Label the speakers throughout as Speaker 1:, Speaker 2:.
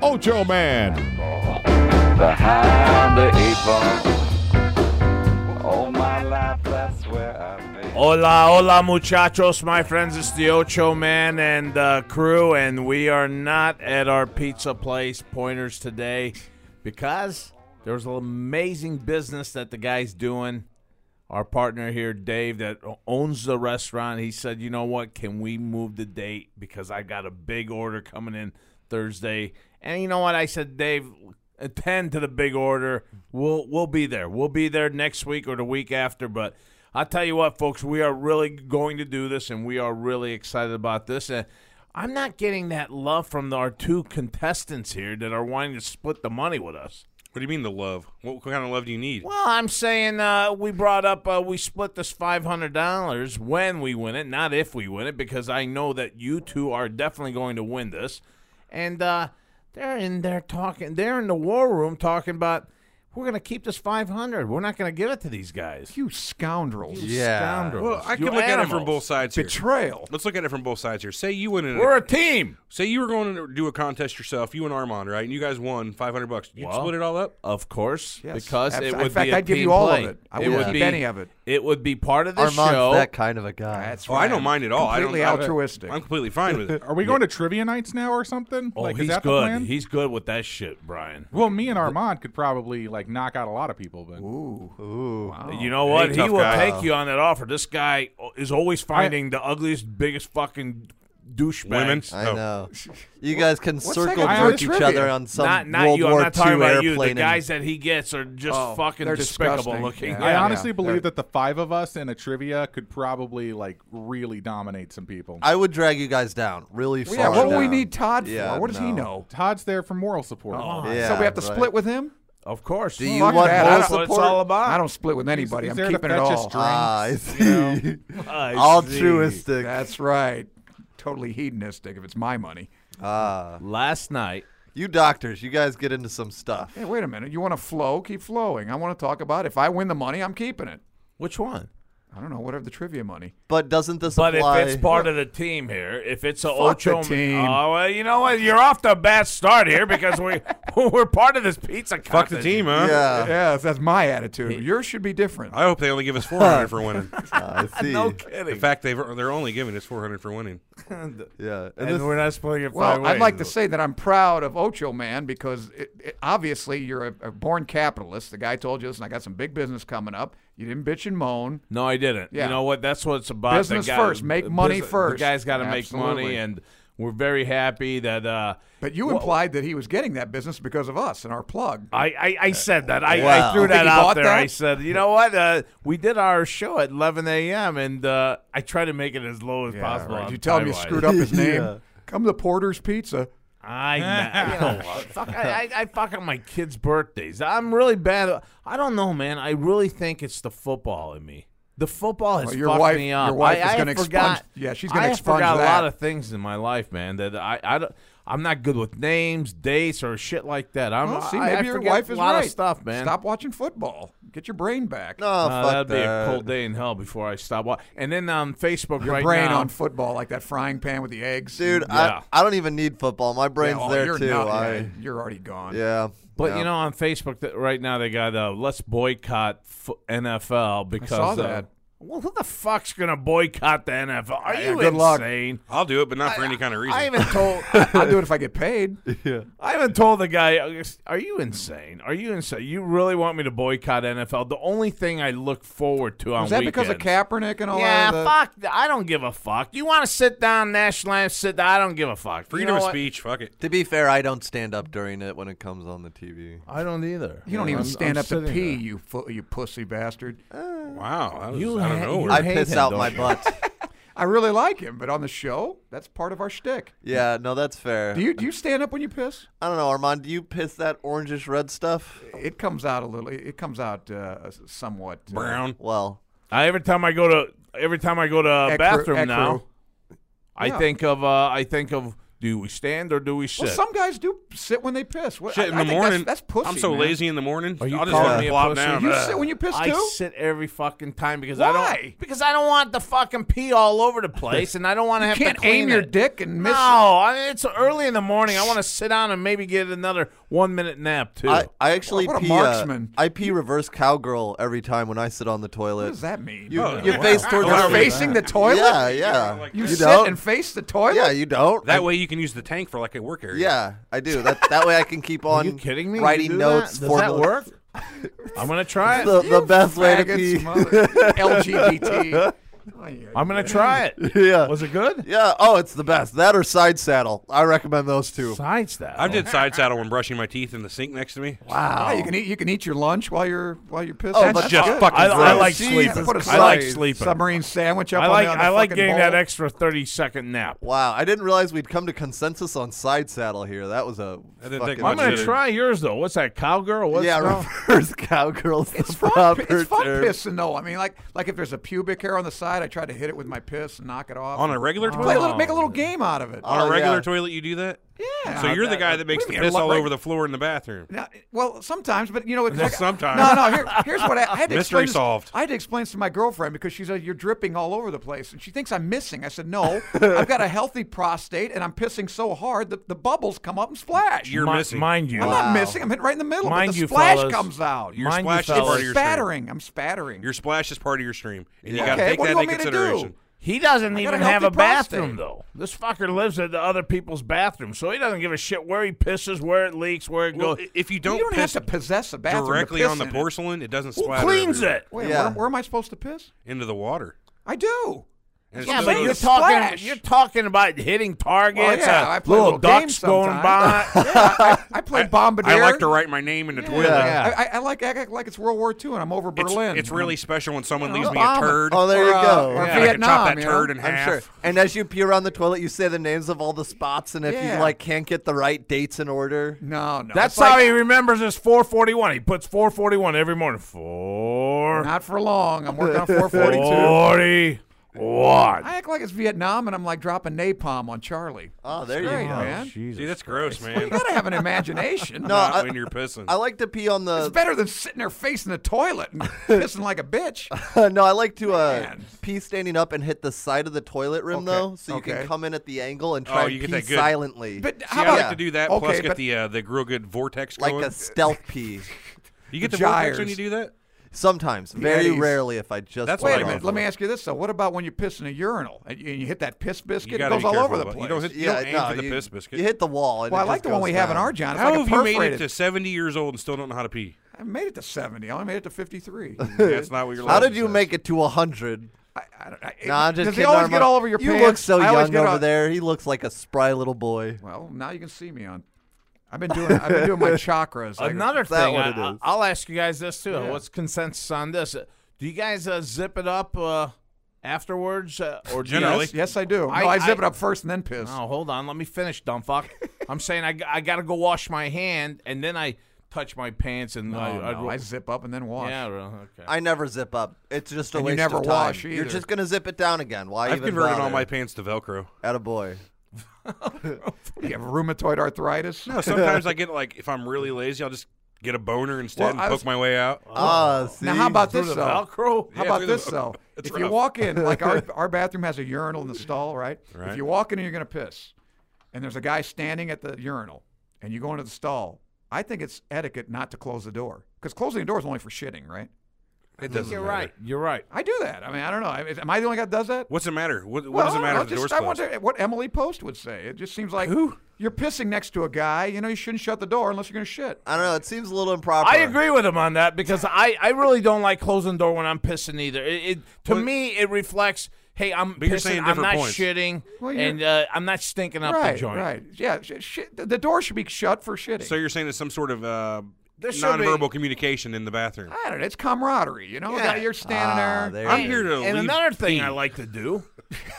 Speaker 1: Ocho Man.
Speaker 2: Behind the eight ball. All my life, that's where I've been.
Speaker 3: Hola, hola, muchachos, my friends. It's the Ocho Man and uh, crew, and we are not at our pizza place pointers today because there was an amazing business that the guy's doing. Our partner here, Dave, that owns the restaurant, he said, "You know what? Can we move the date because I got a big order coming in Thursday?" And you know what? I said, "Dave, attend to the big order. We'll we'll be there. We'll be there next week or the week after, but." I tell you what, folks, we are really going to do this, and we are really excited about this. And I'm not getting that love from the- our two contestants here that are wanting to split the money with us.
Speaker 4: What do you mean the love? What kind of love do you need?
Speaker 3: Well, I'm saying uh, we brought up uh, we split this five hundred dollars when we win it, not if we win it, because I know that you two are definitely going to win this, and uh, they're in there talking. They're in the war room talking about we're going to keep this five hundred. We're not going to give it to these guys.
Speaker 5: You scoundrels.
Speaker 3: Yeah. Scoundrels.
Speaker 4: Well, I
Speaker 3: You
Speaker 4: can look at it
Speaker 3: animals.
Speaker 4: from both sides here.
Speaker 5: Betrayal.
Speaker 4: Let's look at it from both sides here. Say you went in.
Speaker 3: We're a team.
Speaker 4: say you were going to do a contest yourself, you and Armand, right? And you guys won five hundred bucks. You would
Speaker 3: Well,
Speaker 4: split it all up.
Speaker 3: Of course,
Speaker 5: Yes.
Speaker 3: because
Speaker 5: Abs-
Speaker 3: it
Speaker 5: in
Speaker 3: would
Speaker 5: fact,
Speaker 3: be a
Speaker 5: I'd give you
Speaker 3: team
Speaker 5: all of
Speaker 3: play.
Speaker 5: it. I wouldn't
Speaker 3: would
Speaker 5: keep
Speaker 3: be-
Speaker 5: any of it.
Speaker 3: It would be part of the
Speaker 6: Armand's
Speaker 3: show.
Speaker 6: that kind of a guy.
Speaker 5: That's
Speaker 4: Oh, I don't mind at all.
Speaker 5: Completely
Speaker 4: I don't, I-
Speaker 5: altruistic.
Speaker 4: I'm completely fine with it.
Speaker 7: Are we going to trivia nights now or something?
Speaker 3: oh,
Speaker 7: like, is
Speaker 3: he's
Speaker 7: that the
Speaker 3: good.
Speaker 7: plan?
Speaker 3: He's good with that shit, Brian.
Speaker 7: well, me and Armand could probably like knock out a lot of people, but
Speaker 3: you know what?
Speaker 4: Hey,
Speaker 3: He
Speaker 4: tough
Speaker 3: will
Speaker 4: guy.
Speaker 3: take you on that offer. This guy is always finding the ugliest, biggest fucking douchebags.
Speaker 4: Women.
Speaker 6: I
Speaker 4: Oh.
Speaker 6: know. You guys can circle
Speaker 5: got to do
Speaker 6: jerk
Speaker 5: with
Speaker 6: each
Speaker 5: trivia?
Speaker 6: other on some
Speaker 3: Not, not
Speaker 6: World
Speaker 3: you. I'm
Speaker 6: War
Speaker 3: not talking
Speaker 6: II
Speaker 3: about you.
Speaker 6: airplane.
Speaker 3: The guys that he gets are just
Speaker 5: Oh,
Speaker 3: fucking
Speaker 5: they're
Speaker 3: despicable
Speaker 5: disgusting.
Speaker 3: looking.
Speaker 5: Yeah.
Speaker 7: I
Speaker 5: Yeah.
Speaker 7: honestly believe
Speaker 5: They're-
Speaker 7: that the five of us in a trivia could probably like really dominate some people.
Speaker 6: I would drag you guys down really far.
Speaker 5: Yeah, what do
Speaker 6: down.
Speaker 5: we need Todd
Speaker 6: Yeah,
Speaker 5: for? What does he
Speaker 6: no.
Speaker 5: know?
Speaker 7: Todd's there for moral support.
Speaker 6: Yeah,
Speaker 5: so we have to
Speaker 6: right.
Speaker 5: split with him?
Speaker 3: Of course.
Speaker 6: Do you
Speaker 5: Fuck
Speaker 6: want
Speaker 5: that.
Speaker 6: moral
Speaker 5: I don't-
Speaker 3: That's what
Speaker 6: support?
Speaker 3: it's all about.
Speaker 5: I don't split with anybody.
Speaker 7: he's
Speaker 5: I'm
Speaker 7: there to
Speaker 5: keeping it all.
Speaker 7: fetch us drinks.
Speaker 6: Ah, I see.
Speaker 3: I see.
Speaker 6: Altruistic.
Speaker 5: That's right. Totally hedonistic if it's my money.
Speaker 6: Ah,
Speaker 3: Last night,
Speaker 6: you doctors, you guys get into some stuff.
Speaker 5: Hey, wait a minute. You want to flow? Keep flowing. I want to talk about if I win the money, I'm keeping it.
Speaker 3: which one?
Speaker 5: I don't know, whatever the trivia money.
Speaker 6: But doesn't this
Speaker 3: But
Speaker 6: apply?
Speaker 3: if it's part of the team here, if it's a
Speaker 5: Fuck the
Speaker 3: Ocho,
Speaker 5: team.
Speaker 3: oh well, you know what? You're off the bad start here because we we're part of this pizza.
Speaker 4: Fuck the team, huh?
Speaker 6: yeah,
Speaker 5: Yeah, that's my attitude. Yours should be different.
Speaker 4: I hope they only give us four hundred for winning.
Speaker 6: I see.
Speaker 3: No
Speaker 4: In
Speaker 3: kidding.
Speaker 4: fact, they've they're only giving us four hundred for winning.
Speaker 6: Yeah, and,
Speaker 3: and
Speaker 6: this,
Speaker 3: we're not splitting it.
Speaker 5: Well,
Speaker 3: five
Speaker 5: I'd
Speaker 3: ways.
Speaker 5: like to say that I'm proud of Ocho Man because it, it, obviously you're a, a born capitalist. The guy told you, listen, I got some big business coming up. You didn't bitch and moan.
Speaker 3: No, I didn't.
Speaker 5: Yeah.
Speaker 3: You know what? That's what it's about.
Speaker 5: Business
Speaker 3: the guy,
Speaker 5: first. Make money first.
Speaker 3: The guy's got to make
Speaker 5: Absolutely.
Speaker 3: money, and we're very happy that. Uh,
Speaker 5: But you implied that he was getting that business because of us and our plug.
Speaker 3: I, I, I said that. I, I
Speaker 6: Wow.
Speaker 3: threw
Speaker 6: You think
Speaker 3: that
Speaker 5: he
Speaker 3: out
Speaker 5: bought
Speaker 3: there.
Speaker 5: that?
Speaker 3: I said, you know what? Uh, we did our show at 11 a.m., and uh, I try to make it as low as possible.
Speaker 5: Did you tell him you screwed up his name?
Speaker 6: Yeah.
Speaker 5: Come to Porter's Pizza.
Speaker 3: I, you know, what? fuck, I, I, I fuck up my kids' birthdays. I'm really bad. I don't know, man. I really think it's the football in me. The football has
Speaker 5: Well, your
Speaker 3: fucked
Speaker 5: wife-
Speaker 3: me up.
Speaker 5: your wife
Speaker 3: I,
Speaker 5: is
Speaker 3: I
Speaker 5: gonna expunge-
Speaker 3: forgot-
Speaker 5: yeah, she's gonna
Speaker 3: I
Speaker 5: expunge
Speaker 3: forgot a
Speaker 5: that.
Speaker 3: lot of things in my life, man. That I, I don't. I'm not good with names, dates, or shit like that. I'm.
Speaker 5: Well, see,
Speaker 3: I- I
Speaker 5: maybe your
Speaker 3: forget
Speaker 5: wife is
Speaker 3: a lot
Speaker 5: right.
Speaker 3: of stuff, man.
Speaker 5: Stop watching football. Get your brain back.
Speaker 6: no,
Speaker 3: Uh,
Speaker 6: fuck
Speaker 3: that'd
Speaker 6: that.
Speaker 3: be a cold day in hell before I stop. wa- And then on Facebook
Speaker 5: your
Speaker 3: right
Speaker 5: brain
Speaker 3: now,
Speaker 5: on football like that frying pan with the eggs.
Speaker 6: Dude,
Speaker 3: Yeah.
Speaker 6: I, I don't even need football. My
Speaker 5: Yeah,
Speaker 6: brain's
Speaker 5: oh,
Speaker 6: there
Speaker 5: you're
Speaker 6: too.
Speaker 5: not-
Speaker 6: I,
Speaker 5: you're already gone.
Speaker 6: yeah.
Speaker 3: But
Speaker 6: yeah.
Speaker 3: you know, on Facebook th- right now they got uh, let's boycott f- NFL because
Speaker 5: saw
Speaker 3: uh,
Speaker 5: that.
Speaker 3: well, who the fuck's gonna boycott the NFL? Are
Speaker 5: Yeah,
Speaker 3: you
Speaker 5: good luck.
Speaker 3: insane?
Speaker 4: I'll do it, but not for any kind of reason.
Speaker 3: I haven't told
Speaker 5: I'll do it if I get paid.
Speaker 3: I haven't told the guy. uh, Are you insane? Are you insane? You really want me to boycott NFL? The only thing I look forward to on
Speaker 5: Is that because of Oh, uh,
Speaker 3: weekends-
Speaker 5: Kaepernick and all
Speaker 3: Yeah,
Speaker 5: that?
Speaker 3: fuck. th- I don't give a fuck. You want to sit down, national anthem? Sit down. I don't give a fuck. You
Speaker 4: Freedom
Speaker 3: know
Speaker 4: of
Speaker 3: what?
Speaker 4: speech. Fuck it.
Speaker 6: To be fair, I don't stand up during it when it comes on the TV.
Speaker 3: I don't either.
Speaker 5: You don't even
Speaker 3: I'm-
Speaker 5: stand
Speaker 3: I'm
Speaker 5: up to
Speaker 3: sitting
Speaker 5: pee,
Speaker 3: there.
Speaker 5: you fu- you pussy bastard.
Speaker 4: Wow. That was
Speaker 3: You
Speaker 4: out of
Speaker 3: ha- you
Speaker 4: nowhere.
Speaker 6: I
Speaker 3: hate
Speaker 6: piss
Speaker 3: him,
Speaker 6: out
Speaker 3: don't
Speaker 6: my
Speaker 3: you?
Speaker 6: butt.
Speaker 5: I really like him, but on the show, that's part of our shtick.
Speaker 6: Yeah, no, that's fair.
Speaker 5: Do you do you stand up when you piss?
Speaker 6: I don't know, Armand. Do you piss that orangish red stuff?
Speaker 5: It comes out a little. It comes out uh, somewhat uh,
Speaker 4: Brown.
Speaker 6: Well,
Speaker 3: I, every time I go to every time I go to a
Speaker 5: ecru-
Speaker 3: bathroom
Speaker 5: ecru.
Speaker 3: now,
Speaker 5: Yeah.
Speaker 3: I think of uh, I think of do we stand or do we sit?
Speaker 5: Well, some guys do sit when they piss. What,
Speaker 4: Shit
Speaker 5: I-
Speaker 4: in
Speaker 5: I
Speaker 4: the
Speaker 5: think that's-
Speaker 4: morning.
Speaker 5: That's, pussy.
Speaker 4: I'm so
Speaker 5: man.
Speaker 4: lazy in the morning.
Speaker 3: Are you
Speaker 4: I'll just
Speaker 3: calling
Speaker 4: let
Speaker 3: me
Speaker 4: it
Speaker 3: a
Speaker 4: flop
Speaker 3: pussy?
Speaker 4: down.
Speaker 5: You
Speaker 4: Ugh.
Speaker 5: sit when you piss
Speaker 3: I
Speaker 5: too.
Speaker 3: sit every fucking time because I
Speaker 5: Why?
Speaker 3: don't because I don't want the fucking pee all over the place and I don't want to
Speaker 5: you
Speaker 3: have
Speaker 5: can't
Speaker 3: to clean
Speaker 5: aim your
Speaker 3: it.
Speaker 5: dick and miss.
Speaker 3: No, I mean, it's early in the morning. I want to sit down and maybe get another one minute nap too.
Speaker 6: I, I actually
Speaker 5: What a
Speaker 6: pee.
Speaker 5: marksman.
Speaker 6: Uh, I pee reverse cowgirl every time when I sit on the toilet.
Speaker 5: What does that mean?
Speaker 6: You,
Speaker 4: Oh,
Speaker 6: you
Speaker 4: wow.
Speaker 6: face towards
Speaker 5: You're
Speaker 4: Wow.
Speaker 6: the
Speaker 5: facing the toilet.
Speaker 6: Yeah, yeah.
Speaker 4: like
Speaker 5: You,
Speaker 4: that.
Speaker 5: sit
Speaker 6: don't.
Speaker 5: and face the toilet.
Speaker 6: yeah, you don't.
Speaker 4: That
Speaker 6: I-
Speaker 4: way you can use the tank for like a work area.
Speaker 6: Yeah, I do. That that way I can keep on.
Speaker 3: Are you kidding me? You
Speaker 6: Writing
Speaker 3: do
Speaker 6: notes.
Speaker 3: That? Does that
Speaker 6: formulas.
Speaker 3: work? I'm gonna try it.
Speaker 6: The, the best way to pee.
Speaker 5: Faggots, mother- LGBT. Oh, yeah.
Speaker 3: I'm gonna try it.
Speaker 6: yeah.
Speaker 3: Was it good?
Speaker 6: Yeah. Oh, it's the best. That or side saddle. I recommend those two.
Speaker 3: Besides that,
Speaker 4: I did side saddle when brushing my teeth in the sink next to me.
Speaker 5: Yeah, you can eat. You can eat your lunch while you're while you're pissing.
Speaker 6: Oh, but
Speaker 4: just
Speaker 5: good.
Speaker 4: fucking
Speaker 3: I, I
Speaker 4: gross.
Speaker 3: like
Speaker 6: Jesus
Speaker 3: sleeping.
Speaker 5: Put a
Speaker 3: I like
Speaker 5: sub-
Speaker 3: sleeping.
Speaker 5: Submarine sandwich up.
Speaker 3: I
Speaker 5: on
Speaker 3: like
Speaker 5: the- on the
Speaker 3: I like
Speaker 5: fucking
Speaker 3: getting
Speaker 5: bowl.
Speaker 3: that extra thirty second nap.
Speaker 6: Wow, I didn't realize we'd come to consensus on side saddle here. That was a
Speaker 4: That didn't
Speaker 6: fucking
Speaker 4: take
Speaker 3: I'm
Speaker 4: much
Speaker 3: gonna
Speaker 4: Considered.
Speaker 3: try yours though. What's that cowgirl? What's
Speaker 6: yeah,
Speaker 3: no?
Speaker 6: reverse cowgirls.
Speaker 5: It's
Speaker 6: the
Speaker 5: fun,
Speaker 6: proper
Speaker 5: it's fun
Speaker 6: term.
Speaker 5: pissing though. I mean, like like if there's a pubic hair on the side, I try to hit it with my piss and knock it off.
Speaker 4: On a regular
Speaker 5: Play a
Speaker 4: toilet?
Speaker 5: little, make a little game out of it.
Speaker 4: On
Speaker 6: Oh,
Speaker 4: a regular
Speaker 6: yeah.
Speaker 4: toilet, you do that?
Speaker 5: yeah.
Speaker 4: So you're the guy that makes
Speaker 5: What
Speaker 4: the
Speaker 5: do you mean,
Speaker 4: piss
Speaker 5: a
Speaker 4: all
Speaker 5: lot-
Speaker 4: over the floor in the bathroom.
Speaker 5: Now, well, sometimes, but you know, it's
Speaker 4: Well,
Speaker 5: like,
Speaker 4: sometimes.
Speaker 5: No, no. Here, here's what I, I had to
Speaker 4: Mystery
Speaker 5: explain this-
Speaker 4: solved.
Speaker 5: I had to explain this to my girlfriend because she's like, "You're dripping all over the place," and she thinks I'm missing. I said, "No, I've got a healthy prostate, and I'm pissing so hard that the bubbles come up and splash."
Speaker 4: You're
Speaker 3: Mi-
Speaker 4: missing.
Speaker 3: Mind you,
Speaker 5: I'm not missing. I'm hitting right in the middle. but
Speaker 3: Mind
Speaker 5: the
Speaker 3: you,
Speaker 5: splash
Speaker 3: fellas.
Speaker 5: comes out.
Speaker 4: Your
Speaker 3: Mind you,
Speaker 4: splash is
Speaker 3: fellas.
Speaker 4: part of
Speaker 5: I'm
Speaker 4: your stream.
Speaker 5: spattering. I'm spattering.
Speaker 4: Your splash is part of your stream, and you
Speaker 6: Yeah.
Speaker 4: got to
Speaker 5: Okay,
Speaker 4: take
Speaker 5: what
Speaker 4: that
Speaker 5: do you
Speaker 4: into
Speaker 5: want me to do?
Speaker 4: consideration.
Speaker 3: He doesn't
Speaker 5: I
Speaker 3: even
Speaker 5: got a
Speaker 3: have
Speaker 5: healthy
Speaker 3: a bathroom
Speaker 5: prostate.
Speaker 3: though. This fucker lives at the other people's bathroom, so he doesn't give a shit where he pisses, where it leaks, where it
Speaker 4: Well,
Speaker 3: goes.
Speaker 4: i- if you don't,
Speaker 5: you don't
Speaker 4: piss
Speaker 5: have to possess a bathroom to
Speaker 4: directly
Speaker 5: piss
Speaker 4: on the
Speaker 5: in it.
Speaker 4: porcelain, it, doesn't
Speaker 3: Who
Speaker 4: splatter.
Speaker 3: cleans
Speaker 4: everywhere.
Speaker 3: it?
Speaker 5: Wait,
Speaker 6: Yeah.
Speaker 5: where, where am I supposed to piss? Oh,
Speaker 4: into the water?
Speaker 5: I do.
Speaker 4: And
Speaker 3: Yeah,
Speaker 4: it's
Speaker 3: but
Speaker 4: still-
Speaker 3: you're
Speaker 5: it's
Speaker 3: talking.
Speaker 5: splash.
Speaker 3: You're talking about hitting targets.
Speaker 5: Well, yeah,
Speaker 3: uh,
Speaker 5: I play
Speaker 3: little
Speaker 5: little games
Speaker 3: ducks going by.
Speaker 5: Yeah, I, I played
Speaker 4: I
Speaker 5: Bombardier.
Speaker 4: like to write my name in the toilet.
Speaker 5: I, I, I like I act like it's World War II and I'm over
Speaker 4: It's,
Speaker 5: Berlin.
Speaker 4: it's really special when someone leaves me a
Speaker 5: Obama.
Speaker 4: turd.
Speaker 6: Oh, there
Speaker 5: Or,
Speaker 6: you
Speaker 5: uh,
Speaker 6: go.
Speaker 5: or
Speaker 4: and I can
Speaker 5: Vietnam.
Speaker 4: chop that
Speaker 5: you know?
Speaker 4: turd in
Speaker 6: I'm
Speaker 4: half.
Speaker 6: sure. And as you pee around the toilet, you say the names of all the spots, and if
Speaker 5: Yeah.
Speaker 6: you like can't get the right dates in order,
Speaker 5: No, no.
Speaker 3: That's
Speaker 5: it's like-
Speaker 3: how he remembers his 441. He puts 441 every morning. Four.
Speaker 5: Not for long. I'm working on
Speaker 4: Oh.
Speaker 5: 442.
Speaker 3: 441.
Speaker 5: I act like it's Vietnam and I'm like dropping napalm on Charlie.
Speaker 6: oh, there you
Speaker 5: Great,
Speaker 6: go.
Speaker 5: man.
Speaker 4: See, that's gross,
Speaker 5: You
Speaker 4: man.
Speaker 5: gotta have an imagination.
Speaker 6: No, uh, I-
Speaker 4: when you're pissing.
Speaker 6: I like to pee on
Speaker 5: It's
Speaker 6: the.
Speaker 5: better than sitting there facing the toilet and pissing like a bitch.
Speaker 6: no, I like to uh,
Speaker 5: Man.
Speaker 6: pee standing up and hit the side of the toilet rim
Speaker 5: Okay,
Speaker 6: though, so you
Speaker 5: okay.
Speaker 6: can come in at the angle and try
Speaker 4: Oh,
Speaker 6: and
Speaker 4: you
Speaker 6: pee
Speaker 4: get that good-
Speaker 6: silently,
Speaker 5: But
Speaker 4: See,
Speaker 5: how
Speaker 4: I
Speaker 5: about
Speaker 4: like to do that.
Speaker 5: Okay,
Speaker 4: plus, get
Speaker 5: but-
Speaker 4: the uh, the real good vortex
Speaker 6: like
Speaker 4: going.
Speaker 6: a stealth pee.
Speaker 4: you get the vortex when
Speaker 5: gyres.
Speaker 4: you do that.
Speaker 6: Sometimes, very
Speaker 5: eddies.
Speaker 6: rarely, if I just
Speaker 4: That's what I
Speaker 6: went
Speaker 5: Wait a
Speaker 6: off.
Speaker 4: mean.
Speaker 5: minute. Let me ask you this though: What about when you piss in a urinal and you, and you hit that piss
Speaker 4: You
Speaker 5: biscuit? It
Speaker 4: gotta
Speaker 5: goes
Speaker 4: be
Speaker 5: all
Speaker 4: careful
Speaker 5: over the
Speaker 4: about-
Speaker 5: place.
Speaker 4: You don't hit.
Speaker 6: Yeah,
Speaker 4: you don't aim
Speaker 6: no,
Speaker 4: for the
Speaker 6: you,
Speaker 4: piss biscuit.
Speaker 6: you hit the wall. And
Speaker 5: Well, I
Speaker 6: it
Speaker 5: like
Speaker 6: just
Speaker 5: the one
Speaker 6: goes
Speaker 5: we have in
Speaker 6: down.
Speaker 5: our John. It's
Speaker 4: How
Speaker 5: like
Speaker 4: have
Speaker 5: a
Speaker 4: you made it
Speaker 5: perforated-
Speaker 4: to 70 years old and still don't know how to pee?
Speaker 5: I made it to 70. I only made it to 53.
Speaker 4: That's not what you're.
Speaker 6: How did you make it to hundred?
Speaker 5: I, I don't, I,
Speaker 6: Nah, I'm just
Speaker 5: does he
Speaker 6: kidding,
Speaker 5: always
Speaker 6: Armand.
Speaker 5: get all over your
Speaker 6: you
Speaker 5: pants?
Speaker 6: look so
Speaker 5: I always
Speaker 6: young
Speaker 5: get
Speaker 6: over
Speaker 5: all-
Speaker 6: there. He looks like a spry little boy.
Speaker 5: Well, now you can see me on. I've been doing. I've been doing my chakras. I-
Speaker 3: Another
Speaker 6: that
Speaker 3: thing,
Speaker 6: what
Speaker 3: I,
Speaker 6: it
Speaker 3: I-
Speaker 6: is?
Speaker 3: I'll ask you guys this too. What's consensus on this? Uh, Do you guys uh, zip it up uh, afterwards, uh, or do you-
Speaker 4: Generally.
Speaker 5: yes, yes, I do. No, I,
Speaker 3: I-
Speaker 5: zip
Speaker 3: I-
Speaker 5: it up first and then piss.
Speaker 3: No, hold on. Let me finish, dumb fuck. I'm saying I, got to go wash my hand, and then I touch my pants and
Speaker 5: Oh,
Speaker 3: I,
Speaker 5: no, I zip up and then wash.
Speaker 3: yeah, well, okay.
Speaker 6: I never zip up. It's just a
Speaker 5: And you
Speaker 6: waste
Speaker 5: never
Speaker 6: of time.
Speaker 5: wash
Speaker 6: You're
Speaker 5: either.
Speaker 6: just gonna zip it down again. Why
Speaker 4: I've
Speaker 6: even
Speaker 4: converted all
Speaker 6: bother?
Speaker 4: my pants to Velcro.
Speaker 6: At a boy.
Speaker 5: You have rheumatoid arthritis.
Speaker 4: No, sometimes I get like if I'm really lazy, I'll just get a boner instead
Speaker 5: Well,
Speaker 4: and
Speaker 5: I
Speaker 4: poke
Speaker 5: was-
Speaker 4: my way out.
Speaker 6: Ah, see.
Speaker 5: Oh. Now, how about
Speaker 3: Through
Speaker 5: this
Speaker 3: the
Speaker 5: though?
Speaker 3: Velcro.
Speaker 5: How
Speaker 4: Yeah,
Speaker 5: about
Speaker 4: through the-
Speaker 5: this though?
Speaker 4: It's
Speaker 5: if you
Speaker 4: rough.
Speaker 5: walk in, like our our bathroom has a urinal in the stall, right? If
Speaker 4: Right.
Speaker 5: you walk in and you're gonna piss, and there's a guy standing at the urinal, and you go into the stall, I think it's etiquette not to close the door because closing the door is only for shitting, right?
Speaker 4: It doesn't
Speaker 3: You're
Speaker 4: matter.
Speaker 3: right. You're right.
Speaker 5: I do that. I mean, I don't know. I- Am I the only guy that does that?
Speaker 4: What's the matter? What, what
Speaker 5: Well,
Speaker 4: does it
Speaker 5: I don't
Speaker 4: matter
Speaker 5: know,
Speaker 4: if the
Speaker 5: just-
Speaker 4: door's
Speaker 5: I
Speaker 4: closed?
Speaker 5: wonder what Emily Post would say. It just seems like you're pissing next to a guy. You know, you shouldn't shut the door unless you're gonna shit.
Speaker 6: I don't know. It seems a little improper.
Speaker 3: I agree with him on that because I, I really don't like closing the door when I'm pissing either. It, it to me it reflects hey I'm
Speaker 4: But you're
Speaker 3: pissing,
Speaker 4: saying
Speaker 3: I'm
Speaker 4: different
Speaker 3: not
Speaker 4: points.
Speaker 3: shitting
Speaker 5: Well, you're-
Speaker 3: and uh, I'm not stinking up
Speaker 5: right,
Speaker 3: the joint.
Speaker 5: right. Yeah, sh- shit- the- the door should be shut for shitting.
Speaker 4: So you're saying there's some sort of uh,
Speaker 3: This should be-
Speaker 4: nonverbal communication in the bathroom.
Speaker 5: I don't know. It's camaraderie, you know.
Speaker 3: Yeah.
Speaker 5: You're standing
Speaker 6: Ah,
Speaker 5: there.
Speaker 6: there
Speaker 4: I'm
Speaker 6: it
Speaker 4: here
Speaker 6: is.
Speaker 4: to
Speaker 3: And
Speaker 4: leave
Speaker 3: another thing I
Speaker 4: pee.
Speaker 3: like to do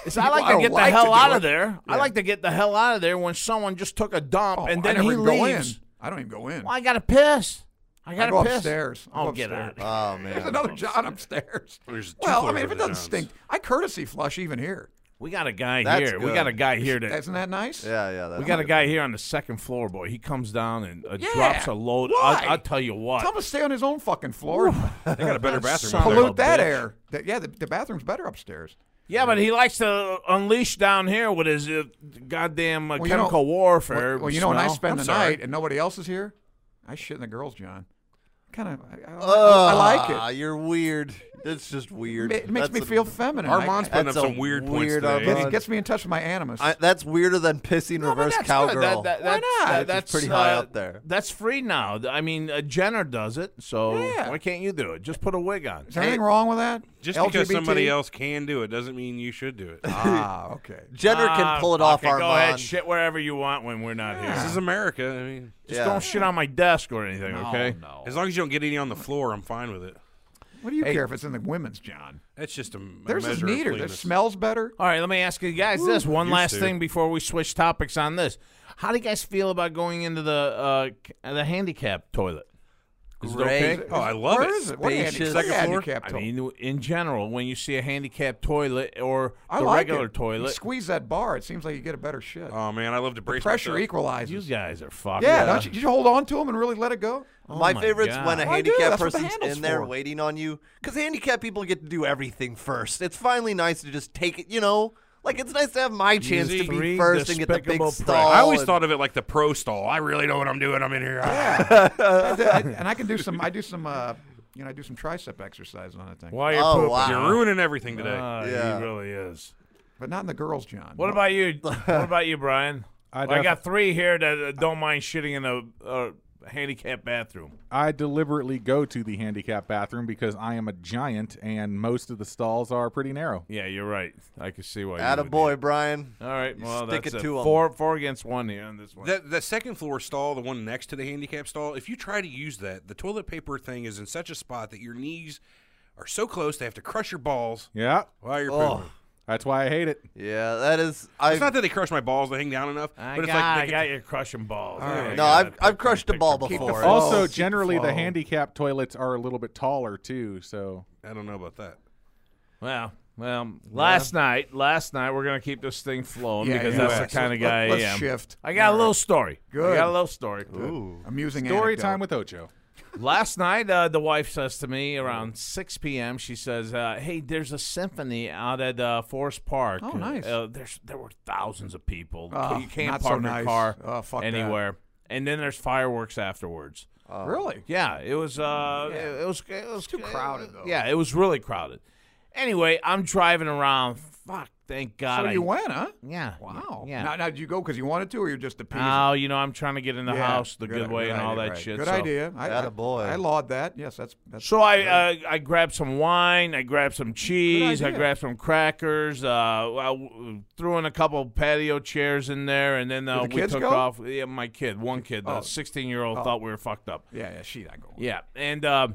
Speaker 3: is I like
Speaker 5: I
Speaker 3: to
Speaker 5: don't
Speaker 3: get the
Speaker 5: like to
Speaker 3: hell
Speaker 5: do
Speaker 3: out
Speaker 5: it.
Speaker 3: of there. I like to get the hell out of there when someone just took a dump
Speaker 5: Oh,
Speaker 3: and
Speaker 5: I
Speaker 3: then
Speaker 5: never
Speaker 3: he
Speaker 5: even go
Speaker 3: leaves.
Speaker 5: in. I don't even go in.
Speaker 3: Well, I gotta piss. I gotta
Speaker 5: go
Speaker 3: piss.
Speaker 5: upstairs. I
Speaker 3: Oh,
Speaker 5: go
Speaker 3: get
Speaker 5: upstairs.
Speaker 3: out. of here.
Speaker 6: Oh man.
Speaker 5: There's another John upstairs.
Speaker 4: There's two
Speaker 5: Well, I
Speaker 4: floors
Speaker 5: mean, if
Speaker 4: over
Speaker 5: it
Speaker 4: the
Speaker 5: doesn't
Speaker 4: Johns.
Speaker 5: stink, I courtesy flush even here.
Speaker 3: We got a guy
Speaker 6: That's
Speaker 3: here. We got
Speaker 6: good.
Speaker 3: a guy here that.
Speaker 5: Isn't that nice?
Speaker 6: Yeah, yeah. That's
Speaker 3: We got a
Speaker 6: good.
Speaker 3: guy here on the second floor, boy. He comes down and uh,
Speaker 5: Yeah.
Speaker 3: drops a load.
Speaker 5: Why?
Speaker 3: I, I'll tell you
Speaker 5: Tell
Speaker 3: what.
Speaker 5: him to stay on his own fucking floor. and
Speaker 4: They got a better bathroom.
Speaker 3: son
Speaker 4: out
Speaker 3: of
Speaker 4: there.
Speaker 3: a
Speaker 5: Pollute that
Speaker 3: bitch.
Speaker 5: air. That- yeah, the, the bathroom's better upstairs.
Speaker 3: Yeah, but he likes to uh, unleash down here with his uh, goddamn uh,
Speaker 5: Well, you know-
Speaker 3: chemical warfare.
Speaker 5: Well, well, you know, when I
Speaker 3: smell.
Speaker 5: spend
Speaker 3: I'm
Speaker 5: the
Speaker 3: sorry.
Speaker 5: night and nobody else is here, I shit in the girls' John. Kind of, I, I, I
Speaker 6: Ugh,
Speaker 5: like it.
Speaker 6: Oh, You're weird. It's just weird.
Speaker 5: It makes
Speaker 6: That's
Speaker 5: me
Speaker 6: a-
Speaker 5: feel feminine.
Speaker 4: Armand's
Speaker 5: I,
Speaker 4: putting up
Speaker 6: That's
Speaker 4: some
Speaker 6: a
Speaker 4: weird points
Speaker 6: weird
Speaker 4: today.
Speaker 5: I,
Speaker 6: been-
Speaker 5: it gets me in touch with my animus.
Speaker 6: I, that's weirder than pissing
Speaker 3: No, but
Speaker 6: reverse
Speaker 3: that's good.
Speaker 6: cowgirl.
Speaker 3: That, that,
Speaker 5: Why
Speaker 3: that's,
Speaker 5: not?
Speaker 3: that-
Speaker 5: It's
Speaker 3: that's
Speaker 6: pretty high
Speaker 3: uh,
Speaker 6: up there.
Speaker 3: That's free now. I mean, uh, Jenner does it, so
Speaker 5: Yeah.
Speaker 3: why can't you do it? Just put a wig on.
Speaker 5: is there anything wrong with that?
Speaker 4: Just
Speaker 5: LGBT?
Speaker 4: because somebody else can do it doesn't mean you should do it.
Speaker 5: Ah, okay.
Speaker 6: Jenner
Speaker 3: Ah,
Speaker 6: can pull it off.
Speaker 3: okay,
Speaker 6: Armand.
Speaker 3: Go ahead, shit wherever you want when we're not
Speaker 4: This
Speaker 3: here.
Speaker 4: is America. I mean,
Speaker 3: Just
Speaker 6: Yeah.
Speaker 3: don't shit on my desk or anything, okay?
Speaker 4: as long as you don't get any on the floor, I'm fine with it.
Speaker 5: What do you care if it's in the women's John?
Speaker 4: That's just a, a
Speaker 5: Theirs is
Speaker 4: measure of
Speaker 5: neater. Theirs
Speaker 4: cleanness.
Speaker 5: smells better.
Speaker 3: All right, let me ask you guys this one
Speaker 4: used
Speaker 3: last
Speaker 4: to.
Speaker 3: thing before we switch topics on this. How do you guys feel about going into the uh, c- uh, the handicap toilet? Is
Speaker 6: Great.
Speaker 3: it okay?
Speaker 4: Oh, I love
Speaker 5: Where
Speaker 4: it.
Speaker 5: is it? What
Speaker 6: Spacious.
Speaker 5: handi-
Speaker 6: Second
Speaker 5: what
Speaker 6: floor?
Speaker 5: handicap
Speaker 3: I
Speaker 5: to-
Speaker 3: mean, in general, when you see a handicap toilet or
Speaker 5: I
Speaker 3: the
Speaker 5: like
Speaker 3: regular
Speaker 5: it. You
Speaker 3: toilet,
Speaker 5: squeeze that bar. It seems like you get a better shit.
Speaker 4: Oh man, I love to brace
Speaker 5: Pressure
Speaker 4: myself.
Speaker 5: equalizes.
Speaker 3: you guys are fucked.
Speaker 5: yeah,
Speaker 3: up.
Speaker 5: don't you, you hold on to them and really let it go?
Speaker 6: my,
Speaker 3: my
Speaker 6: favorite's when a
Speaker 3: God.
Speaker 5: Why do?
Speaker 6: handicapped
Speaker 5: That's what the
Speaker 6: person's
Speaker 5: handle's
Speaker 6: in there
Speaker 5: for.
Speaker 6: waiting on you. Because handicapped people get to do everything first. It's finally nice to just take it, you know? Like, it's nice to have my chance
Speaker 3: Easy.
Speaker 6: to be
Speaker 3: Three
Speaker 6: first and get the big
Speaker 3: despicable
Speaker 6: stall.
Speaker 4: I always
Speaker 6: and-
Speaker 4: thought of it like the pro stall. I really know what I'm doing. I'm in here.
Speaker 5: Yeah. I do- I- and I can do some. I do some. Uh, you know, I do some tricep exercises on that thing,
Speaker 3: While you're
Speaker 6: Oh,
Speaker 3: pooping,
Speaker 6: wow.
Speaker 4: You're ruining everything today.
Speaker 5: Uh,
Speaker 3: Ah,
Speaker 6: Yeah.
Speaker 3: he really is.
Speaker 5: but not in the girls' John.
Speaker 3: What about you? what about you, Brian?
Speaker 7: I
Speaker 3: Well, I got three here that uh, don't mind shitting in a uh, handicapped bathroom.
Speaker 7: I deliberately go to the handicap bathroom because I am a giant and most of the stalls are pretty narrow.
Speaker 3: Yeah, you're right. I can see why. you would
Speaker 6: Attaboy, Brian.
Speaker 3: do- All right.
Speaker 6: You
Speaker 3: Well,
Speaker 6: stick
Speaker 3: that's
Speaker 6: it
Speaker 3: a
Speaker 6: to 'em.
Speaker 3: four four against one here on this one.
Speaker 4: That the second floor stall, the one next to the handicap stall, if you try to use that, the toilet paper thing is in such a spot that your knees are so close they have to crush your balls
Speaker 7: Yeah,
Speaker 4: while you're
Speaker 5: Oh.
Speaker 4: pooping.
Speaker 7: that's why I hate it.
Speaker 6: Yeah, that is. I
Speaker 4: It's not that they crush my balls; they hang down enough.
Speaker 3: I
Speaker 4: but
Speaker 3: got,
Speaker 4: it's like
Speaker 3: I
Speaker 4: they
Speaker 3: got
Speaker 4: can-
Speaker 3: your crushing balls.
Speaker 5: right.
Speaker 3: I
Speaker 6: No,
Speaker 3: got
Speaker 6: I've-
Speaker 3: a
Speaker 6: I've
Speaker 3: picture-
Speaker 6: crushed a ball
Speaker 3: picture-
Speaker 5: Keep the
Speaker 6: before. Oh.
Speaker 5: flow.
Speaker 7: Also,
Speaker 5: keep the
Speaker 7: generally the
Speaker 5: flow.
Speaker 7: handicap toilets are a little bit taller too, so
Speaker 4: I don't know about that.
Speaker 3: Well, well, last night, last night we're gonna keep this thing flowing
Speaker 5: Yeah,
Speaker 3: because
Speaker 5: yeah.
Speaker 3: that's the
Speaker 5: Yeah.
Speaker 3: kind of
Speaker 5: Let-
Speaker 3: guy
Speaker 5: let's
Speaker 3: I am.
Speaker 5: shift.
Speaker 3: I got a little story. I
Speaker 5: Good.
Speaker 3: got a little story.
Speaker 5: amusing
Speaker 7: story
Speaker 5: anecdote.
Speaker 7: time with Ocho.
Speaker 3: Last night, uh, the wife says to me around 6 p.m. She says, uh, "Hey, there's a symphony out at uh, Forest Park.
Speaker 5: Oh, nice.
Speaker 3: Uh, there's there were thousands of people.
Speaker 5: Oh,
Speaker 3: you can't
Speaker 5: not so
Speaker 3: park
Speaker 5: nice.
Speaker 3: your car
Speaker 5: Oh, fuck that.
Speaker 3: anywhere. And then there's fireworks afterwards.
Speaker 5: really?
Speaker 3: Yeah, it was. Uh, It, it was. It was
Speaker 5: too crowded, though.
Speaker 3: Yeah, it was really crowded. Anyway, I'm driving around. Fuck, thank God.
Speaker 5: So
Speaker 3: I,
Speaker 5: you went, huh?
Speaker 3: Yeah.
Speaker 5: Wow.
Speaker 3: Yeah.
Speaker 5: Now, now did you go because you wanted to, or you're just appeasing?
Speaker 3: Oh, you know, I'm trying to get in the
Speaker 5: Yeah,
Speaker 3: house the good, way and
Speaker 5: idea,
Speaker 3: all that
Speaker 5: right.
Speaker 3: shit.
Speaker 5: Good
Speaker 3: so-
Speaker 5: idea. I, I,
Speaker 6: Attaboy.
Speaker 5: I laud that. Yes, that's that's.
Speaker 3: So I uh, I grabbed some wine, I grabbed some cheese, I
Speaker 5: idea.
Speaker 3: grabbed some crackers, uh, I w- threw in a couple patio chairs in there, and then uh,
Speaker 5: Did the
Speaker 3: we
Speaker 5: kids
Speaker 3: took
Speaker 5: go?
Speaker 3: off. Yeah, my kid, one kid, the
Speaker 5: Oh.
Speaker 3: sixteen year old, thought we were fucked up.
Speaker 5: yeah, yeah, she not going.
Speaker 3: Yeah, and uh,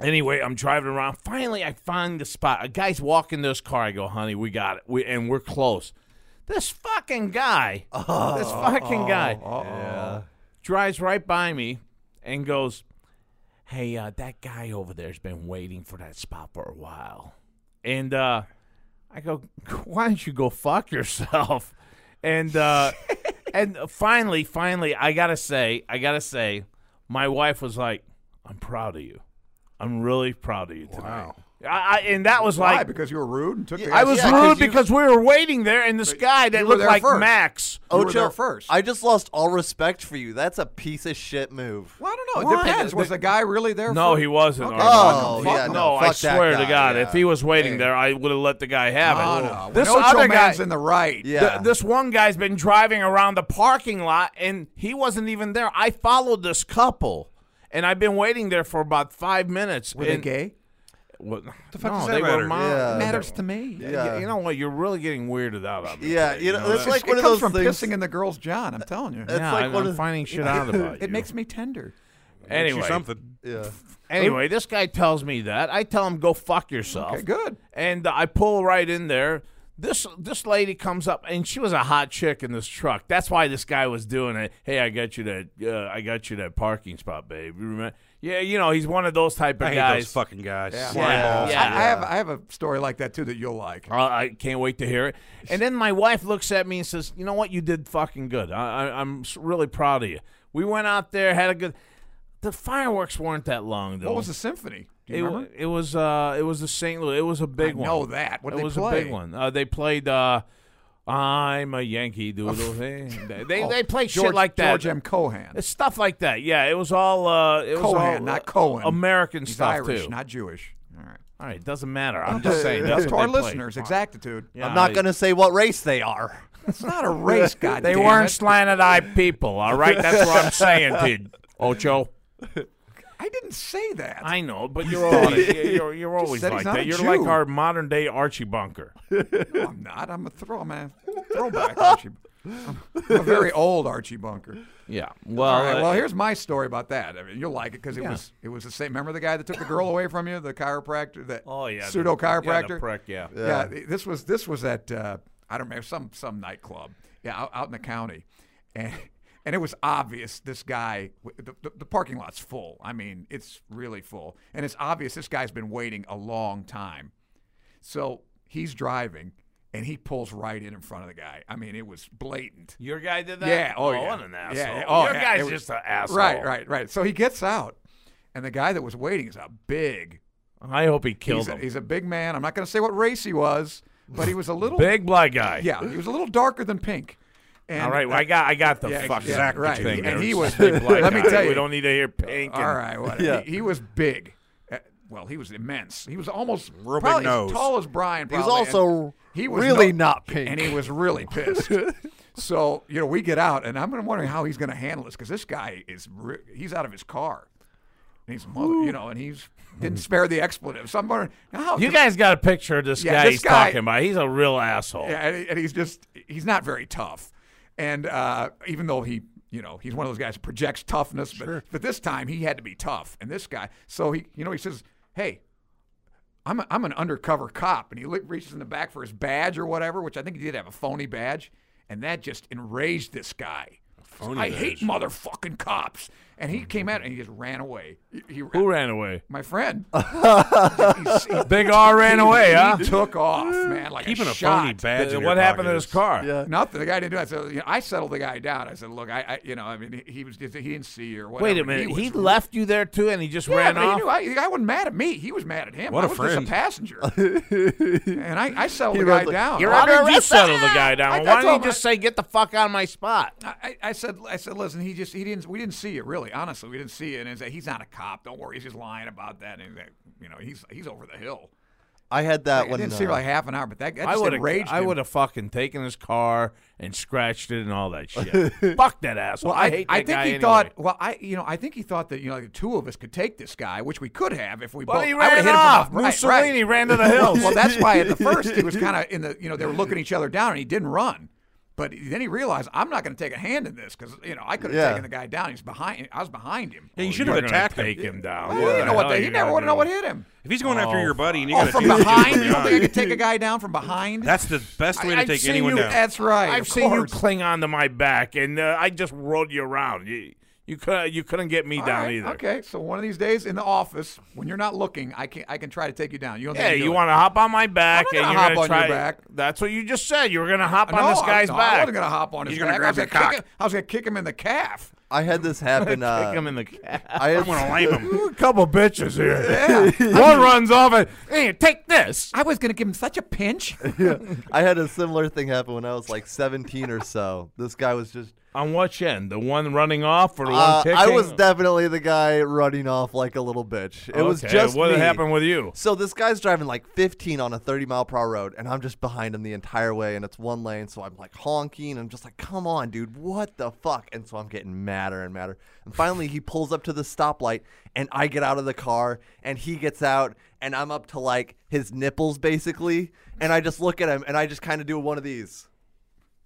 Speaker 3: anyway, I'm driving around. Finally, I find the spot. A guy's walking this car. I go, honey, we got it, we, and we're close. This fucking guy, this fucking guy, drives right by me and goes, "Hey, uh, that guy over there's been waiting for that spot for a while." And uh, I go, "Why don't you go fuck yourself?" And uh, and finally, finally, I gotta say, I gotta say, my wife was like, "I'm proud of you. I'm really proud of you tonight." I, I, and that was
Speaker 5: Why?
Speaker 3: like
Speaker 5: because you were rude and took. the
Speaker 3: I was
Speaker 6: Yeah, 'cause
Speaker 3: rude
Speaker 6: you-
Speaker 3: because we were waiting there, and this guy that
Speaker 5: were
Speaker 3: looked
Speaker 5: there
Speaker 3: like
Speaker 5: first. Oh,
Speaker 3: Max.
Speaker 5: You were
Speaker 6: Ocho,
Speaker 5: there first.
Speaker 6: I just lost all respect for you. That's a piece of shit move.
Speaker 5: Well, I don't know.
Speaker 3: Why?
Speaker 5: It depends. Was
Speaker 3: The-
Speaker 5: the guy really there?
Speaker 3: No,
Speaker 5: for-
Speaker 3: he wasn't.
Speaker 5: Okay.
Speaker 6: Oh,
Speaker 3: Armando.
Speaker 5: fuck
Speaker 6: yeah,
Speaker 5: him.
Speaker 3: no,
Speaker 6: no,
Speaker 3: I
Speaker 6: fuck that
Speaker 3: swear to
Speaker 6: guy,
Speaker 3: God,
Speaker 6: yeah.
Speaker 3: if he was waiting there, I would have let the guy have it.
Speaker 5: No, Oh, no. When
Speaker 3: This
Speaker 5: Ocho
Speaker 3: other guy,
Speaker 5: man's in the right.
Speaker 6: Yeah.
Speaker 3: th- this one guy's been driving around the parking lot, and he wasn't even there. I followed this couple, and I've been waiting there for about five minutes.
Speaker 5: Were they
Speaker 3: and-
Speaker 5: gay?
Speaker 3: What, the
Speaker 4: fuck
Speaker 3: no,
Speaker 4: does that
Speaker 3: they
Speaker 4: matter?
Speaker 3: were mine.
Speaker 6: Yeah.
Speaker 5: It matters to me.
Speaker 6: Yeah.
Speaker 3: You know what? You're really getting weirded out on me.
Speaker 6: Yeah,
Speaker 3: today,
Speaker 6: you know, that's
Speaker 5: It's
Speaker 6: like
Speaker 5: it
Speaker 6: one of
Speaker 5: comes
Speaker 6: those
Speaker 5: from
Speaker 6: things.
Speaker 5: pissing in the girl's John. I'm telling you,
Speaker 6: That's
Speaker 3: yeah,
Speaker 6: like
Speaker 3: I'm,
Speaker 6: one
Speaker 3: I'm
Speaker 6: of-
Speaker 3: finding shit out about you.
Speaker 5: it makes me tender.
Speaker 4: Teach you
Speaker 3: Anyway,
Speaker 4: something.
Speaker 6: Yeah.
Speaker 3: Anyway, this guy tells me that. I tell him go fuck yourself.
Speaker 5: Okay, good.
Speaker 3: And uh, I pull right in there. This this lady comes up and she was a hot chick in this truck. That's why this guy was doing it. Hey, I got you that uh, I got you that parking spot, babe. You remember? Yeah, you know he's one of those type of
Speaker 4: I hate
Speaker 3: guys.
Speaker 4: those fucking guys. Yeah.
Speaker 3: yeah,
Speaker 5: I, I have I have a story like that too that you'll like.
Speaker 3: Uh, I can't wait to hear it. And then my wife looks at me and says, "You know what? You did fucking good. I, I, I'm s- really proud of you. We went out there, had a good. The fireworks weren't that long though.
Speaker 5: What was the symphony? Do
Speaker 3: It,
Speaker 5: you
Speaker 3: wa-
Speaker 5: remember?
Speaker 3: it was uh it was the St. Louis. It was a big
Speaker 5: I
Speaker 3: one.
Speaker 5: know that. What
Speaker 3: it
Speaker 5: they
Speaker 3: was
Speaker 5: play?
Speaker 3: a big one. Uh, they played uh, "I'm a Yankee Doodle." hey. they they,
Speaker 5: Oh,
Speaker 3: they played
Speaker 5: George,
Speaker 3: shit like that.
Speaker 5: George M. Cohan.
Speaker 3: It's stuff like that. Yeah, it was all uh, it was
Speaker 5: Cohan,
Speaker 3: all,
Speaker 5: not
Speaker 3: uh,
Speaker 5: Cohen.
Speaker 3: American
Speaker 5: He's
Speaker 3: stuff
Speaker 5: Irish,
Speaker 3: too.
Speaker 5: not Jewish. All right.
Speaker 3: all right, doesn't matter. I'm just saying that's
Speaker 5: to
Speaker 3: what
Speaker 5: our
Speaker 3: they played.
Speaker 5: listeners. Exactitude.
Speaker 3: Yeah,
Speaker 6: I'm not
Speaker 3: I-
Speaker 6: going to say what race they are.
Speaker 5: It's not a race, God.
Speaker 3: They weren't slanted eye people, all right? That's what I'm saying, dude. Ocho.
Speaker 5: I didn't say that.
Speaker 3: I know, but you're always you're, you're always
Speaker 5: said he's
Speaker 3: like
Speaker 5: not
Speaker 3: that.
Speaker 5: a
Speaker 3: You're like
Speaker 5: Jew.
Speaker 3: our modern day Archie Bunker.
Speaker 5: No, I'm not. I'm a throw. I'm a throwback Archie. I'm a very old Archie Bunker.
Speaker 3: Yeah.
Speaker 5: All
Speaker 3: Well,
Speaker 5: right.
Speaker 3: uh,
Speaker 5: Well, here's my story about that. I mean, you'll like it because it was it was the same. Remember the guy that took the girl away from you, the chiropractor, that
Speaker 3: oh yeah, the-
Speaker 5: pseudo
Speaker 3: yeah,
Speaker 5: chiropractor.
Speaker 3: the prick, yeah.
Speaker 5: yeah. this was this was at uh, I don't remember some some nightclub. Yeah, out, out in the county, and and it was obvious this guy. The, the, the parking lot's full. I mean, it's really full, and it's obvious this guy's been waiting a long time. So he's driving, and he pulls right in in front of the guy. I mean, it was blatant.
Speaker 3: Your guy did that.
Speaker 5: Yeah. Oh, yeah.
Speaker 3: What an asshole.
Speaker 5: Yeah, yeah. Oh,
Speaker 3: Your
Speaker 5: yeah.
Speaker 3: guy's
Speaker 5: It was-
Speaker 3: just an asshole.
Speaker 5: Right, right, right. So he gets out, and the guy that was waiting is a big.
Speaker 3: I hope he killed
Speaker 5: He's a,
Speaker 3: him.
Speaker 5: he's a big man. I'm not going to say what race he was, but he was a little
Speaker 3: Big black guy.
Speaker 5: Yeah, he was a little darker than pink. And, uh,
Speaker 3: All right. Well, I got I got the
Speaker 5: Yeah,
Speaker 3: fuck
Speaker 5: yeah,
Speaker 3: Zach
Speaker 5: right.
Speaker 3: thing.
Speaker 5: And
Speaker 3: there.
Speaker 5: he was-
Speaker 3: Big black
Speaker 5: let me
Speaker 3: guy.
Speaker 5: tell you-
Speaker 3: We don't need to hear pink.
Speaker 5: All
Speaker 3: and-
Speaker 5: right, whatever.
Speaker 6: Yeah.
Speaker 5: He, he was big. Uh, Well, he was immense. He was almost
Speaker 4: Real big
Speaker 5: probably
Speaker 4: nose.
Speaker 5: as tall as Brian.
Speaker 6: He was
Speaker 5: probably, and
Speaker 6: also
Speaker 5: he was
Speaker 6: really
Speaker 5: no-
Speaker 6: not pink.
Speaker 5: and he was really pissed. so you know, we get out, and I'm wondering how he's going to handle this because this guy is re- he's out of his car, and he's mother, you know, and he's didn't spare the expletive. So I'm wondering how
Speaker 3: You guys got a picture of this
Speaker 5: Yeah,
Speaker 3: guy
Speaker 5: this
Speaker 3: he's
Speaker 5: guy-
Speaker 3: talking about. He's a real asshole.
Speaker 5: Yeah, and, he- and he's just he's not very tough, and uh, even though he you know he's one of those guys that projects toughness, but but this time he had to be tough, and this guy so he you know he says hey. I'm, a, I'm an undercover cop, and he li- reaches in the back for his badge or whatever, which I think he did have a phony badge, and that just enraged this guy.
Speaker 4: Phony
Speaker 5: I
Speaker 4: badge.
Speaker 5: hate motherfucking cops, and he came out and he just ran away. He, he-
Speaker 3: Who ran away?
Speaker 5: my friend, He- he-
Speaker 3: Big R ran away,
Speaker 5: he
Speaker 3: huh?
Speaker 5: took off, man, like
Speaker 4: Keeping
Speaker 5: a
Speaker 4: a
Speaker 5: shot.
Speaker 4: phony badge. in
Speaker 3: what
Speaker 4: your
Speaker 3: happened
Speaker 4: pocket
Speaker 3: to
Speaker 4: is-
Speaker 3: his car?
Speaker 5: Nothing. The guy didn't do that. So you know, I settled the guy down. I said, "Look, I, I you know, I mean, he, he was just, he didn't see you or whatever."
Speaker 3: Wait a minute. He,
Speaker 5: was-
Speaker 3: left you there too, and he just
Speaker 5: Yeah,
Speaker 3: ran
Speaker 5: but
Speaker 3: off.
Speaker 5: He knew I, the guy wasn't mad at me. He was mad at him.
Speaker 4: What
Speaker 5: I
Speaker 4: a
Speaker 5: was
Speaker 4: friend.
Speaker 5: just a passenger, and I, I settled the guy
Speaker 6: wrote, like,
Speaker 5: down.
Speaker 6: "You're
Speaker 3: Why
Speaker 6: under
Speaker 3: did you
Speaker 6: arrest."
Speaker 3: settle the guy
Speaker 5: I-
Speaker 3: down?
Speaker 5: I
Speaker 3: Why
Speaker 5: told
Speaker 3: didn't
Speaker 5: him
Speaker 3: you just
Speaker 5: I-
Speaker 3: say get the fuck out of my spot?
Speaker 5: I, I said, I said, listen, he just, he didn't, we didn't see you, really, honestly, we didn't see you. And he said, he's not a cop. Don't worry, he's just lying about that. And that, you know, he's, he's over the hill.
Speaker 6: I had that
Speaker 5: I
Speaker 6: when
Speaker 5: didn't
Speaker 6: uh,
Speaker 5: see you for like half an hour, but that, that
Speaker 3: I
Speaker 5: just
Speaker 3: would have.
Speaker 5: enraged
Speaker 3: I
Speaker 5: him.
Speaker 3: would have fucking taken his car and scratched it and all that shit. Fuck that asshole. I, hate that
Speaker 5: I think
Speaker 3: guy
Speaker 5: he
Speaker 3: anyway.
Speaker 5: thought. Well, I you know I think he thought that you know like, the two of us could take this guy, which we could have if we
Speaker 3: Well,
Speaker 5: both.
Speaker 3: he
Speaker 5: I would've
Speaker 3: ran
Speaker 5: hit him from
Speaker 3: off.
Speaker 5: the- right, right.
Speaker 3: Mussolini ran to the hills.
Speaker 5: Well, that's why at the first he was kind of in the you know they were looking each other down and he didn't run, but then he realized I'm not going to take a hand in this because you know I could have
Speaker 6: Yeah.
Speaker 5: taken the guy down. He's behind. I was behind him.
Speaker 4: Yeah, you should
Speaker 3: You're
Speaker 4: have
Speaker 3: Oh, gonna
Speaker 4: attacked
Speaker 3: take
Speaker 4: him.
Speaker 3: him down.
Speaker 5: I didn't know
Speaker 3: the hell
Speaker 5: what they, he
Speaker 3: you
Speaker 5: never
Speaker 3: gonna
Speaker 5: wanted to know
Speaker 3: do?
Speaker 5: what hit him.
Speaker 4: If he's going after your buddy and you
Speaker 5: Oh,
Speaker 4: got
Speaker 5: from
Speaker 4: to
Speaker 5: behind? You don't think I could take a guy down from behind?
Speaker 4: that's the best way
Speaker 3: I-
Speaker 4: to
Speaker 3: I've
Speaker 4: take
Speaker 3: seen
Speaker 4: anyone
Speaker 3: you-
Speaker 4: down.
Speaker 5: That's right.
Speaker 3: I've
Speaker 5: of
Speaker 3: seen you
Speaker 5: course.
Speaker 3: cling onto my back, and uh, I just rolled you around. You, you could you couldn't get me
Speaker 5: All
Speaker 3: down
Speaker 5: right,
Speaker 3: either.
Speaker 5: Okay, so one of these days in the office, when you're not looking, I can I can try to take you down. You don't
Speaker 3: Yeah,
Speaker 5: think
Speaker 3: you want
Speaker 5: want
Speaker 3: to hop on my back,
Speaker 5: I'm
Speaker 3: and
Speaker 5: not
Speaker 3: you're gonna
Speaker 5: gonna hop on
Speaker 3: try.
Speaker 5: your back.
Speaker 3: That's what you just said. You were gonna hop
Speaker 5: no,
Speaker 3: on this
Speaker 5: I-
Speaker 3: guy's
Speaker 5: no, I
Speaker 3: back.
Speaker 5: wasn't gonna hop on his
Speaker 4: He's gonna
Speaker 5: back.
Speaker 4: grab
Speaker 5: I
Speaker 4: your
Speaker 5: was gonna
Speaker 4: cock.
Speaker 5: kick him- I was gonna kick him in the calf.
Speaker 6: I had this happen.
Speaker 3: Kick
Speaker 6: Uh,
Speaker 3: him in the calf.
Speaker 6: I had,
Speaker 4: I'm going to lame him.
Speaker 3: a couple bitches here. One runs off and hey, take this.
Speaker 5: I was gonna give him such a pinch.
Speaker 6: I had a similar thing happen when I was like 17 or so. This guy was just.
Speaker 3: On which end? The one running off or the
Speaker 6: Uh,
Speaker 3: one kicking?
Speaker 6: I was definitely the guy running off like a little bitch. It was
Speaker 3: Okay,
Speaker 6: just
Speaker 3: what
Speaker 6: me.
Speaker 3: happened with you.
Speaker 6: So this guy's driving like 15 on a 30 mile per hour road, and I'm just behind him the entire way, and it's one lane. So I'm like honking. I'm just like, come on, dude, what the fuck? And so I'm getting madder and madder. And finally, he pulls up to the stoplight, and I get out of the car, and he gets out, and I'm up to like his nipples basically. And I just look at him, and I just kind of do one of these.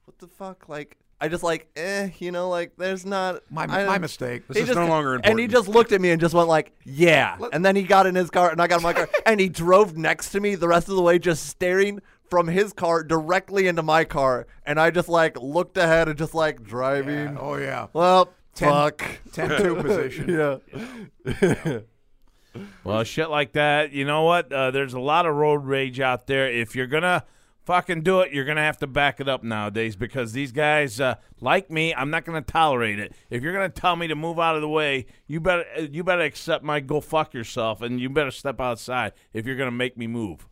Speaker 6: What the fuck? Like, I just like, eh, you know, like there's not
Speaker 5: My-
Speaker 6: I-
Speaker 5: my mistake.
Speaker 4: This
Speaker 6: he
Speaker 4: is no longer
Speaker 6: And he
Speaker 4: important.
Speaker 6: just looked at me and just went like, yeah. and then he got in his car and I got in my car and he drove next to me the rest of the way, just staring from his car directly into my car. And I just like looked ahead and just like driving.
Speaker 5: Oh yeah.
Speaker 6: Well,
Speaker 5: Ten-
Speaker 6: fuck.
Speaker 5: 10-2 position.
Speaker 6: yeah.
Speaker 3: Well, shit like that. You know what? Uh, there's a lot of road rage out there. If you're gonna fucking do it, you're gonna have to back it up nowadays because these guys, uh, like me, I'm not gonna tolerate it. If you're gonna tell me to move out of the way, you better uh, you better accept my go fuck yourself, and you better step outside if you're gonna make me move.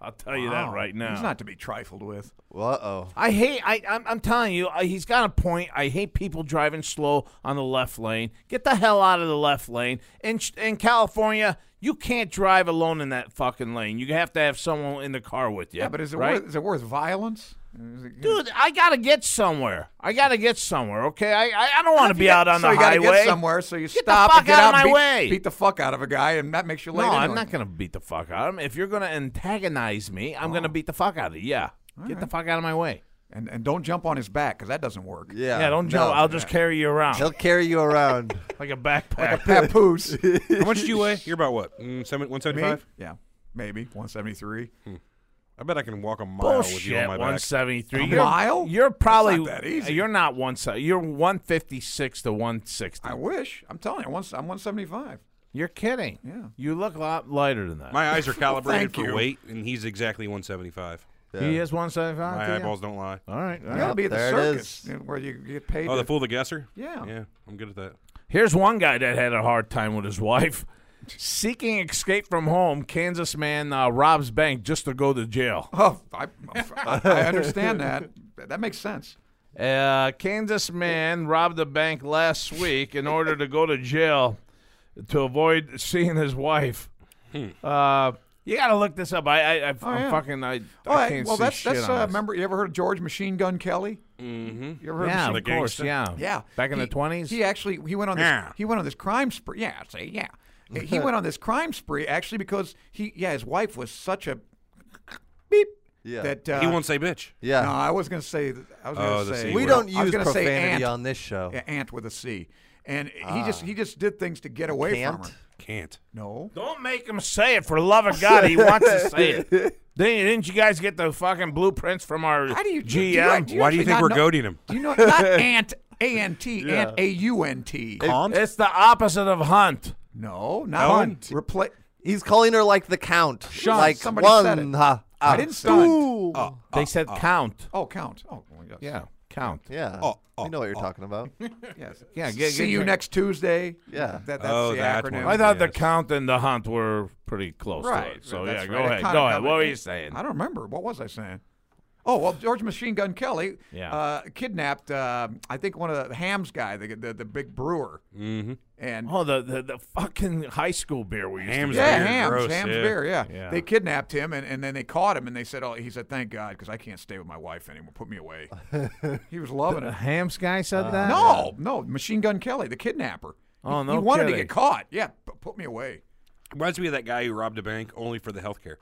Speaker 3: I'll tell you that
Speaker 5: Wow.
Speaker 3: right now.
Speaker 5: He's not to be trifled with.
Speaker 6: Uh oh.
Speaker 3: I hate. I, I'm, I'm telling you, I, he's got a point. I hate people driving slow on the left lane. Get the hell out of the left lane. In Ch- in California, you can't drive alone in that fucking lane. You have to have someone in the car with you.
Speaker 5: Yeah, but is it
Speaker 3: right?
Speaker 5: worth is it worth violence? Is it-
Speaker 3: Dude, I gotta get somewhere. I gotta get somewhere. Okay, I I, I don't want to be out on
Speaker 5: so
Speaker 3: the
Speaker 5: you gotta
Speaker 3: highway.
Speaker 5: get somewhere, so you
Speaker 3: Get the
Speaker 5: stop
Speaker 3: fuck
Speaker 5: and get
Speaker 3: out of
Speaker 5: and
Speaker 3: my
Speaker 5: beat,
Speaker 3: way.
Speaker 5: beat the fuck out of a guy, and that makes you late.
Speaker 3: no,
Speaker 5: into
Speaker 3: I'm
Speaker 5: it.
Speaker 3: not gonna beat the fuck out of him. If you're gonna antagonize me, I'm
Speaker 5: Oh.
Speaker 3: gonna beat the fuck out of you. Yeah, get the fuck out of my way.
Speaker 5: And and don't jump on his back because that doesn't work.
Speaker 6: Yeah.
Speaker 3: yeah, don't jump.
Speaker 6: no.
Speaker 3: I'll just carry you around
Speaker 6: He'll carry you around.
Speaker 3: like a backpack.
Speaker 5: Papoose.
Speaker 4: How much do you weigh? You're about what? Mm, seven, 175?
Speaker 5: Yeah, maybe 173.
Speaker 4: I bet I can walk a mile with you
Speaker 3: Bullshit.
Speaker 4: on my
Speaker 3: One
Speaker 4: back.
Speaker 3: seventy three.
Speaker 5: A mile?
Speaker 3: You're probably
Speaker 5: That's not that easy.
Speaker 3: You're not one. se- You're one fifty six to one sixty.
Speaker 5: I wish. I'm telling you, I'm one- I'm 175.
Speaker 3: You're kidding.
Speaker 5: Yeah.
Speaker 3: You look a lot lighter than that.
Speaker 4: My eyes are calibrated for
Speaker 5: you.
Speaker 4: weight, and he's exactly 175.
Speaker 3: he is one seventy five.
Speaker 4: My eyeballs don't lie.
Speaker 3: All right. all
Speaker 5: Yeah,
Speaker 3: right.
Speaker 5: I'll be at the
Speaker 6: there it
Speaker 5: circus
Speaker 6: is.
Speaker 5: uh, where you get paid.
Speaker 4: Oh, the
Speaker 5: to,
Speaker 4: fool, the guesser.
Speaker 5: Yeah.
Speaker 4: yeah, I'm good at that.
Speaker 3: Here's one guy that had a hard time with his wife. Seeking escape from home, Kansas man uh, robs bank just to go to jail.
Speaker 5: oh, I, I I understand that. That makes sense.
Speaker 3: Uh, Kansas man robbed a bank last week in order to go to jail to avoid seeing his wife.
Speaker 5: Hmm.
Speaker 3: Uh, you gotta look this up. I, I, I I'm
Speaker 5: yeah.
Speaker 3: fucking, I,
Speaker 5: All
Speaker 3: I
Speaker 5: right.
Speaker 3: can't
Speaker 5: well,
Speaker 3: see
Speaker 5: that's
Speaker 3: shit
Speaker 5: that's.
Speaker 3: on
Speaker 5: Uh,
Speaker 3: this.
Speaker 5: remember, you ever heard of George Machine Gun Kelly? Mm-hmm. You ever heard
Speaker 3: Yeah,
Speaker 5: of
Speaker 3: of
Speaker 5: Machine
Speaker 4: the
Speaker 3: course,
Speaker 4: gangster?
Speaker 3: yeah,
Speaker 5: Yeah,
Speaker 3: Back in
Speaker 5: He-
Speaker 3: the twenties.
Speaker 5: He actually he went on this
Speaker 4: Yeah.
Speaker 5: he went on this crime spree. Yeah, I'd say yeah. he went on this crime spree actually because he yeah his wife was such a beep
Speaker 6: Yeah.
Speaker 5: that uh,
Speaker 4: He won't say bitch.
Speaker 6: yeah.
Speaker 5: No, I was gonna say th- I was
Speaker 4: Oh,
Speaker 5: gonna
Speaker 4: the
Speaker 5: say
Speaker 4: C
Speaker 6: we
Speaker 4: word.
Speaker 6: don't
Speaker 5: I
Speaker 6: use
Speaker 5: was gonna say
Speaker 6: profanity
Speaker 5: ant,
Speaker 6: on this show.
Speaker 5: yeah, ant with a C, and he just he just did things to get away from
Speaker 6: Can't?
Speaker 5: her.
Speaker 4: Can't.
Speaker 5: No,
Speaker 3: Don't make him say it for love of God. He wants to say it. Didn't, didn't you guys get the fucking blueprints from our
Speaker 5: how do you do
Speaker 3: GM?
Speaker 5: you-
Speaker 4: Why do you
Speaker 5: actually
Speaker 4: think
Speaker 5: not
Speaker 4: we're
Speaker 5: know-
Speaker 4: goading him?
Speaker 5: Do you know not ant a n t ant a u n t?
Speaker 3: it's the opposite of hunt.
Speaker 5: No, not hunt. Repla-
Speaker 6: He's calling her like the count.
Speaker 5: Shunt.
Speaker 6: Like
Speaker 5: Somebody
Speaker 6: one.
Speaker 5: said it.
Speaker 6: Ha,
Speaker 5: I
Speaker 6: ah,
Speaker 5: didn't
Speaker 6: two.
Speaker 5: stunt. Uh,
Speaker 3: They said count.
Speaker 5: oh, count. Oh, well, yes.
Speaker 3: Yeah, count.
Speaker 6: Yeah.
Speaker 5: Oh,
Speaker 6: we know what you're talking about.
Speaker 5: Yes.
Speaker 3: Yeah, get- get
Speaker 5: See you
Speaker 3: your-
Speaker 5: next Tuesday.
Speaker 6: Yeah.
Speaker 5: That, that's
Speaker 4: Oh,
Speaker 5: the
Speaker 4: that
Speaker 5: acronym.
Speaker 4: one.
Speaker 3: I thought the
Speaker 4: Yes.
Speaker 3: count and the hunt were pretty close to
Speaker 5: right.
Speaker 3: it. So
Speaker 5: that's
Speaker 3: yeah,
Speaker 5: right.
Speaker 3: go
Speaker 5: It
Speaker 3: ahead.
Speaker 5: kinda
Speaker 3: Go ahead.
Speaker 5: covered
Speaker 3: What were
Speaker 5: it.
Speaker 3: you saying?
Speaker 5: I don't remember. What was I saying? Oh well, George Machine Gun Kelly
Speaker 3: Yeah.
Speaker 5: uh, kidnapped. Uh, I think one of the Hams guy, the the, the big brewer, mm-hmm. and
Speaker 3: Oh, the, the the fucking high school beer we used
Speaker 4: Hams
Speaker 3: to get.
Speaker 5: yeah,
Speaker 4: beer,
Speaker 5: Hams,
Speaker 4: gross,
Speaker 5: Hams
Speaker 4: yeah.
Speaker 5: beer, yeah.
Speaker 3: Yeah.
Speaker 5: They kidnapped him, and, and then they caught him, and they said, "Oh, he said, thank God, because I can't stay with my wife anymore. Put me away." he was loving
Speaker 3: The
Speaker 5: it.
Speaker 3: Hams guy said that.
Speaker 5: Uh, No, no, Machine Gun Kelly, the kidnapper.
Speaker 3: Oh,
Speaker 5: he,
Speaker 3: no
Speaker 5: he wanted to
Speaker 3: kidding.
Speaker 5: get caught. Yeah, p- put me away.
Speaker 4: Reminds me of that guy who robbed a bank only for the health care.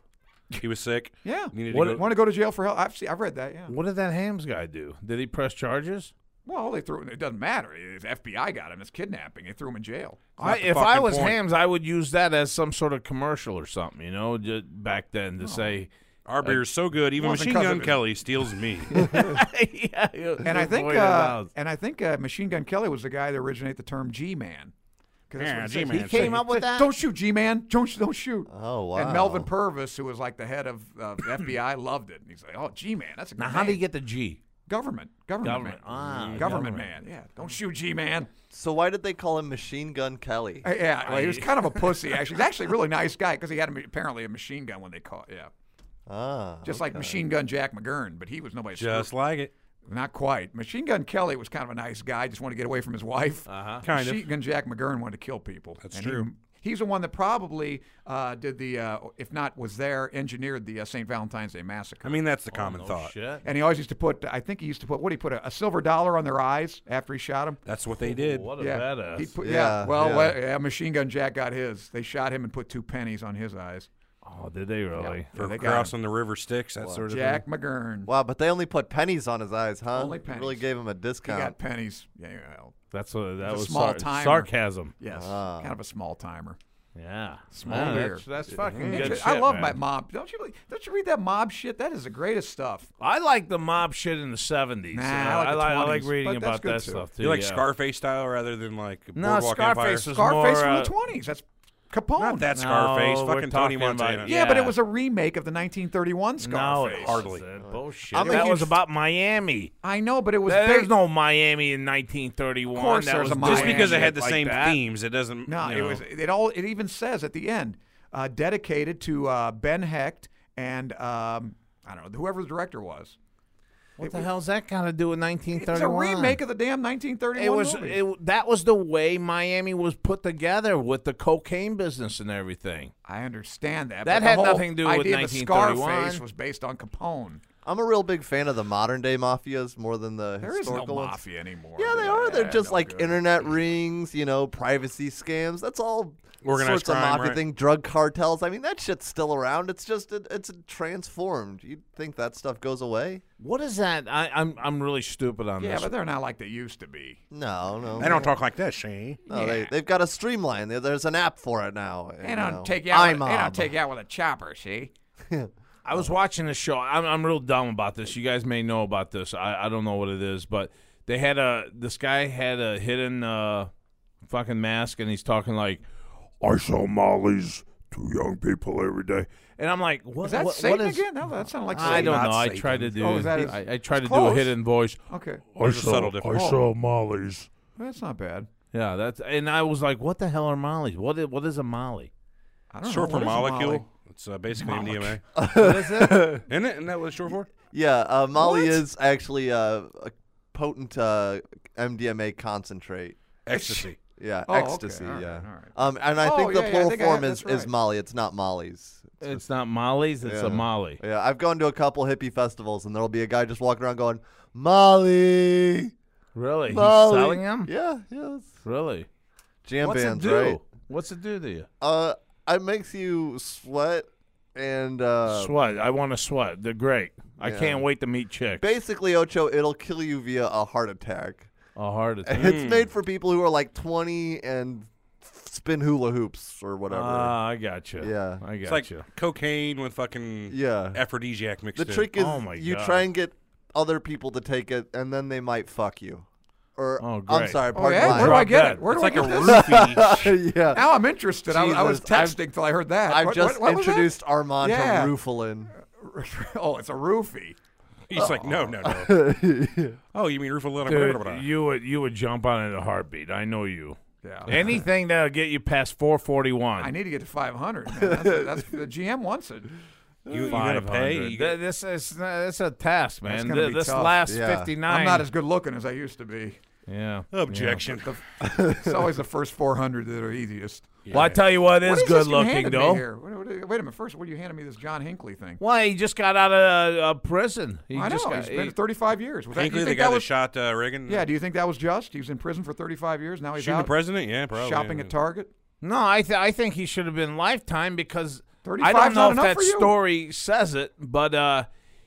Speaker 4: He was sick.
Speaker 5: Yeah,
Speaker 4: Needed to go-
Speaker 5: want to go to jail for help? I've seen, I've read that. Yeah.
Speaker 3: What did that Hams guy do? Did he press charges?
Speaker 5: Well, they threw. It doesn't matter. If FBI got him, it's kidnapping. They threw him in jail.
Speaker 3: I,
Speaker 4: the
Speaker 3: if I
Speaker 4: fucking
Speaker 3: was
Speaker 4: point.
Speaker 3: Hams, I would use that as some sort of commercial or something. You know, just back then to
Speaker 5: Oh.
Speaker 3: say.
Speaker 4: Our beer is so good, even
Speaker 5: Uh, wasn't
Speaker 4: Machine
Speaker 5: 'cause of
Speaker 4: Gun
Speaker 5: it.
Speaker 4: Kelly steals me.
Speaker 3: yeah,
Speaker 5: And I think, uh, and I think uh, Machine Gun Kelly was the guy that originated the term G-man. 'Cause that's
Speaker 4: Yeah,
Speaker 5: what it says.
Speaker 4: G-man.
Speaker 5: He
Speaker 4: He came
Speaker 5: said-
Speaker 6: up with
Speaker 5: said,
Speaker 6: that?
Speaker 5: Don't shoot, G-man. Don't sh- don't shoot.
Speaker 6: Oh,
Speaker 5: And
Speaker 6: wow.
Speaker 5: Melvin Purvis, who was like the head of uh, FBI, loved it. And he's like, "Oh, G-man, that's a good
Speaker 3: now, how do you
Speaker 5: name."
Speaker 3: get the G?
Speaker 5: government, government,
Speaker 3: Government.
Speaker 5: man,
Speaker 3: Ah,
Speaker 5: government,
Speaker 3: government.
Speaker 5: man? Yeah, don't shoot, G-man.
Speaker 6: So why did they call him Machine Gun Kelly?
Speaker 5: Uh, yeah, well, he was kind of a pussy. Actually, he's actually a really nice guy because he had a, apparently a machine gun when they caught. Yeah,
Speaker 6: Ah.
Speaker 5: just like Machine Gun Jack McGurn, but he was nobody's
Speaker 4: Just like it.
Speaker 5: Not quite. Machine Gun Kelly was kind of a nice guy, just wanted to get away from his wife. Uh-huh.
Speaker 4: Kind of.
Speaker 5: Machine Gun Jack McGurn wanted to kill people. That's
Speaker 4: true.
Speaker 5: he's the one that probably uh, did the, uh, if not was there, engineered the uh, St. Valentine's Day massacre.
Speaker 4: I mean, that's the common
Speaker 5: Oh,
Speaker 4: thought.
Speaker 3: Shit.
Speaker 5: and he always used to put, I think he used to put, what did he put, a, a silver dollar on their eyes after he shot him?
Speaker 4: That's what they did.
Speaker 3: What a
Speaker 5: Yeah.
Speaker 4: uh,
Speaker 5: He
Speaker 3: badass.
Speaker 5: put, yeah.
Speaker 6: Yeah,
Speaker 5: Well,
Speaker 6: yeah.
Speaker 5: what- yeah. Machine Gun Jack got his. They shot him and put two pennies on his eyes.
Speaker 3: oh Oh, did they really?
Speaker 4: for
Speaker 5: they got 'em.
Speaker 4: crossing the river Styx, that sort of
Speaker 5: Jack McGurn.
Speaker 6: Wow, but they only put pennies on his eyes, huh?
Speaker 5: Only
Speaker 6: They Really
Speaker 5: pennies.
Speaker 6: gave him a
Speaker 5: He
Speaker 6: discount.
Speaker 5: got pennies. Yeah, yeah, well,
Speaker 3: That's what that
Speaker 5: a
Speaker 3: was.
Speaker 5: small
Speaker 3: sar-
Speaker 5: timer.
Speaker 3: sarcasm.
Speaker 5: yes,
Speaker 6: Ah.
Speaker 5: kind of a small timer.
Speaker 3: Yeah,
Speaker 5: Small
Speaker 3: Yeah,
Speaker 5: beer.
Speaker 3: Ah, That's, that's fucking
Speaker 5: Inter-
Speaker 3: good.
Speaker 5: I
Speaker 3: shit,
Speaker 5: love
Speaker 3: man.
Speaker 5: my mob. Don't you don't you read that mob shit? That is the greatest stuff.
Speaker 3: I like the mob shit in the seventies.
Speaker 5: Nah,
Speaker 3: I,
Speaker 5: I like the
Speaker 3: like, I like
Speaker 5: 20s,
Speaker 3: reading
Speaker 5: but that's
Speaker 3: about
Speaker 5: good
Speaker 3: that
Speaker 5: too.
Speaker 3: stuff too.
Speaker 4: You like
Speaker 3: yeah.
Speaker 4: Scarface style rather than like
Speaker 3: No,
Speaker 4: Boardwalk
Speaker 3: Scarface
Speaker 4: Empire?
Speaker 3: was more.
Speaker 5: Scarface
Speaker 3: uh,
Speaker 5: from the twenties. That's Capone.
Speaker 4: Not that
Speaker 3: No,
Speaker 4: Scarface,
Speaker 3: we're
Speaker 4: fucking
Speaker 3: talking
Speaker 4: Tony
Speaker 3: about-
Speaker 4: Montana.
Speaker 5: yeah, but it
Speaker 3: yeah.
Speaker 5: was a remake of the 1931
Speaker 3: No,
Speaker 5: Scarface.
Speaker 3: it
Speaker 4: Hardly.
Speaker 3: wasn't. Bullshit.
Speaker 6: I'm a
Speaker 3: that
Speaker 6: huge-
Speaker 3: was about Miami.
Speaker 5: I know, but it was.
Speaker 3: There- There's
Speaker 5: based-
Speaker 3: no Miami in 1931.
Speaker 5: Of course
Speaker 3: that
Speaker 5: there's
Speaker 3: was
Speaker 5: a
Speaker 4: Just
Speaker 5: Miami
Speaker 4: because it
Speaker 3: bullshit
Speaker 4: had the
Speaker 3: like
Speaker 4: same
Speaker 3: that.
Speaker 4: themes, it doesn't.
Speaker 5: No,
Speaker 4: you
Speaker 5: it
Speaker 4: know.
Speaker 5: was. It all. It even says at the end, uh, dedicated to uh, Ben Hecht and um, I don't know whoever the director was.
Speaker 3: What the hell's that got to do with
Speaker 5: It's a
Speaker 3: 1931?
Speaker 5: remake of the damn 1931
Speaker 3: It was
Speaker 5: movie.
Speaker 3: it, that was the way Miami was put together with the cocaine business and everything.
Speaker 5: I understand that.
Speaker 3: That
Speaker 5: but the
Speaker 3: had
Speaker 5: whole
Speaker 3: nothing to do with
Speaker 5: idea of the
Speaker 3: 1931.
Speaker 5: Scarface was based on Capone.
Speaker 6: I'm a real big fan of the modern day mafias more than the
Speaker 5: There is no
Speaker 6: historical ones.
Speaker 5: mafia anymore.
Speaker 6: Yeah, they are. They're
Speaker 5: Yeah,
Speaker 6: just
Speaker 5: no
Speaker 6: like
Speaker 5: good.
Speaker 6: internet rings, you know, privacy scams. That's all
Speaker 4: Organized
Speaker 6: sorts
Speaker 4: crime,
Speaker 6: of mafia
Speaker 4: right?
Speaker 6: thing, drug cartels. I mean, that shit's still around. It's just it, it's transformed. You'd think that stuff goes away?
Speaker 3: What is that? I, I'm I'm really stupid on
Speaker 5: Yeah,
Speaker 3: this.
Speaker 5: but they're not like they used to be.
Speaker 6: No, no.
Speaker 4: They don't talk like that, Shane.
Speaker 6: No, they, they've got a streamline. There- There's an app for it now.
Speaker 5: They don't
Speaker 6: know.
Speaker 5: take you out. With, they
Speaker 6: iMob.
Speaker 5: don't take you out with a chopper. See,
Speaker 3: I was watching a show. I'm, I'm real dumb about this. You guys may know about this. I, I don't know what it is, but they had a this guy had a hidden uh, fucking mask, and he's talking like,
Speaker 8: I sell mollies to young people every day.
Speaker 3: and I'm like, what?
Speaker 5: is that
Speaker 3: what,
Speaker 5: Satan
Speaker 3: what is,
Speaker 5: again? No, that sounded like
Speaker 3: I
Speaker 5: Satan.
Speaker 3: don't
Speaker 4: Not
Speaker 3: know. I
Speaker 4: Satan.
Speaker 3: tried to do.
Speaker 5: Oh, is that-
Speaker 3: I, I tried to
Speaker 5: it's
Speaker 3: do a
Speaker 5: close.
Speaker 3: hidden voice.
Speaker 5: Okay,
Speaker 8: I
Speaker 4: There's a subtle
Speaker 8: sell, I
Speaker 4: difference.
Speaker 1: Oh,
Speaker 8: sell mollies.
Speaker 5: Well, that's not bad.
Speaker 3: Yeah, that's and I was like, what the hell are mollies? What is, what is a molly?
Speaker 5: I don't
Speaker 4: Short
Speaker 5: know.
Speaker 4: for
Speaker 5: What is a molly?
Speaker 4: molecule. It's uh, basically MDMA. Isn't it? Isn't that what it's short for?
Speaker 6: Yeah, uh, Molly is actually uh, a potent uh, MDMA concentrate.
Speaker 4: Ecstasy.
Speaker 6: Yeah,
Speaker 5: Oh, okay.
Speaker 6: ecstasy.
Speaker 5: All right,
Speaker 6: yeah.
Speaker 5: all right.
Speaker 6: Um, and I
Speaker 5: Oh,
Speaker 6: think the
Speaker 5: yeah, yeah, I
Speaker 6: plural
Speaker 5: think I-
Speaker 6: form
Speaker 5: that's
Speaker 6: is, is
Speaker 5: right.
Speaker 6: Molly. It's not Molly's.
Speaker 3: It's not mollies. It's
Speaker 6: Yeah.
Speaker 3: a molly.
Speaker 6: Yeah, I've gone to a couple hippie festivals, and there'll be a guy just walking around going, "Molly,
Speaker 3: Really?
Speaker 6: Molly."
Speaker 3: He's selling them?
Speaker 6: Yeah, yeah. it's
Speaker 3: Really?
Speaker 6: Jam
Speaker 3: What's
Speaker 6: bands,
Speaker 3: it do?
Speaker 6: right?
Speaker 3: What's it do to you?
Speaker 6: Uh, it makes you sweat, and uh,
Speaker 3: sweat. I want to sweat. They're great. I can't wait to meet chicks.
Speaker 6: basically, Ocho, it'll kill you via a heart attack.
Speaker 3: a heart attack.
Speaker 6: And It's made for people who are like 20 and spin hula hoops or whatever.
Speaker 3: Ah, I got you.
Speaker 6: Yeah.
Speaker 3: I got
Speaker 4: It's like
Speaker 3: you.
Speaker 4: cocaine with fucking
Speaker 6: Yeah.
Speaker 4: aphrodisiac mixed
Speaker 6: the
Speaker 4: in.
Speaker 6: trick is
Speaker 3: Oh my
Speaker 6: you
Speaker 3: God.
Speaker 6: try and get other people to take it, and then they might fuck you. Or
Speaker 3: Oh,
Speaker 6: I'm
Speaker 3: great.
Speaker 6: sorry,
Speaker 5: Oh,
Speaker 6: pardon
Speaker 5: yeah? Where do
Speaker 6: mine.
Speaker 5: I get
Speaker 3: Drop
Speaker 5: it? Where
Speaker 4: It's
Speaker 5: do
Speaker 4: like
Speaker 5: I
Speaker 4: a
Speaker 5: get this?
Speaker 4: roofie.
Speaker 6: yeah,
Speaker 5: Now I'm interested. I, I was
Speaker 6: Jesus, I've-
Speaker 5: texting till I heard that.
Speaker 6: I've
Speaker 5: What-
Speaker 6: just
Speaker 5: what- what was that?
Speaker 6: introduced Armand
Speaker 5: Yeah.
Speaker 6: to Rufalin.
Speaker 5: oh, it's a roofie.
Speaker 4: He's like, no, no, no. oh, you mean roof
Speaker 3: Dude,
Speaker 4: aluminum?
Speaker 3: you would you would jump on it in a heartbeat. I know you.
Speaker 5: Yeah.
Speaker 3: Anything that'll get you past
Speaker 5: I
Speaker 3: 441.
Speaker 5: need to get to 500. Man. That's, that's the GM wants it.
Speaker 4: You, you gotta pay. You
Speaker 3: Th- This is that's a task,
Speaker 5: That's
Speaker 3: man.
Speaker 5: gonna
Speaker 3: Th-
Speaker 5: be
Speaker 3: This
Speaker 5: tough.
Speaker 3: last
Speaker 6: Yeah.
Speaker 3: 59.
Speaker 5: I'm not as good looking as I used to be.
Speaker 3: yeah.
Speaker 4: gotta- objection.
Speaker 5: It's always the first 400 that are easiest.
Speaker 3: Well, I tell you what
Speaker 5: What
Speaker 3: is
Speaker 5: is
Speaker 3: good
Speaker 5: this you
Speaker 3: looking
Speaker 5: handed me
Speaker 3: though.
Speaker 5: here? What- what- Wait a minute. First, what are you handing me this John Hinkley thing?
Speaker 3: Why he just got out of uh, prison. He
Speaker 5: I know.
Speaker 3: just got
Speaker 5: he's been
Speaker 3: he-
Speaker 5: 35 years. Was that, do
Speaker 4: Hinkley,
Speaker 5: you
Speaker 4: the
Speaker 5: think
Speaker 4: guy
Speaker 5: that
Speaker 4: that,
Speaker 5: was,
Speaker 4: shot uh, Reagan.
Speaker 5: yeah. Do you think that was just? He was in prison for 35 years. Now he's
Speaker 4: shooting the
Speaker 5: out
Speaker 4: president. Yeah, probably.
Speaker 5: shopping
Speaker 4: yeah.
Speaker 5: at Target.
Speaker 3: No, I th- I think he should have been lifetime because I
Speaker 5: 35's
Speaker 3: don't know
Speaker 5: not
Speaker 3: if
Speaker 5: enough
Speaker 3: that
Speaker 5: for you?
Speaker 3: story says it, but uh,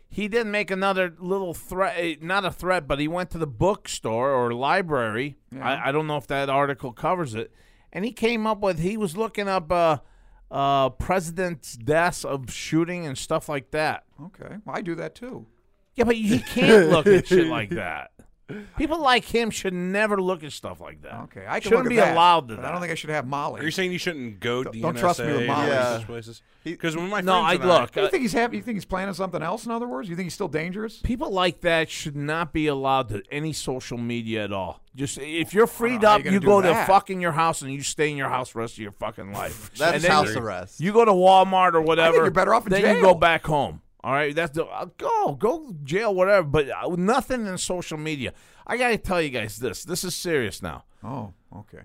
Speaker 3: he didn't make another little threat. eh, Not a threat, but he went to the bookstore or library. I, I don't know if that article covers it, and he came up with he was looking up uh, uh, president's deaths of shooting and stuff like that.
Speaker 5: Okay. Well, I do that too.
Speaker 3: Yeah, but he can't look at shit like that. People like him should never look at stuff like that.
Speaker 5: Okay. I can
Speaker 3: shouldn't
Speaker 5: look at
Speaker 3: be
Speaker 5: that,
Speaker 3: allowed to.
Speaker 5: but
Speaker 3: that.
Speaker 5: I don't think I should have Molly.
Speaker 4: Are you saying you shouldn't go to the
Speaker 5: don't trust me with
Speaker 4: NSA
Speaker 5: Molly.
Speaker 4: and
Speaker 6: Yeah.
Speaker 4: those places? Because when my
Speaker 3: no, I
Speaker 4: friends and
Speaker 3: look.
Speaker 5: Do
Speaker 3: uh,
Speaker 5: you think he's happy? You think he's planning something else? In other words, you think he's still dangerous?
Speaker 3: people like that should not be allowed to any social media at all. Just if you're freed
Speaker 5: know how
Speaker 3: up,
Speaker 5: you're gonna
Speaker 3: you
Speaker 5: do
Speaker 3: go to
Speaker 5: that.
Speaker 3: fucking your house and you stay in your house the rest of your fucking life.
Speaker 6: That's
Speaker 3: And then
Speaker 6: house
Speaker 3: you-
Speaker 6: arrest.
Speaker 3: You go to Walmart or whatever.
Speaker 5: you're better off in
Speaker 3: then you go
Speaker 5: jail.
Speaker 3: back home. All right, that's the uh, go go jail whatever, but uh, nothing in social media. I gotta tell you guys this. This is serious now.
Speaker 5: Oh, okay.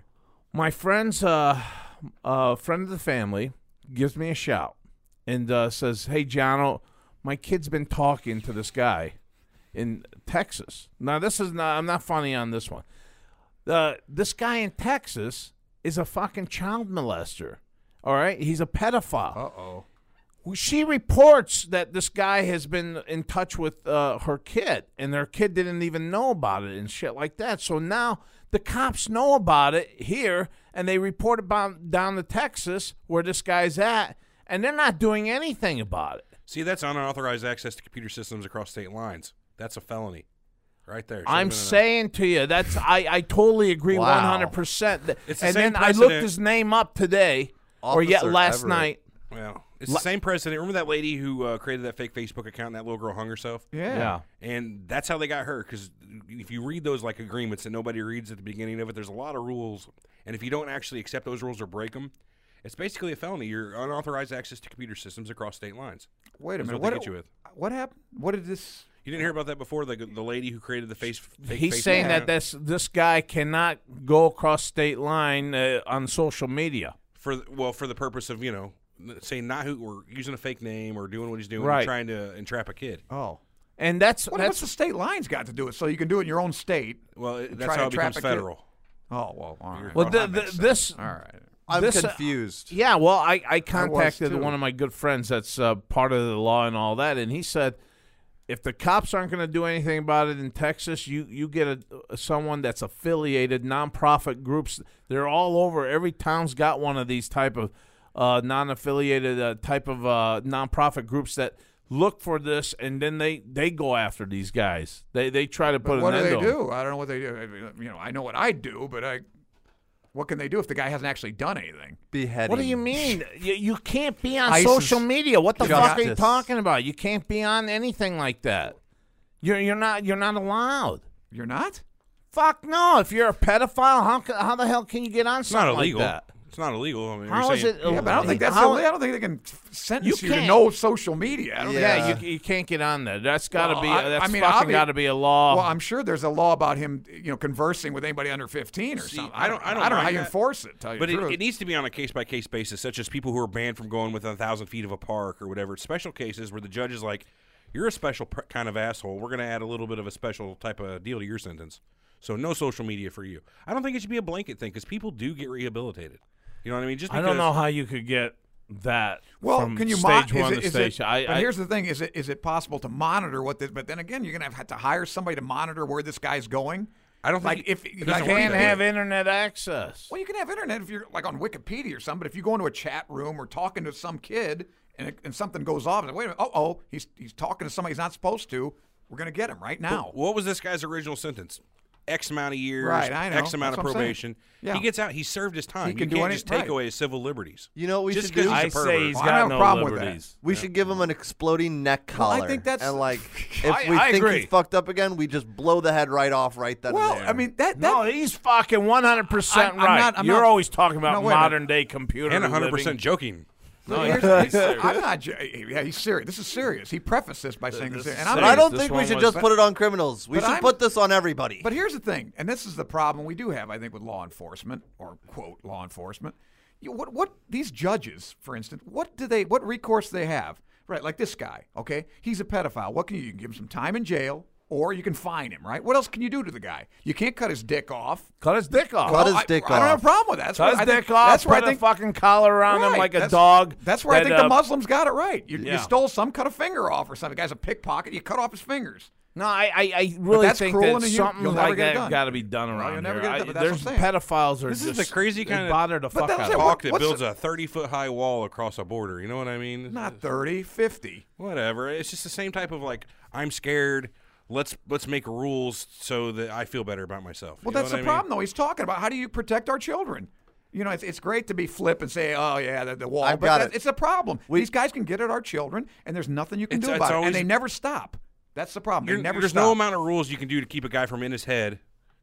Speaker 3: My friend's uh, uh, friend of the family gives me a shout and uh, says, "Hey, Jono, my kid's been talking to this guy in Texas. Now, this is not. I'm not funny on this one. Uh, this guy in Texas is a fucking child molester. All right, he's a pedophile.
Speaker 5: Uh oh.
Speaker 3: she reports that this guy has been in touch with uh, her kid, and their kid didn't even know about it and shit like that. So now the cops know about it here, and they report about down to Texas where this guy's at, and they're not doing anything about it.
Speaker 4: See, that's unauthorized access to computer systems across state lines. That's a felony, right there. Should've
Speaker 3: I'm
Speaker 4: been a-
Speaker 3: saying to you, that's I, I totally agree
Speaker 6: Wow.
Speaker 3: 100%. Th-
Speaker 4: It's the
Speaker 3: and
Speaker 4: same
Speaker 3: then I looked
Speaker 4: precedent-
Speaker 3: his name up today, or yet
Speaker 6: Officer
Speaker 3: last
Speaker 6: Everett.
Speaker 3: night.
Speaker 4: Well, it's the same president. Remember that lady who uh, created that fake Facebook account and that little girl hung herself?
Speaker 5: Yeah.
Speaker 4: And that's how they got her because if you read those like agreements that nobody reads at the beginning of it, there's a lot of rules. And if you don't actually accept those rules or break them, it's basically a felony. You're unauthorized access to computer systems across state lines.
Speaker 5: Wait a
Speaker 4: That's
Speaker 5: minute.
Speaker 4: What,
Speaker 5: What,
Speaker 4: they get you with.
Speaker 5: what happened? What did this?
Speaker 4: You didn't hear about that before? The, the lady who created the face. Fake
Speaker 3: He's
Speaker 4: Facebook
Speaker 3: saying that
Speaker 4: account
Speaker 3: this this guy cannot go across state line uh, on social media.
Speaker 4: for the- well for the purpose of you know saying not who or using a fake name or doing what he's doing, and
Speaker 3: Right.
Speaker 4: trying to entrap a kid.
Speaker 5: Oh.
Speaker 3: And that's
Speaker 5: What, what's
Speaker 3: that's
Speaker 5: the state lines got to do it? So you can do it in your own state.
Speaker 4: Well, it- that's
Speaker 5: try
Speaker 4: how
Speaker 5: to
Speaker 4: it becomes
Speaker 5: trap a kid.
Speaker 4: federal.
Speaker 5: Oh well, all right.
Speaker 3: well,
Speaker 4: Well,
Speaker 3: th
Speaker 4: that
Speaker 3: th
Speaker 4: makes
Speaker 3: this
Speaker 5: all right.
Speaker 6: I'm
Speaker 3: This, uh,
Speaker 6: confused.
Speaker 3: Yeah, well, I, I contacted
Speaker 5: too.
Speaker 3: one of my good friends that's uh, part of the law and all that, and he said if the cops aren't going to do anything about it in Texas, you you get a, someone that's affiliated nonprofit groups. They're all over. Every town's got one of these type of uh, non-affiliated uh, type of uh, nonprofit groups that look for this, and then they they go after these guys. They they try to put
Speaker 5: But what
Speaker 3: an end
Speaker 5: do they
Speaker 3: to 'em.
Speaker 5: do? I don't know what they do. I mean, You know, I know what I do, but I, what can they do if the guy hasn't actually done anything?
Speaker 6: Beheading.
Speaker 3: What do you mean? you, you can't be on
Speaker 5: ISIS.
Speaker 3: social media. What the fuck are you
Speaker 6: Justice.
Speaker 3: talking about? You can't be on anything like that. You're you're not you're not allowed.
Speaker 5: You're not.
Speaker 3: Fuck no! If you're a pedophile, how ca- how the hell can you get on
Speaker 4: It's not
Speaker 3: something
Speaker 4: illegal.
Speaker 3: like that?
Speaker 4: It's not illegal. I mean,
Speaker 3: How
Speaker 4: you're
Speaker 3: is
Speaker 4: saying-
Speaker 3: it?
Speaker 5: Yeah, but I don't think that's.
Speaker 3: how-
Speaker 5: the- I don't think they can f- sentence
Speaker 3: You
Speaker 5: you, to
Speaker 3: can't.
Speaker 5: no social media. I don't think
Speaker 3: yeah,
Speaker 6: Yeah.
Speaker 3: you, you can't get on there. That's got to
Speaker 5: Well,
Speaker 3: be. uh,
Speaker 5: I-
Speaker 3: that's
Speaker 5: I mean,
Speaker 3: fucking
Speaker 5: obvi-
Speaker 3: got to be a law.
Speaker 5: Well, I'm sure there's a law about him, you know, conversing with anybody under 15 or
Speaker 4: See,
Speaker 5: something.
Speaker 4: I don't- I don't
Speaker 5: know
Speaker 4: mind
Speaker 5: how you
Speaker 4: that.
Speaker 5: enforce it. Tell you
Speaker 4: But
Speaker 5: the
Speaker 4: it,
Speaker 5: truth.
Speaker 4: it needs to be on a case by case basis, such as people who are banned from going within a thousand feet of a park or whatever. Special cases where the judge is like, "You're a special pr- kind of asshole. We're going to add a little bit of a special type of deal to your sentence." So no social media for you. I don't think it should be a blanket thing because people do get rehabilitated. You know what I mean? Just
Speaker 3: I
Speaker 4: because,
Speaker 3: don't know how you could get that.
Speaker 5: well,
Speaker 3: from
Speaker 5: can you
Speaker 3: stage
Speaker 5: mo- is
Speaker 3: one
Speaker 5: it-
Speaker 3: to
Speaker 5: is
Speaker 3: stage?
Speaker 5: It,
Speaker 3: I,
Speaker 5: but
Speaker 3: I,
Speaker 5: here's the thing: is it is it possible to monitor what this? But then again, you're gonna have to hire somebody to monitor where this guy's going.
Speaker 4: I don't
Speaker 5: like
Speaker 4: think
Speaker 5: if
Speaker 4: it
Speaker 5: you
Speaker 4: doesn't work
Speaker 3: can't
Speaker 4: that
Speaker 3: have
Speaker 4: way.
Speaker 3: internet access.
Speaker 5: Well, you can have internet if you're like on Wikipedia or something. But if you go into a chat room or talking to some kid and, it, and something goes off, and wait a minute, oh oh, he's he's talking to somebody he's not supposed to. We're gonna get him right now.
Speaker 4: What was this guy's original sentence? X amount of years,
Speaker 5: Right, I know.
Speaker 4: X amount
Speaker 5: That's
Speaker 4: of
Speaker 5: what I'm saying.
Speaker 4: probation.
Speaker 5: Yeah.
Speaker 4: He gets out. He served his time.
Speaker 5: He can
Speaker 4: you
Speaker 5: do
Speaker 4: can't
Speaker 5: any-
Speaker 4: just take
Speaker 5: right.
Speaker 4: away his civil liberties.
Speaker 6: You know what we
Speaker 4: just
Speaker 6: should do?
Speaker 4: because he's a
Speaker 3: I
Speaker 4: pervert.
Speaker 3: say he's
Speaker 5: Well, I don't
Speaker 3: got
Speaker 5: have a
Speaker 3: no
Speaker 5: problem with that.
Speaker 3: liberties.
Speaker 6: We should give him an exploding neck
Speaker 5: Well, I
Speaker 6: collar.
Speaker 5: think that's-
Speaker 6: and like if
Speaker 3: I-
Speaker 6: we
Speaker 3: I
Speaker 6: think
Speaker 3: agree.
Speaker 6: he's fucked up again, we just blow the head right off right then. and
Speaker 5: Well,
Speaker 6: there.
Speaker 5: I mean that that
Speaker 3: No, he's fucking one hundred percent
Speaker 5: I'm- I'm
Speaker 3: right.
Speaker 5: not- I'm
Speaker 3: You're
Speaker 5: not-
Speaker 3: always talking
Speaker 5: No,
Speaker 3: about
Speaker 5: wait a minute.
Speaker 3: modern day computer
Speaker 4: and 100
Speaker 3: living.
Speaker 4: percent joking.
Speaker 5: No, here's- I'm not. j- Yeah, he's serious. This is serious. He prefaced this by saying this,
Speaker 3: this is
Speaker 5: and I'm
Speaker 6: but
Speaker 3: serious.
Speaker 6: I
Speaker 5: not-
Speaker 6: don't
Speaker 3: this
Speaker 6: think
Speaker 3: one
Speaker 6: we should
Speaker 3: was-
Speaker 6: just put it on criminals. We
Speaker 5: But
Speaker 6: should
Speaker 5: I'm-
Speaker 6: put this on everybody.
Speaker 5: But here's the thing, and this is the problem we do have, I think, with law enforcement or quote law enforcement. You, what what these judges, for instance, what do they? What recourse do they have? Right, like this guy. Okay, he's a pedophile. What can you, you can give him some time in jail, or you can fine him. Right. What else can you do to the guy? You can't cut his dick off.
Speaker 3: Cut his dick off.
Speaker 6: Cut
Speaker 5: Well,
Speaker 6: his
Speaker 5: I-
Speaker 6: dick
Speaker 5: I don't have
Speaker 6: off.
Speaker 5: a problem with that. That's
Speaker 3: Cut
Speaker 5: where
Speaker 3: his
Speaker 5: I think-
Speaker 3: dick off.
Speaker 5: That's where
Speaker 3: put
Speaker 5: I think
Speaker 3: a fucking collar around him
Speaker 5: Right,
Speaker 3: like a
Speaker 5: that's-
Speaker 3: dog.
Speaker 5: That's where I
Speaker 3: that,
Speaker 5: think the
Speaker 3: uh,
Speaker 5: Muslims got it right. You,
Speaker 3: Yeah.
Speaker 5: you stole some, cut a finger off or something. The guy's a pickpocket. You cut off his fingers.
Speaker 3: No, I, I, I really
Speaker 5: that's
Speaker 3: think
Speaker 5: cruel
Speaker 3: that
Speaker 5: and you- you'll
Speaker 3: something
Speaker 5: never
Speaker 3: like
Speaker 5: get it
Speaker 3: that
Speaker 5: done.
Speaker 3: got to be done around
Speaker 5: you'll never
Speaker 3: here.
Speaker 5: get it
Speaker 3: I-
Speaker 5: done, but that's
Speaker 3: there's
Speaker 5: what I'm saying.
Speaker 3: pedophiles are
Speaker 4: This is
Speaker 3: just
Speaker 4: the crazy
Speaker 3: they
Speaker 4: kinda-
Speaker 3: bother the
Speaker 5: But
Speaker 3: fuck
Speaker 5: that's
Speaker 3: out
Speaker 5: it.
Speaker 3: of
Speaker 5: What-
Speaker 4: Talk that
Speaker 5: what's
Speaker 4: builds
Speaker 5: the-
Speaker 4: a 30 foot high wall across a border. You know what I mean?
Speaker 5: Not 30, 50.
Speaker 4: Whatever. It's just the same type of like I'm scared. Let's let's make rules so that I feel better about myself.
Speaker 5: Well,
Speaker 4: You know
Speaker 5: that's
Speaker 4: what
Speaker 5: the
Speaker 4: I mean?
Speaker 5: problem, though. He's talking about how do you protect our children? You know, it's, it's great to be flip and say, oh, yeah, the, the wall.
Speaker 6: I
Speaker 5: but
Speaker 6: got
Speaker 5: that-
Speaker 6: it.
Speaker 5: it's a problem. These guys can get at our children, and there's nothing you can
Speaker 4: It's-
Speaker 5: do
Speaker 4: it's
Speaker 5: about it.
Speaker 4: always-
Speaker 5: And they never stop. That's the problem.
Speaker 4: You're-
Speaker 5: they never
Speaker 4: there's
Speaker 5: stop.
Speaker 4: no amount of rules you can do to keep a guy from in his head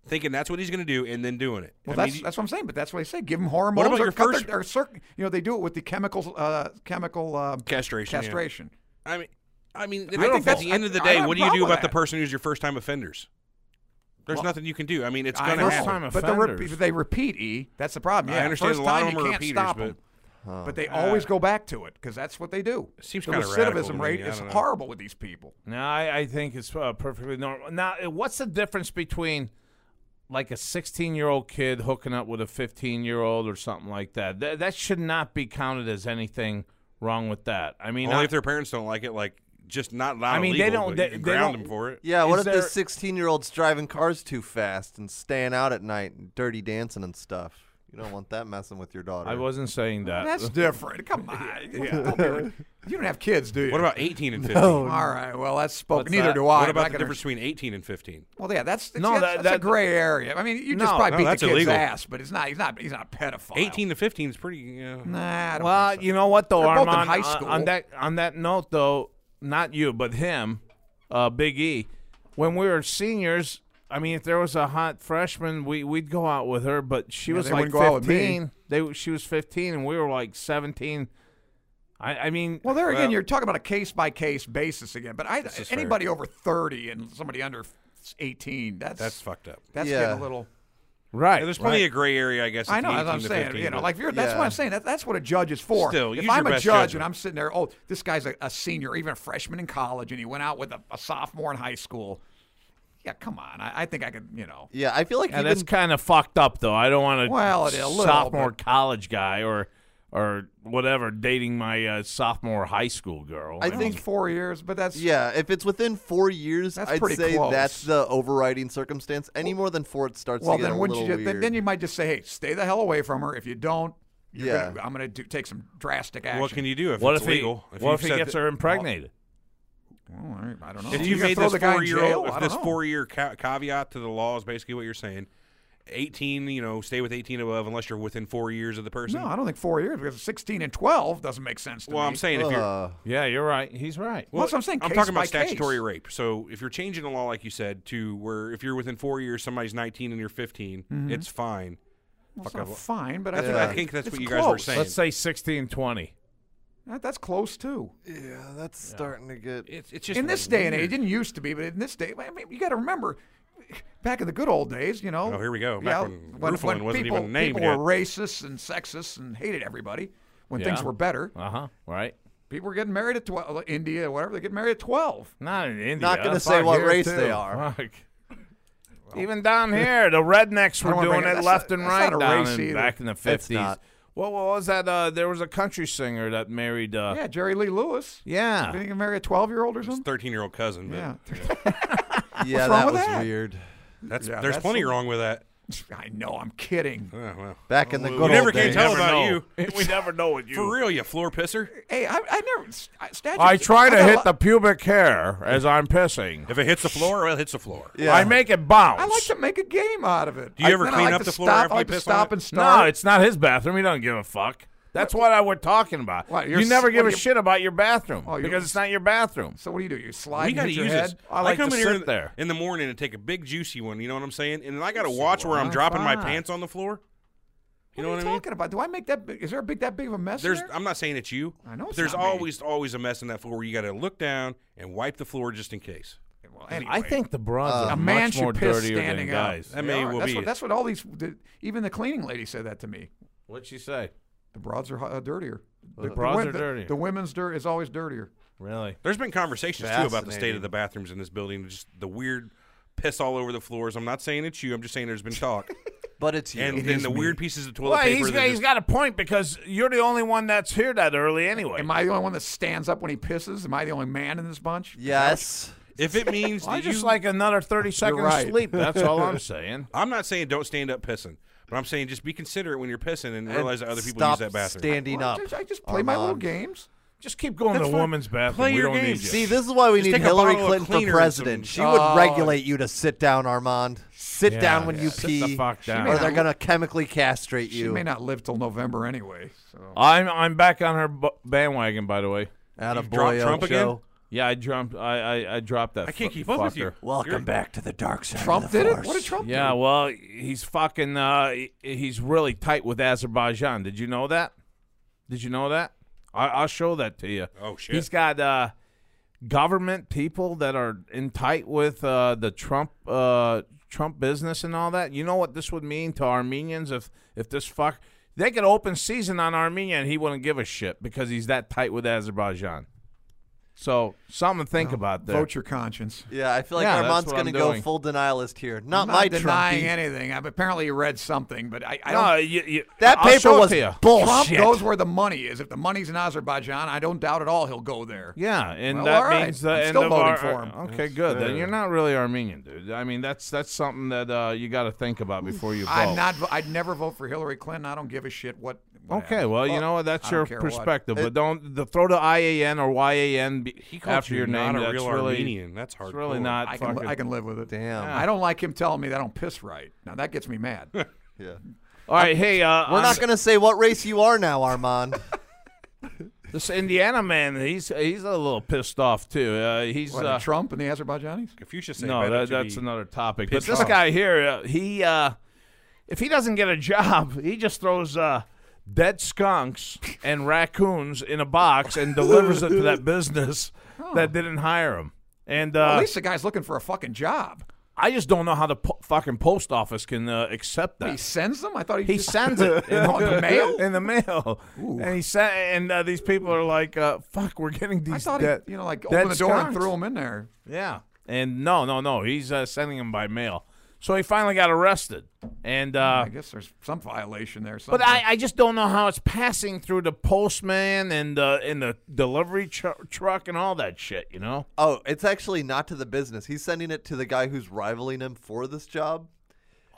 Speaker 4: thinking that's what he's going to do and then doing it.
Speaker 5: Well,
Speaker 4: I
Speaker 5: that's,
Speaker 4: mean,
Speaker 5: that's what I'm saying, but that's what they say. Give them hormones.
Speaker 4: about
Speaker 5: or
Speaker 4: your
Speaker 5: cut their-
Speaker 4: first-
Speaker 5: or circ- you know, they do it with the chemical, uh, chemical uh,
Speaker 4: Castration, yeah.
Speaker 5: Castration.
Speaker 4: I mean, I mean,
Speaker 5: I think
Speaker 4: at
Speaker 5: that's-
Speaker 4: the end of the
Speaker 5: I- I
Speaker 4: day,
Speaker 5: have
Speaker 4: what
Speaker 5: a
Speaker 4: do you do
Speaker 5: problem with
Speaker 4: about the
Speaker 5: that.
Speaker 4: person who's your first time offenders? There's nothing you can do. I mean, it's
Speaker 5: I
Speaker 4: going
Speaker 5: know.
Speaker 4: to
Speaker 3: First
Speaker 4: happen.
Speaker 3: time
Speaker 5: but the re-
Speaker 3: offenders.
Speaker 5: if they repeat E. That's the problem.
Speaker 4: I
Speaker 5: Yeah,
Speaker 4: understand
Speaker 5: first
Speaker 4: a lot
Speaker 5: time
Speaker 4: of them
Speaker 5: you
Speaker 4: are
Speaker 5: can't
Speaker 4: repeaters,
Speaker 5: stop
Speaker 4: but-
Speaker 5: 'em. But they always go back to it because that's what they do.
Speaker 4: Seems
Speaker 5: the
Speaker 4: kinda radical to
Speaker 5: recidivism
Speaker 4: me,
Speaker 5: rate
Speaker 4: I
Speaker 5: is
Speaker 4: don't know.
Speaker 5: horrible with these people.
Speaker 3: No, I, I think it's uh, perfectly normal. Now, uh, what's the difference between like a 16 year old kid hooking up with a 15 year old or something like that? Th- that should not be counted as anything wrong with that? I mean,
Speaker 4: Only
Speaker 3: I-
Speaker 4: if their parents don't like it, like just not not
Speaker 3: I mean, they
Speaker 4: illegal,
Speaker 3: don't-
Speaker 4: but
Speaker 3: they-
Speaker 4: you can
Speaker 3: they
Speaker 4: ground
Speaker 3: don't-
Speaker 4: them for it.
Speaker 6: Yeah, what
Speaker 3: Is
Speaker 6: if
Speaker 3: there-
Speaker 6: this 16 year old's driving cars too fast and staying out at night and dirty dancing and stuff? You don't want that messing with your daughter.
Speaker 3: I wasn't saying that.
Speaker 5: That's different. Come on. Don't be ri- You don't have kids, do you? Oh,
Speaker 4: What about 18 and 15?
Speaker 5: All right. Well, that's spoken.
Speaker 3: What's
Speaker 5: Neither
Speaker 3: that?
Speaker 5: do
Speaker 4: What
Speaker 5: I. but I
Speaker 4: about the
Speaker 5: can
Speaker 4: difference between 18 and 15?
Speaker 5: Well, yeah, that's it's,
Speaker 3: No, that-
Speaker 5: no, that's a
Speaker 3: that-
Speaker 5: gray area. I mean, you just
Speaker 3: No,
Speaker 5: probably
Speaker 4: no,
Speaker 5: beat the
Speaker 4: that's
Speaker 5: kid's
Speaker 4: illegal.
Speaker 5: ass, but it's not. He's not. He's not a pedophile.
Speaker 4: 18 to 15 is pretty. You know,
Speaker 5: Nah. I don't
Speaker 3: Well,
Speaker 5: think so.
Speaker 3: you know what though,
Speaker 5: They're both in
Speaker 3: Armand. uh,
Speaker 5: high
Speaker 3: on-
Speaker 5: school.
Speaker 3: On that on that note though, not you, but him, uh, Big E. When we were seniors, I mean, if there was a hot freshman, we we'd go out with her, but she
Speaker 5: Yeah,
Speaker 3: was
Speaker 5: they
Speaker 3: like
Speaker 5: wouldn't go out with me.
Speaker 3: fifteen. They she was fifteen, and we were like seventeen. I I mean,
Speaker 5: Well, there again,
Speaker 4: Well-
Speaker 5: you're talking about a case by case basis again. But I,
Speaker 4: is fair.
Speaker 5: anybody over 30 and somebody under 18, that's
Speaker 4: that's fucked up.
Speaker 5: that's
Speaker 6: Yeah.
Speaker 5: getting a little.
Speaker 3: right?
Speaker 4: Yeah, there's plenty of gray area, I guess.
Speaker 5: I know,
Speaker 4: between
Speaker 5: that's
Speaker 4: 18
Speaker 5: what I'm
Speaker 4: to
Speaker 5: saying.
Speaker 4: 15,
Speaker 5: you know,
Speaker 4: but-
Speaker 5: like if you're, that's what
Speaker 6: Yeah.
Speaker 5: I'm saying. That, that's what a judge is for.
Speaker 4: Still,
Speaker 5: if
Speaker 4: use your
Speaker 5: I'm a judge
Speaker 4: best
Speaker 5: and
Speaker 4: judgment.
Speaker 5: I'm sitting there, oh, this guy's a, a senior, even a freshman in college, and he went out with a, a sophomore in high school. Yeah, come on. I, I think I could, you know.
Speaker 6: yeah, I feel like
Speaker 3: Yeah,
Speaker 6: even
Speaker 3: that's kind of fucked up, though. I don't want
Speaker 5: Well, it- a little,
Speaker 3: sophomore
Speaker 5: but-
Speaker 3: college guy or or whatever dating my uh, sophomore high school girl.
Speaker 6: I
Speaker 3: mean,
Speaker 6: think-
Speaker 5: It's four years, but that's
Speaker 6: Yeah, if it's within four years,
Speaker 5: That's
Speaker 6: I'd
Speaker 5: pretty
Speaker 6: say
Speaker 5: close.
Speaker 6: that's the overriding circumstance. Any more than four, it starts
Speaker 5: Well,
Speaker 6: to get
Speaker 5: then
Speaker 6: a
Speaker 5: wouldn't
Speaker 6: little
Speaker 5: you? Just, then,
Speaker 6: weird.
Speaker 5: then you might just say, "Hey, stay the hell away from her. If you don't, you're
Speaker 6: Yeah.
Speaker 5: gonna, I'm going to do take some drastic action."
Speaker 4: what can you do if
Speaker 3: what
Speaker 4: it's
Speaker 3: if
Speaker 4: legal?
Speaker 3: he what if he
Speaker 4: said
Speaker 3: gets
Speaker 4: that-
Speaker 3: her impregnated?
Speaker 5: Well, I I don't know.
Speaker 4: If
Speaker 5: You're
Speaker 4: you
Speaker 5: gonna
Speaker 4: made
Speaker 5: throw
Speaker 4: this
Speaker 5: the guy in
Speaker 4: four year
Speaker 5: jail?
Speaker 4: old,
Speaker 5: I
Speaker 4: if
Speaker 5: don't
Speaker 4: this
Speaker 5: know.
Speaker 4: four year ca- caveat to the law is basically what you're saying. 18, you know, stay with 18 above unless you're within four years of the person.
Speaker 5: No, I don't think four years because 16 and 12 doesn't make sense to
Speaker 4: well,
Speaker 5: me.
Speaker 4: I'm saying if you're
Speaker 6: Uh,
Speaker 3: Yeah, you're right. He's right.
Speaker 5: Well, that's what I'm saying,
Speaker 4: I'm
Speaker 5: case
Speaker 4: talking
Speaker 5: by
Speaker 4: about
Speaker 5: case.
Speaker 4: statutory rape. So if you're changing the law, like you said, to where if you're within four years, somebody's 19 and you're 15,
Speaker 5: Mm-hmm.
Speaker 4: it's fine.
Speaker 5: Well, it's
Speaker 4: Fuck,
Speaker 5: not
Speaker 4: I've-
Speaker 5: fine, but
Speaker 4: That's
Speaker 5: I,
Speaker 4: what
Speaker 5: think
Speaker 4: I think that's
Speaker 5: it's
Speaker 4: what you guys were
Speaker 5: close.
Speaker 4: saying.
Speaker 3: Let's say sixteen twenty.
Speaker 5: That- that's close too.
Speaker 6: yeah, that's starting to get.
Speaker 4: It's, it's just
Speaker 5: in this day and age,
Speaker 4: weird.
Speaker 5: it didn't used to be, but in this day, I mean, you got to remember, back in the good old days, you know.
Speaker 4: Oh, here we go.
Speaker 5: yeah,
Speaker 4: Back when Rufalin wasn't
Speaker 5: people,
Speaker 4: even named
Speaker 5: people
Speaker 4: yet.
Speaker 5: were racist and sexist and hated everybody. When things
Speaker 3: Yeah.
Speaker 5: were better,
Speaker 3: Uh huh. Right.
Speaker 5: people were getting married at 12. India, whatever, they get married at 12.
Speaker 3: Not in India.
Speaker 6: Not gonna
Speaker 3: Fuck
Speaker 6: say what
Speaker 3: here,
Speaker 6: race
Speaker 3: too.
Speaker 6: they are.
Speaker 3: Fuck. Even down here, the rednecks
Speaker 5: don't
Speaker 3: were
Speaker 5: wanna
Speaker 3: doing
Speaker 5: bring it-
Speaker 3: it
Speaker 5: that's
Speaker 3: left
Speaker 5: not-
Speaker 3: and
Speaker 5: that's
Speaker 3: right
Speaker 5: not a
Speaker 3: down
Speaker 5: race
Speaker 3: in-
Speaker 5: either.
Speaker 3: back in the fifties.
Speaker 6: not.
Speaker 3: What, what was that? Uh, there was a country singer that married. Uh,
Speaker 5: Yeah, Jerry Lee Lewis.
Speaker 3: yeah.
Speaker 5: Didn't he marry a 12 year old or something?
Speaker 4: 13 year old cousin. But
Speaker 5: Yeah.
Speaker 6: yeah,
Speaker 5: wrong with
Speaker 6: that was
Speaker 5: that?
Speaker 6: weird.
Speaker 4: That's
Speaker 5: Yeah,
Speaker 4: there's
Speaker 5: that's
Speaker 4: plenty
Speaker 5: the-
Speaker 4: wrong with that.
Speaker 5: I know, I'm kidding.
Speaker 4: Oh, well.
Speaker 6: Back in the
Speaker 4: You
Speaker 6: good
Speaker 4: never
Speaker 6: old
Speaker 4: can
Speaker 6: days.
Speaker 4: tell about
Speaker 3: know.
Speaker 4: you.
Speaker 3: we never know what you.
Speaker 4: For real, you floor pisser.
Speaker 5: Hey, I, I never. s- I, statute,
Speaker 3: I try to
Speaker 5: got a
Speaker 3: hit
Speaker 5: lot-
Speaker 3: the pubic hair as I'm pissing.
Speaker 4: If it hits the floor, well, it hits the floor.
Speaker 6: Yeah.
Speaker 3: I make it bounce.
Speaker 5: I like to make a game out of it.
Speaker 4: Do you
Speaker 5: I-
Speaker 4: ever
Speaker 5: then I
Speaker 4: clean
Speaker 5: like
Speaker 4: up
Speaker 5: to
Speaker 4: the floor
Speaker 5: stop,
Speaker 4: after
Speaker 5: I
Speaker 4: you
Speaker 5: like to
Speaker 4: piss on
Speaker 5: stop
Speaker 4: it?
Speaker 5: and start.
Speaker 3: No, it's not his bathroom. He doesn't give a fuck. That's what I we're talking about.
Speaker 5: What, you're
Speaker 3: you never
Speaker 5: s-
Speaker 3: give
Speaker 5: what
Speaker 3: a
Speaker 5: you-
Speaker 3: shit about your bathroom
Speaker 5: Oh, you-
Speaker 3: because it's not your bathroom.
Speaker 5: So what do you do? You
Speaker 4: We
Speaker 5: slide and
Speaker 4: got to
Speaker 5: hit your
Speaker 4: use
Speaker 5: head.
Speaker 4: this.
Speaker 3: I like
Speaker 4: come
Speaker 3: to
Speaker 4: in here
Speaker 3: sit there.
Speaker 4: in the morning and take a big juicy one. You know what I'm saying? And then I got to watch where I'm dropping my
Speaker 3: fine.
Speaker 4: pants on the floor. You
Speaker 5: what
Speaker 4: know
Speaker 5: are
Speaker 4: what
Speaker 5: you
Speaker 4: I mean?
Speaker 5: talking about? Do I make that? Big, is there a big that big of a mess? in
Speaker 4: There's.
Speaker 5: there?
Speaker 4: I'm not saying it's you.
Speaker 5: I know it's
Speaker 4: There's
Speaker 5: not me.
Speaker 4: always always a mess in that floor. where You got to look down and wipe the floor just in case.
Speaker 5: Well, anyway,
Speaker 3: I think the bronze
Speaker 5: a
Speaker 3: are
Speaker 5: man
Speaker 3: much more
Speaker 5: should piss
Speaker 3: dirtier
Speaker 5: standing
Speaker 3: than guys.
Speaker 5: up. They
Speaker 4: That may
Speaker 5: are.
Speaker 4: well
Speaker 5: that's
Speaker 4: be
Speaker 5: What,
Speaker 4: it.
Speaker 5: that's what all these. The, even the cleaning lady said that to me.
Speaker 3: What'd she say?
Speaker 5: The broads are uh, dirtier. The,
Speaker 3: broads
Speaker 5: wom-
Speaker 3: are
Speaker 5: the-
Speaker 3: dirtier.
Speaker 5: The women's dirt is always dirtier.
Speaker 3: Really?
Speaker 4: There's been conversations too about the state
Speaker 6: Fascinating.
Speaker 4: of the bathrooms in this building. Just the weird piss all over the floors. I'm not saying it's you. I'm just saying there's been talk.
Speaker 6: But it's you.
Speaker 4: and then the weird pieces of toilet
Speaker 3: Well,
Speaker 4: paper.
Speaker 3: he's
Speaker 4: that
Speaker 3: got, he's
Speaker 4: just-
Speaker 3: got a point because you're the only one that's here that early anyway.
Speaker 5: Am I the only one that stands up when he pisses? Am I the only man in this bunch?
Speaker 6: yes.
Speaker 4: if it means
Speaker 3: I
Speaker 4: that
Speaker 3: just
Speaker 4: you,
Speaker 3: like another 30 seconds
Speaker 5: right.
Speaker 3: sleep. That's all I'm saying.
Speaker 4: I'm not saying don't stand up pissing, but I'm saying just be considerate when you're pissing and, realize that other people use
Speaker 6: Stop
Speaker 4: that bathroom.
Speaker 6: standing
Speaker 5: Well, I
Speaker 6: up.
Speaker 5: just- I just play my little
Speaker 6: Armand.
Speaker 5: games.
Speaker 3: Just keep going to
Speaker 4: That's
Speaker 3: the
Speaker 4: fine.
Speaker 3: woman's bathroom.
Speaker 4: Play
Speaker 3: we
Speaker 4: your
Speaker 3: don't
Speaker 4: game.
Speaker 3: need you.
Speaker 4: See,
Speaker 6: See, this is why we
Speaker 4: Just
Speaker 6: need
Speaker 4: take a
Speaker 6: Hillary
Speaker 4: bottle of
Speaker 6: Clinton
Speaker 4: cleaner
Speaker 6: for
Speaker 4: and
Speaker 6: president.
Speaker 4: some-
Speaker 6: She would
Speaker 5: Oh,
Speaker 6: regulate you to sit down, Armand. Sit
Speaker 3: Yeah,
Speaker 6: down when
Speaker 3: yeah.
Speaker 6: you
Speaker 3: Sit the
Speaker 6: pee,
Speaker 3: fuck down.
Speaker 6: or they're gonna chemically castrate
Speaker 5: She
Speaker 6: you.
Speaker 5: may not live till November anyway. So
Speaker 3: I'm I'm back on her b- bandwagon, by the way.
Speaker 6: Out
Speaker 4: You
Speaker 6: of
Speaker 4: dropped
Speaker 6: boy,
Speaker 4: Trump again?
Speaker 6: Joe.
Speaker 3: Yeah, I jumped. I I, I dropped that.
Speaker 4: I can't
Speaker 3: fu-
Speaker 4: keep up with
Speaker 3: fucker.
Speaker 4: you.
Speaker 6: Welcome
Speaker 4: You're-
Speaker 6: back to the dark side.
Speaker 5: Trump
Speaker 6: of the
Speaker 5: did it.
Speaker 6: force.
Speaker 5: What did Trump
Speaker 3: Yeah,
Speaker 5: do?
Speaker 3: well, he's fucking. Uh, he- he's really tight with Azerbaijan. Did you know that? Did you know that? I, I'll show that to you.
Speaker 4: Oh, shit.
Speaker 3: He's got uh, government people that are in tight with uh, the Trump uh, Trump business and all that. You know what this would mean to Armenians if if this fuck they could open season on Armenia and he wouldn't give a shit because he's that tight with Azerbaijan. So something to think about there.
Speaker 5: Vote your conscience.
Speaker 6: Yeah, I feel like
Speaker 3: Yeah, that's
Speaker 6: Armand's
Speaker 3: what I'm
Speaker 6: going to go
Speaker 3: doing.
Speaker 6: full denialist here. Not
Speaker 5: I'm
Speaker 6: my
Speaker 5: not denying
Speaker 6: Trumpy.
Speaker 5: anything. I've apparently read something, but I, I don't.
Speaker 3: no, you, you,
Speaker 6: that
Speaker 3: I'll
Speaker 6: paper
Speaker 3: show it
Speaker 6: was
Speaker 3: to you.
Speaker 5: Trump
Speaker 6: bullshit.
Speaker 5: goes where the money is. If the money's in Azerbaijan, I don't doubt at all he'll go there.
Speaker 3: Yeah, and
Speaker 5: Well,
Speaker 3: that
Speaker 5: all right.
Speaker 3: means the
Speaker 5: I'm
Speaker 3: end
Speaker 5: still
Speaker 3: of
Speaker 5: voting
Speaker 3: our. uh,
Speaker 5: for him.
Speaker 3: Okay, good. Then you're not really Armenian, dude. I mean, that's that's something that uh, you got to think about before you vote.
Speaker 5: I'm not. vo- I'd never vote for Hillary Clinton. I don't give a shit what. what
Speaker 3: Okay,
Speaker 5: happens.
Speaker 3: well, you know what? That's
Speaker 5: I
Speaker 3: your
Speaker 5: don't care what.
Speaker 3: perspective, but don't the, throw the I A N or Y A N be-
Speaker 4: He called
Speaker 3: after
Speaker 4: you
Speaker 3: your name.
Speaker 4: not a
Speaker 3: that's
Speaker 4: real
Speaker 3: really,
Speaker 4: Armenian. That's hard.
Speaker 3: It's really not
Speaker 5: I
Speaker 3: fucking.
Speaker 5: can, I can live with it.
Speaker 6: Damn.
Speaker 5: I don't like him telling me that I don't piss right. Now that gets me mad.
Speaker 6: Yeah.
Speaker 3: All right, hey, uh,
Speaker 6: We're
Speaker 3: on
Speaker 6: not going to say what race you are now, Armand.
Speaker 3: this Indiana man. He's he's a little pissed off too. Uh, he's
Speaker 5: What,
Speaker 3: uh,
Speaker 5: Trump and the Azerbaijanis?
Speaker 4: Confucius said
Speaker 3: no,
Speaker 4: better
Speaker 3: that,
Speaker 4: to
Speaker 3: that's
Speaker 4: be-
Speaker 3: another topic. But
Speaker 4: pissed
Speaker 3: this
Speaker 4: off.
Speaker 3: guy here, uh, he uh, if he doesn't get a job, he just throws uh, dead skunks and raccoons in a box and delivers it to that business that didn't hire him. And uh,
Speaker 5: At least the guy's looking for a fucking job.
Speaker 3: I just don't know how the po- fucking post office can uh, accept
Speaker 5: He
Speaker 3: that.
Speaker 5: sends them. I thought he,
Speaker 3: He
Speaker 5: just-
Speaker 3: sends it in
Speaker 5: On the mail?
Speaker 3: In the mail, and he sent. And uh, these people are like, uh, "Fuck, we're getting these."
Speaker 5: I thought
Speaker 3: dead-
Speaker 5: he, you know, like
Speaker 3: dead
Speaker 5: opened the door and
Speaker 3: skunks."
Speaker 5: threw them in there.
Speaker 3: Yeah, and no, no, no. He's uh, sending them by mail. So he finally got arrested, and uh,
Speaker 5: I guess there's some violation there.
Speaker 3: but
Speaker 5: Somewhere.
Speaker 3: I, I just don't know how it's passing through the postman and uh, and the delivery tru- truck and all that shit. You know?
Speaker 6: oh, it's actually not to the business. He's sending it to the guy who's rivaling him for this job.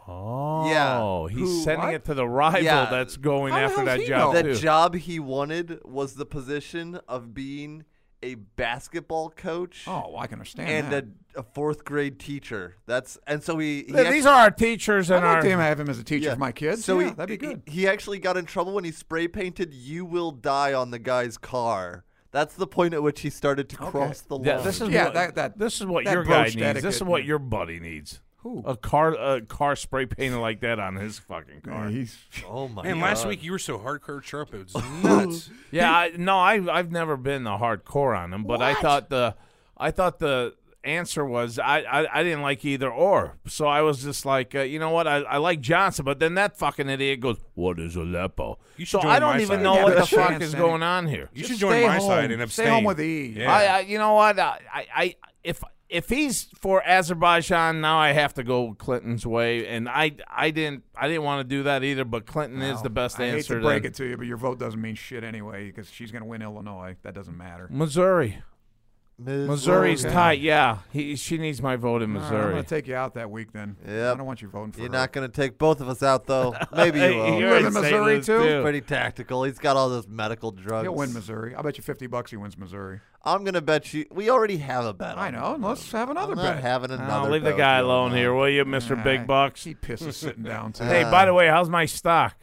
Speaker 3: Oh, he's
Speaker 6: Who-
Speaker 3: sending
Speaker 6: what?
Speaker 3: it to the rival
Speaker 6: Yeah.
Speaker 3: that's going
Speaker 5: How the
Speaker 3: after
Speaker 5: hell does
Speaker 3: that
Speaker 5: he
Speaker 3: job
Speaker 5: know?
Speaker 6: The
Speaker 3: too.
Speaker 6: job he wanted was the position of being a basketball coach
Speaker 5: oh, well, I can understand
Speaker 6: and
Speaker 5: that.
Speaker 6: a, a fourth grade teacher. That's and so he. he
Speaker 3: Th-
Speaker 6: act-
Speaker 3: These are our teachers and
Speaker 5: I'd like
Speaker 3: our
Speaker 5: to him- have him as a teacher
Speaker 6: yeah.
Speaker 5: for my kids.
Speaker 6: So
Speaker 5: yeah,
Speaker 6: he,
Speaker 5: that'd be good.
Speaker 6: He, he actually got in trouble when he spray painted "You will die" on the guy's car. That's the point at which he started to cross the line.
Speaker 3: Yeah, this is
Speaker 5: Yeah,
Speaker 3: what,
Speaker 5: that- that-
Speaker 3: this is what
Speaker 5: that
Speaker 3: your guy needs.
Speaker 5: broached
Speaker 3: this
Speaker 5: etiquette,
Speaker 3: is what
Speaker 5: yeah.
Speaker 3: your buddy needs.
Speaker 5: Who?
Speaker 3: A car, a car spray painted like that on his fucking car. Yeah,
Speaker 5: he's
Speaker 6: oh my
Speaker 4: Man,
Speaker 6: god!
Speaker 4: last week you were so hardcore Trump. It was nuts.
Speaker 3: I, no, I, I've never been a hardcore on him, but I thought the, I thought the answer was I, I, I didn't like either or. So I was just like, uh, you know what? I, I like Johnson, but then that fucking idiot goes, "What is Aleppo?"
Speaker 4: You should
Speaker 3: so
Speaker 4: join
Speaker 3: I don't
Speaker 4: my
Speaker 3: even
Speaker 4: side.
Speaker 3: know
Speaker 4: Yeah,
Speaker 3: what
Speaker 5: but
Speaker 3: the
Speaker 5: sure.
Speaker 3: fuck is going on here.
Speaker 4: you
Speaker 5: Just
Speaker 4: should join
Speaker 5: stay
Speaker 4: my side
Speaker 5: home.
Speaker 4: and
Speaker 5: Stay
Speaker 4: abstain.
Speaker 5: home with E.
Speaker 4: Yeah.
Speaker 3: I, I, you know what? I, I, I, if if he's for Azerbaijan now, I have to go Clinton's way, and I, I didn't, I didn't want to do that either. But Clinton is the best
Speaker 5: I
Speaker 3: answer.
Speaker 5: hate to break
Speaker 3: then.
Speaker 5: it to you, but your vote doesn't mean shit anyway because she's going to win Illinois. That doesn't matter.
Speaker 3: Mm, Missouri,
Speaker 6: Missouri.
Speaker 3: Missouri's tight. Yeah, he, she needs my vote in
Speaker 5: All right, I'm
Speaker 3: Missouri.
Speaker 5: going to take you out that week then.
Speaker 6: Yep.
Speaker 5: I don't want you voting for
Speaker 6: You're
Speaker 5: her.
Speaker 6: not going to take both of us out though. Maybe you
Speaker 3: Hey,
Speaker 6: will.
Speaker 3: you're
Speaker 5: live in
Speaker 3: St.
Speaker 5: Missouri,
Speaker 3: Louis,
Speaker 5: too?
Speaker 6: Pretty tactical. He's got all those medical drugs.
Speaker 5: He'll win Missouri. I bet you 50 bucks he wins Missouri.
Speaker 6: I'm gonna bet you. We already have a bet.
Speaker 5: I
Speaker 6: on
Speaker 5: know.
Speaker 6: it.
Speaker 5: And let's have another
Speaker 6: I'm not
Speaker 5: bet.
Speaker 6: having another.
Speaker 3: I'll leave the
Speaker 6: bet
Speaker 3: guy
Speaker 6: with you
Speaker 3: alone
Speaker 6: on
Speaker 3: here,
Speaker 6: that.
Speaker 3: will you, Mister Big Bucks?
Speaker 5: He pisses sitting down too.
Speaker 3: Hey, by the way, how's my stock?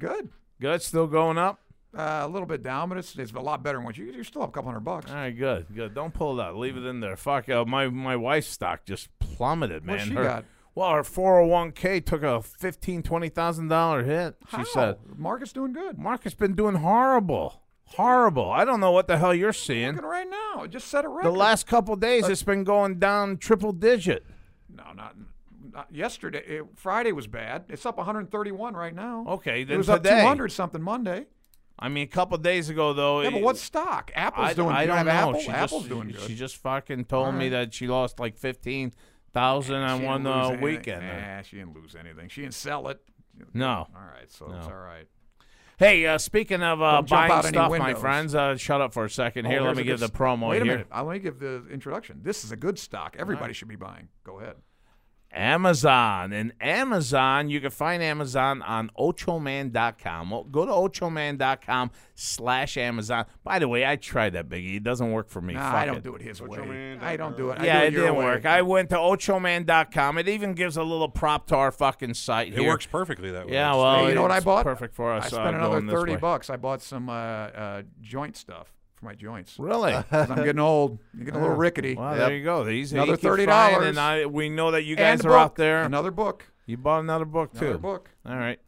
Speaker 5: Good.
Speaker 3: Good, still going up.
Speaker 5: Uh, a little bit down, but it's, it's a lot better than what you. You're still up a couple hundred bucks.
Speaker 3: All right, good, good. Don't pull that. Leave it in there. Fuck, uh, my my wife's stock just plummeted, man.
Speaker 5: What's she
Speaker 3: her,
Speaker 5: got?
Speaker 3: Well, her four hundred one k took a fifteen twenty thousand dollar hit. She
Speaker 5: How?
Speaker 3: said,
Speaker 5: "Market's doing good.
Speaker 3: "Market's been doing horrible, horrible. I don't know what the hell you're
Speaker 5: Look
Speaker 3: seeing.
Speaker 5: at it right now. It just set a record. Uh,
Speaker 3: The last couple days, it's been going down triple digit.
Speaker 5: no, not, not yesterday. It, Friday was bad. It's up 131 right now.
Speaker 3: Okay,
Speaker 5: it
Speaker 3: then
Speaker 5: was
Speaker 3: today.
Speaker 5: up 200 something Monday.
Speaker 3: I mean, a couple days ago though.
Speaker 5: Yeah, but
Speaker 3: it-
Speaker 5: what's stock? Apple's
Speaker 3: I,
Speaker 5: doing.
Speaker 3: I
Speaker 5: you
Speaker 3: don't
Speaker 5: have
Speaker 3: know.
Speaker 5: Apple?
Speaker 3: She
Speaker 5: Apple's
Speaker 3: just,
Speaker 5: doing
Speaker 3: she,
Speaker 5: good.
Speaker 3: she just fucking told me that she lost like fifteen thousand on
Speaker 5: She
Speaker 3: one
Speaker 5: didn't lose
Speaker 3: uh,
Speaker 5: anything.
Speaker 3: weekend.
Speaker 5: Nah, she didn't lose anything. She didn't sell it.
Speaker 3: No.
Speaker 5: All right, so it's all right.
Speaker 3: Hey, uh, speaking of uh,
Speaker 5: Don't jump
Speaker 3: buying
Speaker 5: out any
Speaker 3: stuff, my
Speaker 5: windows.
Speaker 3: friends, uh, shut up for a second
Speaker 5: Oh,
Speaker 3: here. Let
Speaker 5: there's
Speaker 3: me
Speaker 5: a
Speaker 3: give
Speaker 5: good
Speaker 3: the
Speaker 5: st-
Speaker 3: promo
Speaker 5: Wait a
Speaker 3: here.
Speaker 5: minute. I want to give the introduction. This is a good stock. Everybody should be buying. Go ahead.
Speaker 3: Amazon. And Amazon, you can find Amazon on ochoman.com. Well, go to ochoman.com slash Amazon. By the way, I tried that, Biggie. It doesn't work for me.
Speaker 5: Nah,
Speaker 3: Fuck
Speaker 5: I don't
Speaker 3: it.
Speaker 5: do it his way. I don't do it. I
Speaker 3: Yeah,
Speaker 5: do
Speaker 3: it
Speaker 5: your
Speaker 3: didn't
Speaker 5: way.
Speaker 3: work. I went to ochoman.com. It even gives a little prop to our fucking site
Speaker 4: It
Speaker 3: here.
Speaker 4: works perfectly that way.
Speaker 3: Yeah,
Speaker 4: It's-
Speaker 3: well,
Speaker 5: Hey, you know what I
Speaker 3: it's
Speaker 5: bought?
Speaker 3: perfect for us.
Speaker 5: I
Speaker 3: uh,
Speaker 5: spent another
Speaker 3: going this
Speaker 5: thirty
Speaker 3: way.
Speaker 5: bucks. I bought some uh, uh, joint stuff for my joints. 'Cause
Speaker 3: Really?
Speaker 5: I'm getting old. You get a little rickety.
Speaker 3: Well,
Speaker 6: Yep.
Speaker 3: there you go. These
Speaker 5: Another
Speaker 3: he keeps
Speaker 5: $30.
Speaker 3: buying, and I, we know that you
Speaker 5: and
Speaker 3: guys
Speaker 5: a
Speaker 3: are out
Speaker 5: book.
Speaker 3: there.
Speaker 5: Another book.
Speaker 3: You bought another book too.
Speaker 5: Another book.
Speaker 3: All right.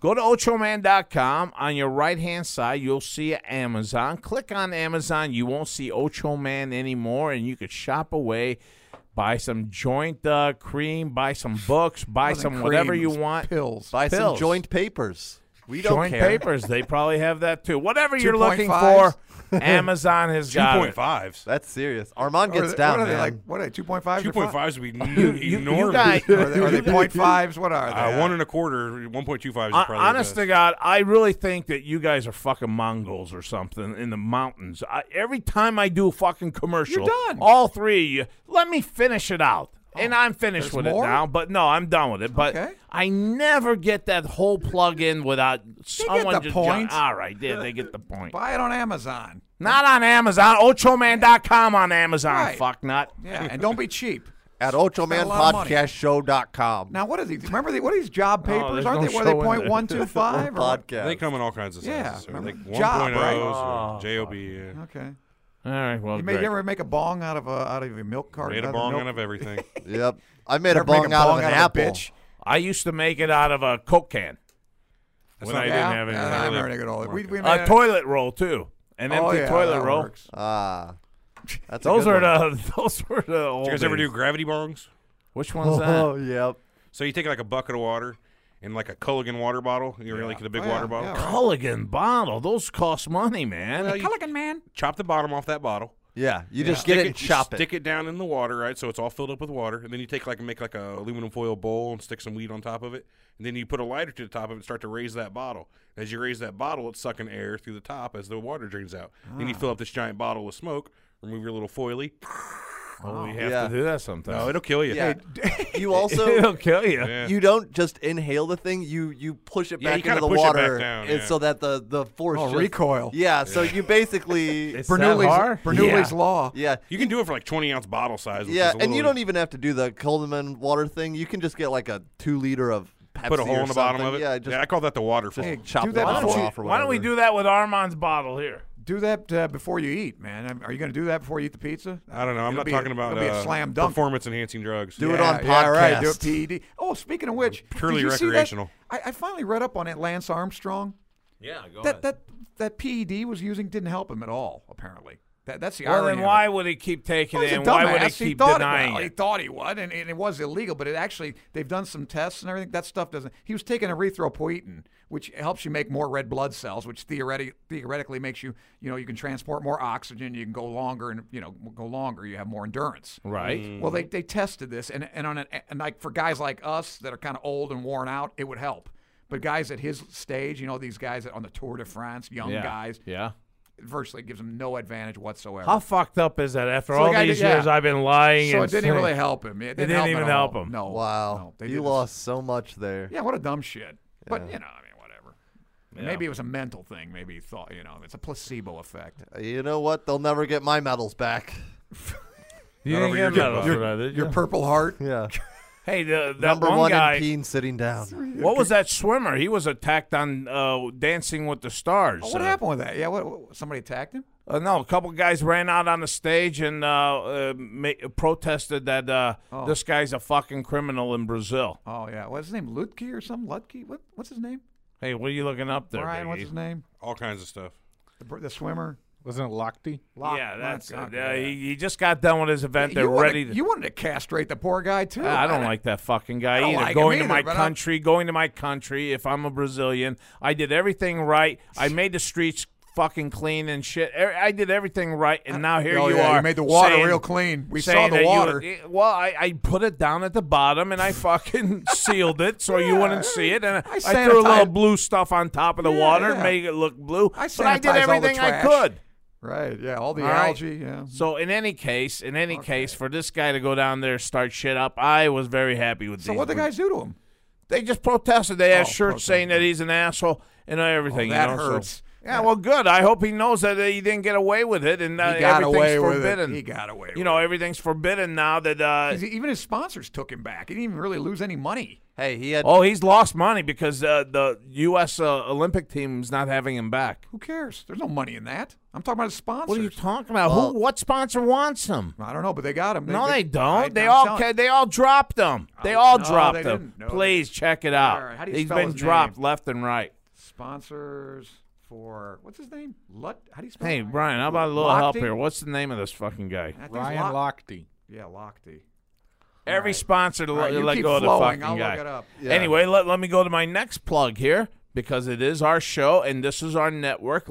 Speaker 3: Go to ochoman.com. On your right hand side, you'll see Amazon. Click on Amazon. You won't see Ocho Man anymore, and you could shop away. Buy some joint uh, cream. Buy some books. Buy
Speaker 5: Wasn't
Speaker 3: some
Speaker 5: cream,
Speaker 3: whatever you
Speaker 5: it was
Speaker 3: want.
Speaker 5: Pills.
Speaker 6: Buy some
Speaker 3: Pills.
Speaker 6: joint papers. We don't
Speaker 3: joint
Speaker 6: care.
Speaker 3: papers. They probably have that too. Whatever you're looking
Speaker 5: 2.5s.
Speaker 3: for, Amazon has
Speaker 4: Two
Speaker 3: got
Speaker 4: point
Speaker 3: it.
Speaker 4: fives.
Speaker 6: That's serious. Armand
Speaker 5: Or
Speaker 6: gets
Speaker 5: they-
Speaker 6: down,
Speaker 5: What are they
Speaker 6: man.
Speaker 5: like? What are they? Two point five?
Speaker 4: Two point fives would be
Speaker 3: you
Speaker 4: enormous.
Speaker 3: guys-
Speaker 5: Are they, are they point fives? What are they?
Speaker 4: Uh, one and a quarter, one point two five is
Speaker 3: Hon-
Speaker 4: probably. the
Speaker 3: honest
Speaker 4: best.
Speaker 3: to God, I really think that you guys are fucking Mongols or something in the mountains. I, every time I do a fucking commercial,
Speaker 5: You're done. Oh,
Speaker 3: all three of you, let me finish it out. and I'm finished
Speaker 5: there's
Speaker 3: with
Speaker 5: more?
Speaker 3: it now, but no, I'm done with it. But
Speaker 5: Okay.
Speaker 3: I never get that whole plug in without someone
Speaker 5: the
Speaker 3: just
Speaker 5: point.
Speaker 3: Jump. All right, yeah, they get the point.
Speaker 5: Buy it on Amazon.
Speaker 3: Not on Amazon. Ochoman.com on Amazon.
Speaker 5: Right.
Speaker 3: Fuck not.
Speaker 5: Yeah, and don't be cheap.
Speaker 6: At
Speaker 5: lot of money.
Speaker 6: OchoManPodcastShow.com.
Speaker 5: Now, what are these? Remember, the, what are these job
Speaker 3: No,
Speaker 5: papers?
Speaker 3: there's
Speaker 5: Aren't
Speaker 3: no
Speaker 5: they? Were they
Speaker 3: show in
Speaker 5: point
Speaker 3: there.
Speaker 5: one two five?
Speaker 6: podcast.
Speaker 4: They come in all kinds of
Speaker 5: Yeah,
Speaker 4: sizes. Yeah, like
Speaker 5: remember?
Speaker 4: one oh
Speaker 5: Job, right?
Speaker 3: Oh.
Speaker 4: or job. yeah.
Speaker 5: Okay.
Speaker 3: All right, well,
Speaker 5: You, made,
Speaker 3: great.
Speaker 5: you ever make a bong out of a out of your milk carton?
Speaker 4: Made a
Speaker 5: out of
Speaker 4: bong
Speaker 5: milk-
Speaker 4: out of everything.
Speaker 6: Yep. I made a
Speaker 5: Ever make
Speaker 6: bong out of an
Speaker 5: a
Speaker 6: apple.
Speaker 5: bitch?
Speaker 3: I used to make it out of a Coke can,
Speaker 4: That's
Speaker 3: When I
Speaker 4: not
Speaker 3: didn't
Speaker 5: Yeah,
Speaker 3: have any
Speaker 5: yeah,
Speaker 3: of
Speaker 5: I
Speaker 3: that.
Speaker 5: remember it all. We, we
Speaker 3: a
Speaker 5: made
Speaker 3: toilet roll too, an
Speaker 5: oh,
Speaker 3: empty
Speaker 5: yeah,
Speaker 3: toilet
Speaker 5: that
Speaker 3: roll.
Speaker 5: works.
Speaker 6: Ah. That's a
Speaker 3: Those
Speaker 6: good
Speaker 3: are
Speaker 6: one.
Speaker 3: the those were the old.
Speaker 4: Did you guys ever do
Speaker 3: days.
Speaker 4: gravity bongs?
Speaker 3: Which one's
Speaker 6: Oh,
Speaker 3: that?
Speaker 6: yep.
Speaker 4: So you take like a bucket of water and like a Culligan water bottle. You're like in a big
Speaker 5: Oh, yeah,
Speaker 4: water bottle.
Speaker 5: yeah, right.
Speaker 3: Culligan bottle. Those cost money, man.
Speaker 4: Well, you
Speaker 5: man.
Speaker 4: chop the bottom off that bottle.
Speaker 6: Yeah. You just
Speaker 4: Stick
Speaker 6: get it and
Speaker 4: you
Speaker 6: chop it.
Speaker 4: Stick it down in the water, right? So it's all filled up with water. And then you take like make like a aluminum foil bowl and stick some weed on top of it. And then you put a lighter to the top of it and start to raise that bottle. As you raise that bottle, it's sucking air through the top as the water drains out. Then
Speaker 6: Ah.
Speaker 4: you fill up this giant bottle with smoke. Remove your little foily.
Speaker 3: Oh, we have
Speaker 6: yeah.
Speaker 3: to do that sometimes.
Speaker 4: Oh, it'll kill you.
Speaker 6: Yeah. you also
Speaker 3: It'll kill you.
Speaker 4: Yeah.
Speaker 6: you don't just inhale the thing. You you push it
Speaker 4: Yeah, you
Speaker 6: back
Speaker 4: kinda
Speaker 6: into the
Speaker 4: push it back
Speaker 6: water,
Speaker 4: down,
Speaker 6: and
Speaker 4: yeah.
Speaker 6: so that the the force
Speaker 5: Oh,
Speaker 6: just-
Speaker 5: recoil.
Speaker 6: Yeah. So you basically
Speaker 3: It's that hard?
Speaker 5: Bernoulli's
Speaker 3: Yeah.
Speaker 5: law.
Speaker 6: yeah.
Speaker 4: You can do it for like 20 ounce bottle size. which
Speaker 6: Yeah,
Speaker 4: is a
Speaker 6: and you
Speaker 4: little-
Speaker 6: don't even have to do the Coleman water thing. You can just get like a two liter of Pepsi
Speaker 4: put a hole
Speaker 6: or
Speaker 4: in the bottom of
Speaker 6: something.
Speaker 4: it.
Speaker 6: Yeah, just
Speaker 4: I call that the waterfall.
Speaker 5: Hey,
Speaker 6: chop
Speaker 5: do
Speaker 6: the
Speaker 5: that
Speaker 3: Why
Speaker 6: bottom
Speaker 5: before you,
Speaker 6: off or
Speaker 3: Why don't we do
Speaker 6: whatever.
Speaker 3: that with Armand's bottle here?
Speaker 5: do that uh, before you eat, man. Um, Are you going to do that before you eat the pizza?
Speaker 4: I don't know. I'm
Speaker 5: It'll
Speaker 4: not
Speaker 5: be a-
Speaker 4: talking about
Speaker 5: it'll be a
Speaker 4: uh,
Speaker 5: slam dunk.
Speaker 4: performance enhancing drugs.
Speaker 6: Do it on
Speaker 5: Yeah, right. Do
Speaker 6: podcast.
Speaker 5: it PED. Oh, speaking of which, did
Speaker 4: Purely
Speaker 5: you see that?
Speaker 4: recreational.
Speaker 5: I, I finally read up on it. Lance Armstrong.
Speaker 9: Yeah, go
Speaker 5: That that that PED was using didn't help him at all. Apparently, that that's the
Speaker 3: Well,
Speaker 5: irony.
Speaker 3: then
Speaker 5: of it.
Speaker 3: why would he keep taking
Speaker 5: Well,
Speaker 3: it?
Speaker 5: he's a
Speaker 3: And why would he
Speaker 5: dumbass. he
Speaker 3: keep
Speaker 5: thought
Speaker 3: denying
Speaker 5: it, well, He
Speaker 3: it?
Speaker 5: thought he would, and, and it was illegal. But it actually, they've done some tests and everything. That stuff doesn't. He was taking erythropoietin, which helps you make more red blood cells, which theoretic, theoretically makes you, you know, you can transport more oxygen, you can go longer, and you know, go longer, you have more endurance.
Speaker 3: Right.
Speaker 5: Well, they, they tested this, and and on an, and like for guys like us that are kind of old and worn out, it would help. But guys at his stage, you know, these guys that on the Tour de France, young
Speaker 3: yeah.
Speaker 5: guys,
Speaker 3: Yeah.
Speaker 5: it virtually gives them no advantage whatsoever.
Speaker 3: How fucked up is that? After
Speaker 5: So
Speaker 3: all
Speaker 5: the guy
Speaker 3: these
Speaker 5: did- yeah.
Speaker 3: years, I've been lying.
Speaker 5: So
Speaker 3: and
Speaker 5: it didn't
Speaker 3: saying-
Speaker 5: really help him. It didn't,
Speaker 3: didn't
Speaker 5: help
Speaker 3: even
Speaker 5: at all.
Speaker 3: help him.
Speaker 5: No.
Speaker 6: Wow,
Speaker 5: No, they
Speaker 6: Oh, you
Speaker 5: didn't.
Speaker 6: lost so much there.
Speaker 5: Yeah, what a dumb shit. But you know, I mean, whatever. Maybe it was a mental thing. Maybe he thought, you know, it's a placebo effect.
Speaker 6: You know what? They'll never get my medals back.
Speaker 3: You didn't get medals for that, did
Speaker 5: Your
Speaker 3: you?
Speaker 5: purple heart.
Speaker 6: Yeah,
Speaker 3: Hey, the, that
Speaker 6: number one
Speaker 3: guy.
Speaker 6: in Peen sitting down.
Speaker 3: What was that swimmer? He was attacked on uh, Dancing with the Stars.
Speaker 5: Oh, what
Speaker 3: uh,
Speaker 5: happened with that? Yeah, what, what- somebody attacked him.
Speaker 3: Uh, no, a couple guys ran out on the stage and uh, uh, ma- protested that uh, this guy's a fucking criminal in Brazil.
Speaker 5: Oh yeah, what's his name? Lutke or something? Lutke? What? What's his name?
Speaker 3: Hey, what are you looking up there?
Speaker 5: Brian? What's
Speaker 3: Biggie?
Speaker 5: his name?
Speaker 4: All kinds of stuff.
Speaker 5: The, br- the swimmer.
Speaker 7: Wasn't it Lochte?
Speaker 5: Lock-
Speaker 3: yeah, that's
Speaker 5: Lock-
Speaker 3: it. Uh, he, he just got done with his event. They're
Speaker 5: you wanted-
Speaker 3: ready. to,
Speaker 5: you wanted to castrate the poor guy too.
Speaker 3: Uh, I don't like that fucking guy
Speaker 5: don't
Speaker 3: either.
Speaker 5: like him
Speaker 3: going to
Speaker 5: either,
Speaker 3: my
Speaker 5: but I-
Speaker 3: country, going to my country. If I'm a Brazilian, I did everything right. I made the streets fucking clean and shit. E- I did everything right, and now here
Speaker 5: Oh,
Speaker 3: you
Speaker 5: yeah,
Speaker 3: are.
Speaker 5: you made the water
Speaker 3: saying-
Speaker 5: real clean. We saw
Speaker 3: saying
Speaker 5: the
Speaker 3: that you-
Speaker 5: water.
Speaker 3: eh, well, I, I put it down at the bottom and I fucking sealed it so you wouldn't see it. And I,
Speaker 5: I
Speaker 3: threw a little
Speaker 5: sanitized-
Speaker 3: blue stuff on top of the water and
Speaker 5: yeah.
Speaker 3: made it look blue.
Speaker 5: I
Speaker 3: but I did
Speaker 5: sanitize all the
Speaker 3: everything I
Speaker 5: trash.
Speaker 3: could.
Speaker 5: Right? Yeah, all the
Speaker 3: All right.
Speaker 5: algae. Yeah.
Speaker 3: So in any case, in any case, for this guy to go down there start shit up, I was very happy with
Speaker 5: So
Speaker 3: these
Speaker 5: what the
Speaker 3: people.
Speaker 5: guys do to him?
Speaker 3: They just protested. They had
Speaker 5: Oh,
Speaker 3: shirts saying that he's an asshole and everything.
Speaker 5: Oh, that
Speaker 3: you know, so-
Speaker 5: hurts.
Speaker 3: yeah, well, good. I hope he knows that he didn't get away with it, and uh,
Speaker 5: He got
Speaker 3: everything's
Speaker 5: away with it.
Speaker 3: forbidden.
Speaker 5: He got away
Speaker 3: You
Speaker 5: with e-
Speaker 3: know, everything's forbidden now. That uh,
Speaker 5: 'Cause Even his sponsors took him back. He didn't even really lose any money.
Speaker 6: Hey, he had
Speaker 3: oh, he's lost money because uh, the U.S. Uh, Olympic team's not having him back.
Speaker 5: Who cares? There's no money in that. I'm talking about his sponsors.
Speaker 3: What are you talking about?
Speaker 6: Well-
Speaker 3: Who? What sponsor wants him?
Speaker 5: I don't know, but they got him.
Speaker 3: No, they
Speaker 5: I-
Speaker 3: don't. They
Speaker 5: I'm
Speaker 3: all
Speaker 5: telling-
Speaker 3: ca- they all dropped him. They all
Speaker 5: no,
Speaker 3: dropped
Speaker 5: they
Speaker 3: him.
Speaker 5: didn't. No, they
Speaker 3: Please check it out.
Speaker 5: All right, how do you
Speaker 3: He's
Speaker 5: spell
Speaker 3: been
Speaker 5: his
Speaker 3: dropped
Speaker 5: name?
Speaker 3: left and right.
Speaker 5: sponsors for what's his name? Lut. How do you spell?
Speaker 3: Hey,
Speaker 5: it?
Speaker 3: Brian, how about a little help
Speaker 5: Lochte?
Speaker 3: here? What's the name of this fucking guy?
Speaker 5: I think it's
Speaker 7: Ryan
Speaker 5: Lock-
Speaker 7: Lochte.
Speaker 5: yeah, Lochte.
Speaker 3: Every sponsor to
Speaker 5: All right,
Speaker 3: let,
Speaker 5: you
Speaker 3: let
Speaker 5: keep
Speaker 3: go of the
Speaker 5: flowing.
Speaker 3: fucking
Speaker 5: I'll
Speaker 3: guy.
Speaker 5: look it up.
Speaker 3: Anyway, let, let me go to my next plug here. because it is our show and this is our network,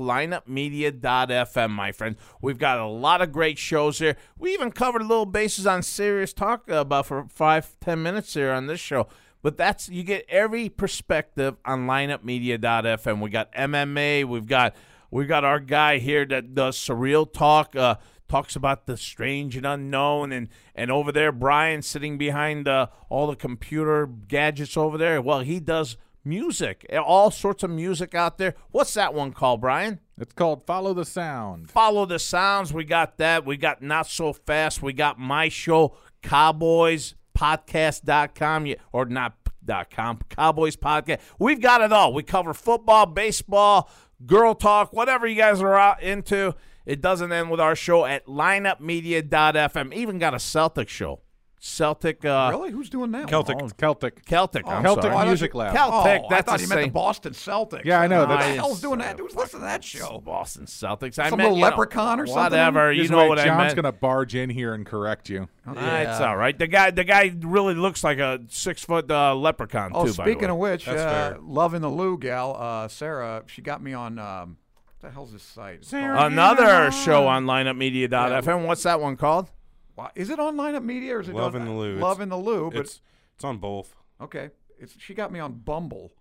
Speaker 3: lineupmedia.fm, my friends. We've got a lot of great shows here. We even covered a little bases on serious talk about for five, ten minutes here on this show. But that's you get every perspective on lineupmedia.fm. We got MMA, we've got we've got our guy here that does surreal talk, uh, talks about the strange and unknown, and and over there Brian sitting behind uh, all the computer gadgets over there. Well, he does music, all sorts of music out there. What's that one called, Brian?
Speaker 7: It's called Follow the Sound.
Speaker 3: Follow the Sounds. We got that. We got Not So Fast. We got my show, Cowboys Podcast.com, Yeah, or not dot .com, Cowboys Podcast. We've got it all. We cover football, baseball, girl talk, whatever you guys are out into. It doesn't end with our show at lineupmedia.fm. Even got a Celtic show. Celtic, uh,
Speaker 5: Really? Who's doing that?
Speaker 4: Celtic.
Speaker 7: Oh, Celtic.
Speaker 3: Celtic. I'm
Speaker 7: Celtic
Speaker 3: sorry.
Speaker 7: Music Lab.
Speaker 3: Celtic.
Speaker 5: Oh,
Speaker 3: that's
Speaker 5: I thought
Speaker 3: the
Speaker 5: he meant
Speaker 3: same-
Speaker 5: the Boston Celtics.
Speaker 7: Yeah, I know.
Speaker 5: What the
Speaker 7: That's,
Speaker 3: Nice.
Speaker 5: hell's doing that? Who's listening to that show?
Speaker 3: Boston Celtics. I
Speaker 5: Some
Speaker 3: meant,
Speaker 5: little
Speaker 3: you know,
Speaker 5: leprechaun or something?
Speaker 3: Whatever. You
Speaker 7: Here's
Speaker 3: know
Speaker 7: the way
Speaker 3: what
Speaker 7: John's
Speaker 3: I meant.
Speaker 7: gonna barge in here and correct you.
Speaker 3: Ah, it's all right. The guy, the guy really looks like a six foot uh, leprechaun
Speaker 5: Oh,
Speaker 3: too.
Speaker 5: speaking
Speaker 3: by the
Speaker 5: of
Speaker 3: way.
Speaker 5: which,
Speaker 4: That's
Speaker 5: uh,
Speaker 4: fair.
Speaker 5: Love in the Lou gal, uh, Sarah, she got me on, um, what the hell's this site? It's called-
Speaker 3: another show on lineupmedia.fm. What's that one called?
Speaker 5: Why- Is it on Lineup Media or is it
Speaker 4: Love
Speaker 5: on,
Speaker 4: in the Lou.
Speaker 5: Love
Speaker 4: It's-
Speaker 5: in the Lou, but
Speaker 4: It's it's on both.
Speaker 5: okay. It's, she got me on Bumble.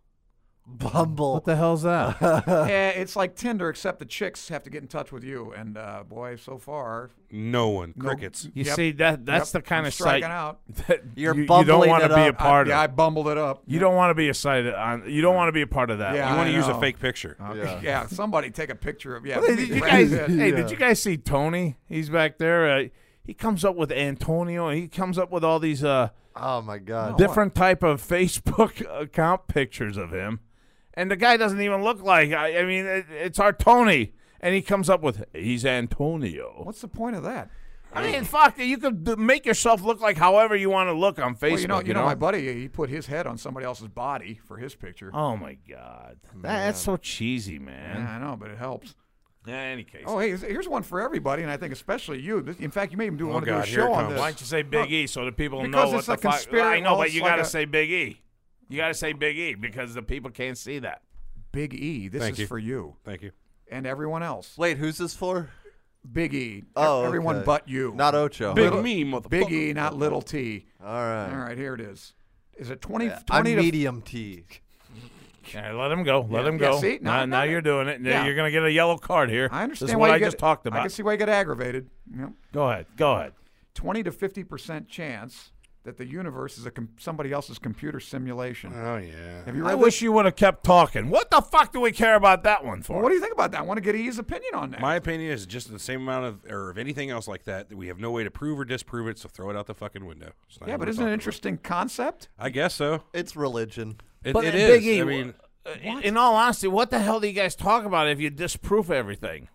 Speaker 6: Bumble.
Speaker 3: the hell's that?
Speaker 5: Eh, it's like Tinder, except the chicks have to get in touch with you. And uh, boy, so far,
Speaker 4: No one. Crickets.
Speaker 3: you
Speaker 5: Yep.
Speaker 3: see that that's
Speaker 5: yep,
Speaker 3: the kind
Speaker 5: I'm
Speaker 3: of site
Speaker 5: striking out.
Speaker 3: that
Speaker 6: You're
Speaker 3: you, you don't
Speaker 6: bumbling
Speaker 3: want to
Speaker 6: it
Speaker 3: be a
Speaker 6: up. I-
Speaker 3: part
Speaker 5: yeah, I
Speaker 3: of.
Speaker 5: bumbled it up.
Speaker 3: You don't want to be a site on. You don't want to be a part of that.
Speaker 5: Yeah,
Speaker 4: You want
Speaker 5: I
Speaker 4: to use
Speaker 5: know. Uh,
Speaker 4: a fake picture.
Speaker 5: yeah, somebody take a picture of yeah.
Speaker 3: Hey,
Speaker 5: give me
Speaker 3: did you
Speaker 5: the
Speaker 3: guys?
Speaker 5: Brad Pitt.
Speaker 3: Hey, did you guys see Tony? He's back there. Uh, he comes up with Antonio. and He comes up with all these. Uh,
Speaker 6: Oh my god.
Speaker 3: different type of Facebook account pictures of him, and the guy doesn't even look like. I, I mean, it, it's our Tony, and he comes up with he's Antonio.
Speaker 5: What's the point of that?
Speaker 3: I mean, fuck, you could d- make yourself look like however you want to look on Facebook.
Speaker 5: Well, you know, you,
Speaker 3: you
Speaker 5: know, my buddy, he put his head on somebody else's body for his picture.
Speaker 3: Oh my god, that's so cheesy,
Speaker 5: Yeah,
Speaker 3: man.
Speaker 5: I know, but it helps.
Speaker 3: In any case,
Speaker 5: Oh, hey, here's- here's one for everybody, and I think especially you. This- In fact, you may even do want to do a
Speaker 4: God, here it
Speaker 5: show on
Speaker 4: comes.
Speaker 5: this.
Speaker 3: why don't you say Big E so the people know
Speaker 5: Because
Speaker 3: what
Speaker 5: it's
Speaker 3: the
Speaker 5: a
Speaker 3: fuck?
Speaker 5: conspira-
Speaker 3: I know,
Speaker 5: well,
Speaker 3: but
Speaker 5: it's
Speaker 3: you
Speaker 5: like
Speaker 3: gotta
Speaker 5: a-
Speaker 3: say Big E. You gotta say Big E because the people can't see that.
Speaker 5: Big E, this
Speaker 4: Thank
Speaker 5: is
Speaker 4: you.
Speaker 5: for you
Speaker 4: Thank you.
Speaker 5: and everyone else.
Speaker 6: Wait, who's this for?
Speaker 5: Big E, e-
Speaker 6: Oh,
Speaker 5: everyone
Speaker 6: okay.
Speaker 5: but you.
Speaker 6: Not Ocho.
Speaker 4: Big
Speaker 5: Little-
Speaker 4: me, motherfucker.
Speaker 5: Big E, not little T.
Speaker 6: All right.
Speaker 5: All right, here it is. Is it 20,
Speaker 6: Yeah,
Speaker 5: 20
Speaker 6: I'm
Speaker 5: to
Speaker 6: medium T.
Speaker 3: Yeah, let him go. Let
Speaker 5: Yeah,
Speaker 3: him
Speaker 5: yeah,
Speaker 3: go.
Speaker 5: see? No,
Speaker 3: now,
Speaker 5: I'm
Speaker 3: now
Speaker 5: not-
Speaker 3: you're doing it. Now
Speaker 5: Yeah.
Speaker 3: You're going to get a yellow card here.
Speaker 5: I understand
Speaker 3: this is
Speaker 5: why
Speaker 3: what
Speaker 5: you
Speaker 3: I
Speaker 5: get,
Speaker 3: just talked
Speaker 5: I
Speaker 3: about.
Speaker 5: can see why you get aggravated. Yep.
Speaker 3: Go ahead. Go ahead.
Speaker 5: 20 to 50% chance that the universe is a com- somebody else's computer simulation.
Speaker 4: Oh yeah.
Speaker 5: Have you
Speaker 3: I
Speaker 5: read
Speaker 3: wish you would have kept talking. What the fuck do we care about that one for?
Speaker 5: Well, what do you think about that? I want to get E's opinion on that.
Speaker 4: My opinion is just the same amount of or of anything else like that that we have no way to prove or disprove it, so throw it out the fucking window. It's not
Speaker 5: yeah,
Speaker 4: even
Speaker 5: but
Speaker 4: worth
Speaker 5: isn't it an
Speaker 4: talking
Speaker 5: interesting concept?
Speaker 4: about. I guess so.
Speaker 6: It's religion.
Speaker 4: It,
Speaker 3: but
Speaker 4: it
Speaker 3: uh, Big
Speaker 4: is.
Speaker 3: E,
Speaker 4: I mean,
Speaker 3: uh, in all honesty, what the hell do you guys talk about if you disprove everything?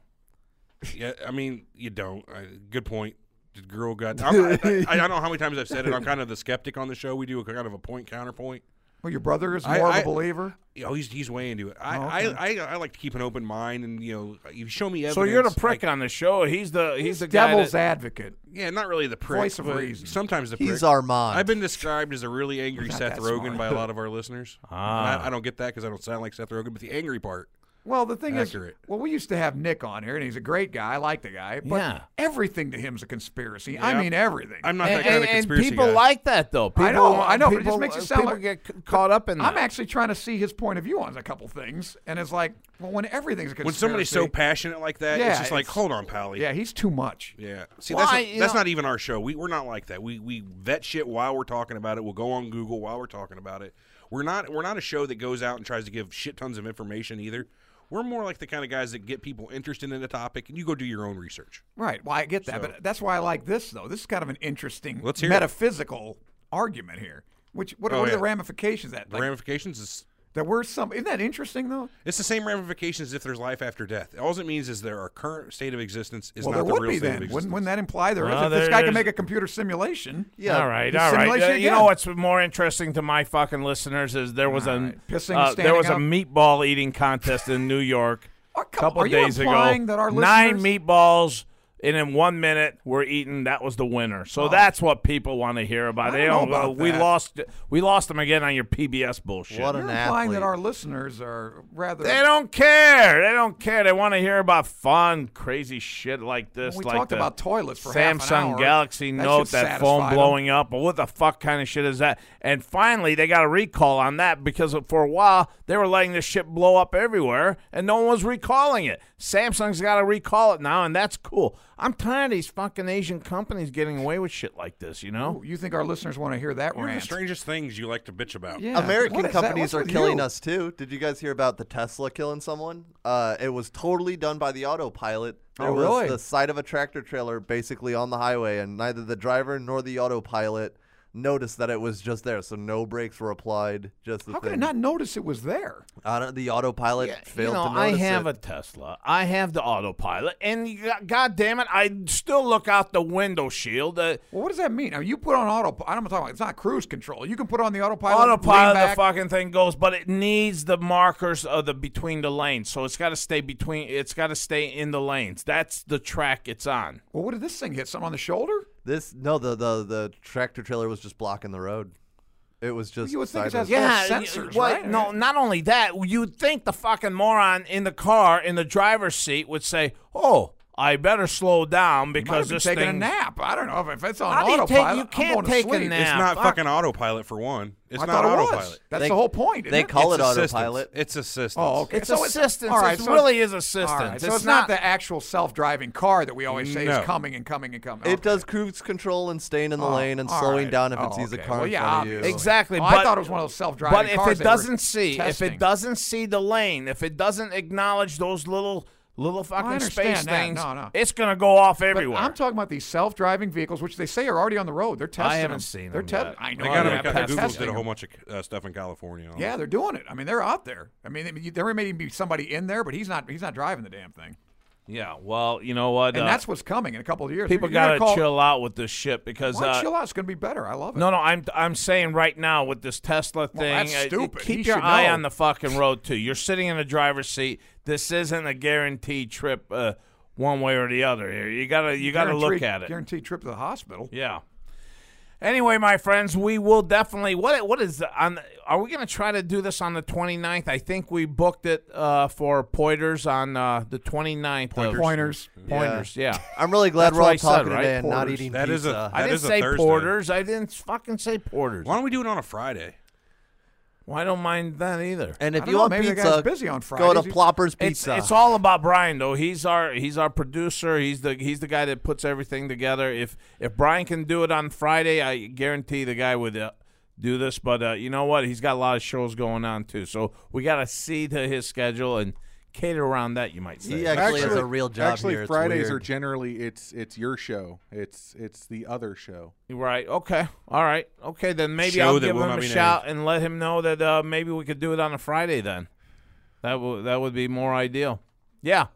Speaker 4: yeah, I mean, you don't. I, good point. The girl got. I'm, I, I, I don't know how many times I've said it. I'm kind of the skeptic on the show. We do a kind of a point counterpoint.
Speaker 5: Well, your brother is
Speaker 4: I-
Speaker 5: more of
Speaker 4: I-
Speaker 5: a believer.
Speaker 4: You know, he's he's way into it. I, I, I I like to keep an open mind, and you know, you show me evidence.
Speaker 3: So you're the
Speaker 4: like-
Speaker 3: prick on the show. He's the he's, the guy
Speaker 5: Devil's
Speaker 3: that,
Speaker 5: advocate.
Speaker 4: Yeah, not really the prick.
Speaker 5: Voice of
Speaker 4: but
Speaker 5: reason.
Speaker 4: Sometimes the prick.
Speaker 6: He's Armand.
Speaker 4: I've been described as a really angry Seth
Speaker 5: that
Speaker 4: Rogen
Speaker 5: smart.
Speaker 4: by a lot of our listeners. And I, I don't get that because I don't sound like Seth Rogen, but the angry part.
Speaker 5: Well, the thing
Speaker 4: Accurate.
Speaker 5: is, well, we used to have Nick on here, and he's a great guy. I like the guy, but
Speaker 3: Yeah.
Speaker 5: everything to him's a conspiracy. I
Speaker 4: Yeah.
Speaker 5: mean, everything.
Speaker 4: I'm not
Speaker 3: and,
Speaker 4: that kind
Speaker 3: and-
Speaker 4: of
Speaker 3: and
Speaker 4: conspiracy
Speaker 3: people
Speaker 4: guy.
Speaker 3: like that though. People,
Speaker 5: I know, I know, but
Speaker 3: People, uh,
Speaker 5: it just makes you sound
Speaker 3: people
Speaker 5: like-
Speaker 3: get c- caught up in that.
Speaker 5: I'm actually trying to see his point of view on a couple things, and it's like, well, when everything's a conspiracy,
Speaker 4: when somebody's so passionate like that,
Speaker 5: Yeah,
Speaker 4: it's just like,
Speaker 5: it's-
Speaker 4: hold on, Pally.
Speaker 5: yeah, he's too much.
Speaker 4: Yeah. See,
Speaker 3: Well,
Speaker 4: that's,
Speaker 3: I-
Speaker 4: not,
Speaker 3: you
Speaker 4: that's
Speaker 3: know-
Speaker 4: not even our show. We, we're not like that. We, we vet shit while we're talking about it. We'll go on Google while we're talking about it. We're not we're not a show that goes out and tries to give shit tons of information either. We're more like the kind of guys that get people interested in a topic, and you go do your own research.
Speaker 5: Right. Well, I get that, but that's why I like this though. This is kind of an interesting
Speaker 4: Let's hear it.
Speaker 5: metaphysical argument here. Which what,
Speaker 4: Oh,
Speaker 5: what are the
Speaker 4: yeah.
Speaker 5: ramifications of that
Speaker 4: The
Speaker 5: like,
Speaker 4: ramifications is
Speaker 5: that we're some isn't that interesting though?
Speaker 4: It's the same ramifications as if there's life after death. All it means is there our current state of existence is
Speaker 5: well,
Speaker 4: not
Speaker 5: there
Speaker 4: the
Speaker 5: would
Speaker 4: real state
Speaker 5: be
Speaker 4: of
Speaker 5: then.
Speaker 4: existence.
Speaker 5: Wouldn't, wouldn't that imply there is?
Speaker 3: Well,
Speaker 5: if this
Speaker 3: there-
Speaker 5: guy can
Speaker 3: there's-
Speaker 5: make a computer simulation,
Speaker 6: Yeah.
Speaker 3: all right,
Speaker 5: He's
Speaker 3: all right.
Speaker 5: simulation
Speaker 3: Uh, you know
Speaker 5: again.
Speaker 3: what's more interesting to my fucking listeners is there was a
Speaker 5: right. Pissing and
Speaker 3: uh, there was a
Speaker 5: standing
Speaker 3: meatball eating contest in New York
Speaker 5: Are-
Speaker 3: a couple
Speaker 5: Oh, are you
Speaker 3: days ago.
Speaker 5: implying that our
Speaker 3: nine
Speaker 5: listeners-
Speaker 3: meatballs and in one minute we're eating. That was the winner. So that's what people want to hear about.
Speaker 5: Oh. I
Speaker 3: they don't.
Speaker 5: don't know
Speaker 3: go,
Speaker 5: about
Speaker 3: we
Speaker 5: that."
Speaker 3: lost. We lost them again on your PBS bullshit.
Speaker 6: What
Speaker 5: You're
Speaker 6: an
Speaker 5: implying
Speaker 6: athlete.
Speaker 5: that our listeners are rather.
Speaker 3: They don't care. They don't care. They want to hear about fun, crazy shit like this.
Speaker 5: we
Speaker 3: like
Speaker 5: talked
Speaker 3: the
Speaker 5: about toilets for half an
Speaker 3: Samsung
Speaker 5: hour.
Speaker 3: Galaxy
Speaker 5: That
Speaker 3: Note,
Speaker 5: should
Speaker 3: that
Speaker 5: satisfy
Speaker 3: phone
Speaker 5: them.
Speaker 3: blowing up. Well, what the fuck kind of shit is that? And finally, they got a recall on that because for a while they were letting this shit blow up everywhere, and no one was recalling it. Samsung's got to recall it now, and that's cool. I'm tired of these fucking Asian companies getting away with shit like this. You know.
Speaker 5: Ooh, Oh, you think our listeners want to hear that
Speaker 4: One of the
Speaker 5: rant?
Speaker 4: strangest things you like to bitch about.
Speaker 5: Yeah, what
Speaker 6: American
Speaker 5: is that?
Speaker 6: companies
Speaker 5: What's
Speaker 6: are
Speaker 5: with
Speaker 6: killing
Speaker 5: you?
Speaker 6: us too. Did you guys hear about the Tesla killing someone? Uh, it was totally done by the autopilot. There
Speaker 5: Oh,
Speaker 6: was
Speaker 5: really?
Speaker 6: the side of a tractor trailer basically on the highway, and neither the driver nor the autopilot noticed that it was just there. So no brakes were applied. Just the
Speaker 5: How could I
Speaker 6: thing.
Speaker 5: not notice it was there?
Speaker 6: I don't, the autopilot
Speaker 3: you
Speaker 6: failed
Speaker 3: know,
Speaker 6: to notice
Speaker 3: I have
Speaker 6: it.
Speaker 3: a Tesla. I have the autopilot, and you got- God damn it, I still look out the window shield. Uh,
Speaker 5: Well, what does that mean? Now, you put on auto. I'm talking about. It's not cruise control. You can put on the autopilot. lean
Speaker 3: autopilot, the
Speaker 5: back.
Speaker 3: fucking thing goes, but it needs the markers of the between the lanes, so it's got to stay between. It's got to stay in the lanes. That's the track it's on.
Speaker 5: Well, what did this thing hit? Someone on the shoulder?
Speaker 6: This no, the, the the tractor trailer was just blocking the road. It was just
Speaker 5: You would think it
Speaker 6: sideways.
Speaker 5: has yeah, sensors,
Speaker 3: well,
Speaker 5: right?
Speaker 3: No, not only that, you'd think the fucking moron in the car in the driver's seat would say, "Oh, I better slow down
Speaker 5: Might have
Speaker 3: because
Speaker 5: been
Speaker 3: this
Speaker 5: taking
Speaker 3: thing."
Speaker 5: a nap. I don't know if, if it's on
Speaker 3: How do you take-
Speaker 5: autopilot.
Speaker 3: you
Speaker 5: I'm
Speaker 3: can't
Speaker 5: going to
Speaker 3: take a
Speaker 5: sleep.
Speaker 3: nap.
Speaker 4: It's not
Speaker 3: fuck.
Speaker 4: fucking autopilot for one. It's
Speaker 5: I
Speaker 4: not
Speaker 5: thought it was.
Speaker 4: autopilot.
Speaker 5: That's
Speaker 6: They-
Speaker 5: the whole point. isn't
Speaker 6: They
Speaker 5: it?
Speaker 6: call
Speaker 4: It's
Speaker 6: it
Speaker 4: assistance.
Speaker 6: autopilot.
Speaker 4: It's assistance.
Speaker 5: Oh, okay.
Speaker 3: It's
Speaker 5: so
Speaker 3: assistance.
Speaker 5: It's, all right,
Speaker 3: It
Speaker 5: so
Speaker 3: really is
Speaker 5: all
Speaker 3: assistance.
Speaker 5: right, so
Speaker 3: It's
Speaker 5: it's, not,
Speaker 3: not-
Speaker 5: the actual self-driving car that we always say
Speaker 4: No.
Speaker 5: is coming and coming and coming.
Speaker 6: It does cruise control and staying in the
Speaker 5: Oh,
Speaker 6: lane and
Speaker 5: all
Speaker 6: slowing
Speaker 5: right.
Speaker 6: down if
Speaker 5: Oh,
Speaker 6: it sees
Speaker 5: okay.
Speaker 6: a car
Speaker 5: Well,
Speaker 6: in
Speaker 5: yeah,
Speaker 6: front of you.
Speaker 5: obviously.
Speaker 3: Exactly.
Speaker 5: Oh,
Speaker 3: but,
Speaker 5: I thought it was one of those self-driving
Speaker 3: But if
Speaker 5: cars
Speaker 3: it
Speaker 5: they were
Speaker 3: doesn't see, if it
Speaker 5: testing.
Speaker 3: doesn't see the lane, if it doesn't acknowledge those little little fucking
Speaker 5: understand
Speaker 3: space
Speaker 5: that.
Speaker 3: things,
Speaker 5: No, no.
Speaker 3: it's gonna go off
Speaker 5: But
Speaker 3: everywhere.
Speaker 5: I'm talking about these self-driving vehicles, which they say are already on the road. They're testing.
Speaker 3: I haven't
Speaker 5: them.
Speaker 3: seen
Speaker 5: They're
Speaker 3: them
Speaker 5: testing.
Speaker 3: yet.
Speaker 5: I know.
Speaker 4: They got
Speaker 5: they're
Speaker 4: them
Speaker 3: yeah,
Speaker 4: because
Speaker 5: testing
Speaker 4: Google did a
Speaker 5: them.
Speaker 4: whole bunch of uh, stuff in California. and all
Speaker 5: Yeah,
Speaker 4: that.
Speaker 5: they're doing it. I mean, they're out there. I mean, they- there may even be somebody in there, but he's not. He's not driving the damn thing.
Speaker 3: yeah. Well, you know what?
Speaker 5: And
Speaker 3: uh,
Speaker 5: that's what's coming in a couple of years.
Speaker 3: people
Speaker 5: You're gonna
Speaker 3: gotta
Speaker 5: call-
Speaker 3: chill out with this shit because
Speaker 5: Why
Speaker 3: uh,
Speaker 5: chill out? It's going to be better. I love it.
Speaker 3: no, no, I'm I'm saying right now with this Tesla thing,
Speaker 5: that's
Speaker 3: uh,
Speaker 5: stupid.
Speaker 3: keep
Speaker 5: He
Speaker 3: your
Speaker 5: should
Speaker 3: eye
Speaker 5: know.
Speaker 3: on the fucking road too. You're sitting in the driver's seat. This isn't a guaranteed trip, uh, one way or the other. Here, you gotta you gotta look
Speaker 5: Guaranteed-
Speaker 3: at it.
Speaker 5: Guaranteed trip to the hospital.
Speaker 3: Yeah. Anyway, my friends, we will definitely what what is the, on the, are we going to try to do this on the 29th? I think we booked it uh, for pointers on uh, the 29th. Pointers.
Speaker 5: Pointers.
Speaker 3: Pointers, yeah.
Speaker 6: I'm really glad
Speaker 3: That's
Speaker 6: we're
Speaker 3: what
Speaker 6: all
Speaker 3: I said,
Speaker 6: talking
Speaker 3: right?
Speaker 6: today and not
Speaker 3: Porters.
Speaker 6: eating
Speaker 4: That is
Speaker 6: pizza.
Speaker 4: a-
Speaker 3: I
Speaker 4: That
Speaker 3: didn't
Speaker 4: is a
Speaker 3: say
Speaker 4: Thursday.
Speaker 3: porters. I didn't fucking say porters.
Speaker 4: Why don't we do it on a Friday?
Speaker 3: Well, I don't mind that either.
Speaker 6: and
Speaker 5: I
Speaker 6: if
Speaker 5: don't
Speaker 6: you
Speaker 5: know,
Speaker 6: want
Speaker 5: maybe the
Speaker 6: pizza,
Speaker 5: guy's busy on
Speaker 6: go
Speaker 5: Fridays.
Speaker 6: to
Speaker 5: He's-
Speaker 6: Plopper's
Speaker 3: It's,
Speaker 6: Pizza.
Speaker 3: it's all about Brian though. He's our he's our producer. He's the he's the guy that puts everything together. If if Brian can do it on Friday, I guarantee the guy would uh, do this. But uh, you know what? He's got a lot of shows going on too. So we got to see to his schedule and cater around that. You might say.
Speaker 6: he actually, has a real job
Speaker 7: Actually,
Speaker 6: here. It's
Speaker 7: Fridays
Speaker 6: weird.
Speaker 7: are generally it's it's your show. It's it's the other show.
Speaker 3: Right. Okay. All right. Okay. Then maybe
Speaker 4: Show
Speaker 3: I'll
Speaker 4: that
Speaker 3: give
Speaker 4: will
Speaker 3: him
Speaker 4: not
Speaker 3: a
Speaker 4: be
Speaker 3: shout and let him know that uh, maybe we could do it on a Friday. Then that would that would be more ideal. Yeah.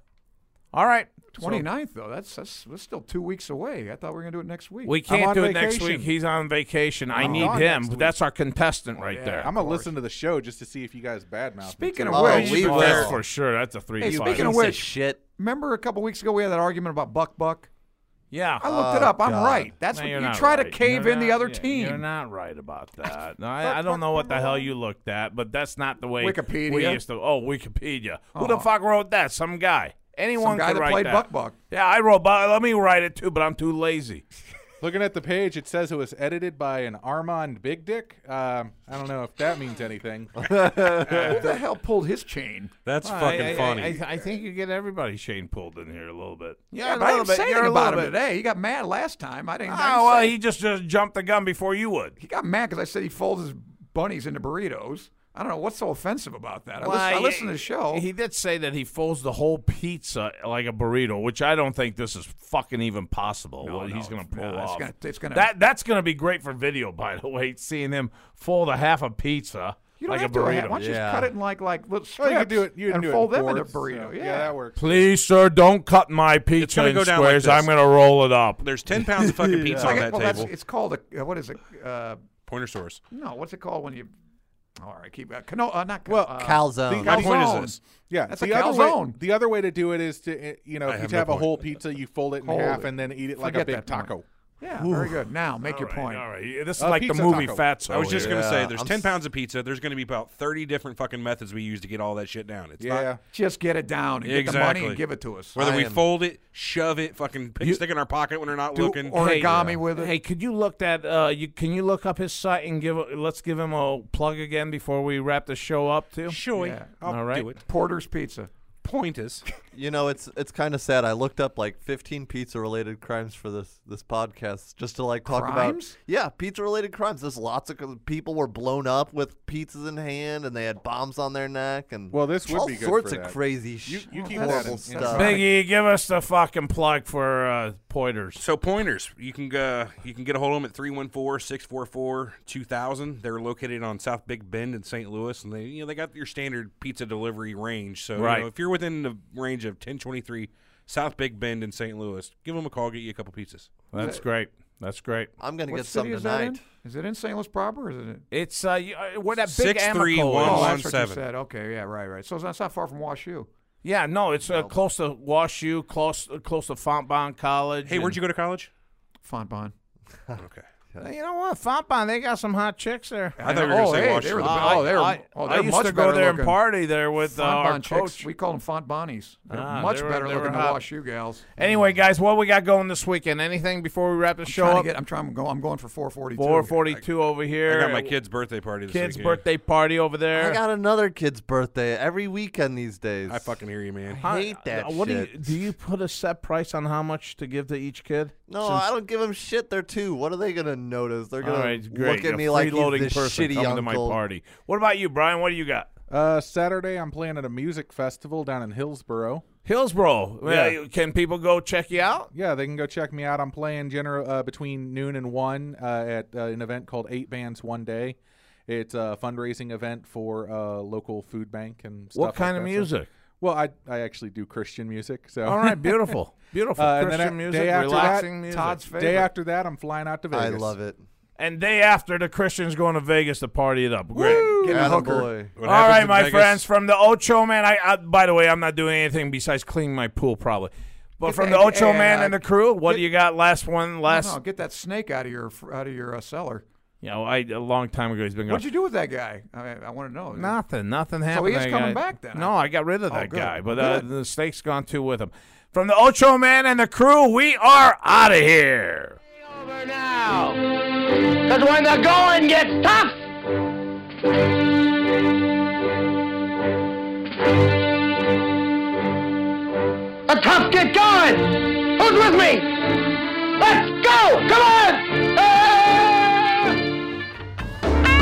Speaker 3: All right. So-
Speaker 5: 29th, though. That's, that's, that's still two weeks away. I thought we were going to do it next week.
Speaker 3: We
Speaker 7: I'm
Speaker 3: can't
Speaker 7: on
Speaker 3: do it next
Speaker 7: vacation.
Speaker 3: week. He's on vacation. I
Speaker 7: I'm
Speaker 3: need
Speaker 7: gone
Speaker 3: him.
Speaker 7: next week.
Speaker 3: That's our contestant right
Speaker 5: yeah.
Speaker 3: there.
Speaker 7: I'm gonna listen to the show just to see if you guys badmouth. me
Speaker 5: Speaking
Speaker 7: too.
Speaker 5: of
Speaker 6: Oh,
Speaker 5: which,
Speaker 6: we
Speaker 3: Oh,
Speaker 6: will.
Speaker 3: that's for sure. That's a three.
Speaker 5: Hey,
Speaker 3: to
Speaker 5: speaking
Speaker 3: five.
Speaker 5: of
Speaker 6: Piece
Speaker 5: which-
Speaker 6: shit.
Speaker 5: remember a couple weeks ago we had that argument about Buck Buck?
Speaker 3: yeah.
Speaker 5: I looked it up. I'm
Speaker 6: God.
Speaker 5: right. That's
Speaker 3: No,
Speaker 5: what
Speaker 3: you're
Speaker 5: you
Speaker 3: not
Speaker 5: try to
Speaker 3: right.
Speaker 5: cave
Speaker 3: You're
Speaker 5: in the
Speaker 3: not-
Speaker 5: other
Speaker 3: yeah,
Speaker 5: team.
Speaker 3: You're not right about that. No, I, I don't know what the hell you looked at, but that's not the way we
Speaker 5: Wikipedia. Uh-huh.
Speaker 3: used to. Oh, Wikipedia. Who the fuck wrote that? Some guy. Anyone
Speaker 5: Some guy
Speaker 3: could
Speaker 5: that
Speaker 3: write
Speaker 5: played
Speaker 3: that.
Speaker 5: Buck Buck.
Speaker 3: Yeah, I wrote. Buck. Let me write it too, but I'm too lazy.
Speaker 7: Looking at the page, it says it was edited by an Armand Big Dick. Um, I don't know if that means anything.
Speaker 5: Who the hell pulled his chain?
Speaker 4: That's
Speaker 3: I-
Speaker 4: fucking
Speaker 3: I,
Speaker 4: funny.
Speaker 3: I, I, think you get everybody Shane pulled in here a little bit. Yeah,
Speaker 5: Yeah,
Speaker 3: a
Speaker 5: but I
Speaker 3: little
Speaker 5: didn't
Speaker 3: bit.
Speaker 5: say
Speaker 3: You're
Speaker 5: anything
Speaker 3: a
Speaker 5: about
Speaker 3: little
Speaker 5: him
Speaker 3: bit.
Speaker 5: today. He got mad last time. I didn't. I didn't
Speaker 3: Oh well,
Speaker 5: say-
Speaker 3: he just just jumped the gun before you would.
Speaker 5: he got mad because I said he folds his bunnies into burritos. I don't know what's so offensive about that. I,
Speaker 3: Well,
Speaker 5: listen, I
Speaker 3: he-
Speaker 5: listen to the show.
Speaker 3: He did say that he folds the whole pizza like a burrito, which I don't think this is fucking even possible. what
Speaker 5: no,
Speaker 3: he's going to
Speaker 5: no,
Speaker 3: pull
Speaker 5: it's
Speaker 3: off.
Speaker 5: gonna- it's gonna-
Speaker 3: that that's going to be great for video, by the way. Seeing him fold a half a pizza
Speaker 5: you don't
Speaker 3: like
Speaker 5: have
Speaker 3: a
Speaker 5: to.
Speaker 3: burrito.
Speaker 5: Why don't you just
Speaker 6: Yeah.
Speaker 5: cut it in like like little strips
Speaker 7: Well, you could do it. You can
Speaker 5: and
Speaker 7: do it
Speaker 5: fold
Speaker 7: in
Speaker 5: them into
Speaker 7: fours,
Speaker 5: burrito.
Speaker 7: so,
Speaker 5: yeah. Uh,
Speaker 7: that works.
Speaker 3: Please, sir, don't cut my pizza
Speaker 4: gonna
Speaker 3: in
Speaker 4: go down like
Speaker 3: squares.
Speaker 4: this.
Speaker 3: I'm going to roll it up.
Speaker 4: There's ten pounds of fucking pizza
Speaker 5: It's
Speaker 4: on
Speaker 5: like a-
Speaker 4: that
Speaker 5: well, that's,
Speaker 4: table.
Speaker 5: it's called a uh, what is it? Uh,
Speaker 4: Pointer source.
Speaker 5: no, what's it called when you All right, keep uh, cano- uh, not
Speaker 7: Well,
Speaker 5: uh,
Speaker 6: Calzone.
Speaker 4: My point
Speaker 5: calzone.
Speaker 4: is this.
Speaker 7: Yeah,
Speaker 5: That's
Speaker 7: the
Speaker 5: a
Speaker 7: other way.
Speaker 5: calzone.
Speaker 7: The other way to do it is to uh, you know
Speaker 4: I
Speaker 7: if you
Speaker 4: have
Speaker 7: have,
Speaker 4: no
Speaker 7: a
Speaker 4: point.
Speaker 7: whole pizza, you fold it in
Speaker 5: Fold
Speaker 7: half
Speaker 5: it.
Speaker 7: and then eat it like
Speaker 5: Forget
Speaker 7: a big
Speaker 5: that point.
Speaker 7: taco.
Speaker 5: Yeah, very good. Now make your point.
Speaker 3: All right. Yeah, This is
Speaker 7: Uh,
Speaker 3: like the
Speaker 7: pizza
Speaker 3: movie
Speaker 7: taco.
Speaker 3: Fatso.
Speaker 4: I was just
Speaker 3: here.
Speaker 4: gonna
Speaker 6: Yeah,
Speaker 4: say, there's
Speaker 6: I'm
Speaker 4: ten
Speaker 6: s-
Speaker 4: pounds of pizza. There's gonna be about thirty different fucking methods we use to get all that shit down. It's
Speaker 7: Yeah,
Speaker 4: not
Speaker 5: Just get it down and get the money
Speaker 4: Exactly.
Speaker 5: and give it to us.
Speaker 4: whether
Speaker 6: I
Speaker 4: we
Speaker 6: am-
Speaker 4: fold it, shove it, fucking pick, stick it in our pocket when we're not
Speaker 5: Do
Speaker 4: looking.
Speaker 5: origami
Speaker 4: Hey,
Speaker 5: with it.
Speaker 3: Hey, could you look that? Uh, you can you look up his site and give? Let's give him a plug again before we wrap the show up too.
Speaker 4: Sure,
Speaker 5: Yeah.
Speaker 4: I'll
Speaker 3: All right.
Speaker 4: do it.
Speaker 5: Porter's pizza.
Speaker 4: Point is,
Speaker 6: You know, it's it's kind of sad. I looked up like 15 pizza-related crimes for this this podcast just to like talk
Speaker 5: Crimes?
Speaker 6: about. Yeah, pizza-related crimes. There's lots of c- people were blown up with pizzas in hand, and they had bombs on their neck, and
Speaker 7: Well, this would
Speaker 6: all
Speaker 7: be good
Speaker 6: sorts
Speaker 7: for
Speaker 6: of
Speaker 7: that.
Speaker 6: crazy,
Speaker 7: You-
Speaker 6: sh-
Speaker 7: you keep that in-
Speaker 6: horrible
Speaker 7: in
Speaker 6: stuff.
Speaker 7: mind.
Speaker 3: Biggie, give us the fucking plug for uh, Pointers.
Speaker 4: so pointers. You can uh, you can get a hold of them at 314-644-2000. They're located on South Big Bend in St. Louis, and they you know they got your standard pizza delivery range. So you
Speaker 3: Right.
Speaker 4: know, if you're within the range of ten twenty three South Big Bend in St. Louis, give them a call. Get you a couple pizzas.
Speaker 3: That's great. That's great.
Speaker 6: I'm gonna
Speaker 5: What
Speaker 6: get some
Speaker 5: city is that in?
Speaker 6: tonight.
Speaker 5: Is it in St. Louis proper? Or is it? In,
Speaker 3: It's uh, you, uh, where that big
Speaker 4: Six,
Speaker 3: Amoco
Speaker 4: three,
Speaker 3: is.
Speaker 4: one,
Speaker 5: oh,
Speaker 4: one.
Speaker 5: that's what you
Speaker 4: 117.
Speaker 5: said. Okay, yeah, right, right. So that's not far from WashU.
Speaker 3: Yeah, no, it's uh, close to WashU, close uh, close to Fontbonne College.
Speaker 4: Hey, where'd you go to college?
Speaker 5: Fontbon.
Speaker 4: Okay.
Speaker 3: go? uh, You know what, Fontbonne, they got some hot chicks there.
Speaker 4: I thought you were gonna
Speaker 5: oh,
Speaker 4: say
Speaker 5: hey,
Speaker 4: Washington.
Speaker 5: They were the,
Speaker 3: Uh,
Speaker 5: oh, they were,
Speaker 3: I,
Speaker 5: oh,
Speaker 3: I
Speaker 5: they're
Speaker 3: used
Speaker 5: much
Speaker 3: to go
Speaker 5: better
Speaker 3: there
Speaker 5: looking.
Speaker 3: and party there with uh, our
Speaker 5: Fontbon chicks.
Speaker 3: coach.
Speaker 5: We call them Font Bonnies. They're
Speaker 3: Ah,
Speaker 5: much
Speaker 3: they were-
Speaker 5: better
Speaker 3: they were
Speaker 5: looking than
Speaker 3: hot.
Speaker 5: WashU gals.
Speaker 3: Anyway, guys, what we got going this weekend? Anything before we wrap the show
Speaker 5: trying
Speaker 3: up?
Speaker 5: to get, I'm trying. I'm going. I'm going for 442.
Speaker 3: 442 over
Speaker 4: I
Speaker 3: here.
Speaker 4: got my kid's birthday party. This
Speaker 3: Kids'
Speaker 4: weekend.
Speaker 3: birthday party over
Speaker 6: I
Speaker 3: there.
Speaker 6: got another kid's birthday every weekend these days.
Speaker 4: I fucking hear you, man.
Speaker 3: Huh?
Speaker 6: hate that
Speaker 3: Uh, What do you
Speaker 6: shit.
Speaker 3: do? You put a set price on how much to give to each kid?
Speaker 6: No, I don't give them shit. They're two. What are they gonna notice? They're
Speaker 3: All
Speaker 6: gonna
Speaker 3: right,
Speaker 6: look
Speaker 3: great.
Speaker 6: at
Speaker 3: a
Speaker 6: me like he's
Speaker 3: freeloading
Speaker 6: this
Speaker 3: person
Speaker 6: shitty
Speaker 3: coming
Speaker 6: uncle.
Speaker 3: to my party. What about you, Brian? What do you got?
Speaker 7: Uh, Saturday, I'm playing at a music festival down in Hillsboro.
Speaker 3: Hillsboro.
Speaker 7: Yeah.
Speaker 3: Uh, can people go check you out?
Speaker 7: Yeah, they can go check me out. I'm playing general uh, between noon and one uh, at uh, an event called Eight Bands One Day. It's a fundraising event for a local food bank and stuff
Speaker 3: What
Speaker 7: like
Speaker 3: kind of
Speaker 7: that. So-
Speaker 3: music?
Speaker 7: well, I I actually do Christian music. So
Speaker 3: All right, beautiful, beautiful
Speaker 7: Uh, and then
Speaker 3: Christian
Speaker 7: a-
Speaker 3: music,
Speaker 7: day after
Speaker 3: relaxing
Speaker 7: that,
Speaker 3: music.
Speaker 7: Todd's favorite. Day after that, I'm flying out to Vegas.
Speaker 6: I love it.
Speaker 3: and day after the Christians going to Vegas to party it up. Great.
Speaker 6: Get a
Speaker 5: hooker.
Speaker 6: boy.
Speaker 4: What
Speaker 3: All
Speaker 4: happens
Speaker 3: right,
Speaker 4: in
Speaker 3: my
Speaker 4: Vegas-
Speaker 3: friends, from the Ocho Man. I, I by the way, I'm not doing anything besides cleaning my pool, probably. But from the
Speaker 5: and-
Speaker 3: Ocho
Speaker 5: and,
Speaker 3: Man
Speaker 5: uh,
Speaker 3: and the crew, what
Speaker 5: get-
Speaker 3: do you got? Last one,
Speaker 5: No,
Speaker 3: last.
Speaker 5: no, get that snake out of your out of your uh, cellar.
Speaker 3: You know, I a long time ago he's been
Speaker 5: What'd
Speaker 3: gone.
Speaker 5: you do with that guy? I, I want to know.
Speaker 3: Nothing, nothing happened.
Speaker 5: he is
Speaker 3: to that
Speaker 5: coming
Speaker 3: guy.
Speaker 5: back then,
Speaker 3: No,
Speaker 5: huh? Oh,
Speaker 3: I got rid of that
Speaker 5: good,
Speaker 3: guy, but uh,
Speaker 5: good.
Speaker 3: the snake's gone too with him. From the Ocho Man and the crew, we are out of here.
Speaker 9: over now. Because when the going gets tough, the tough get going. Who's with me? Let's go! Come on! Ah!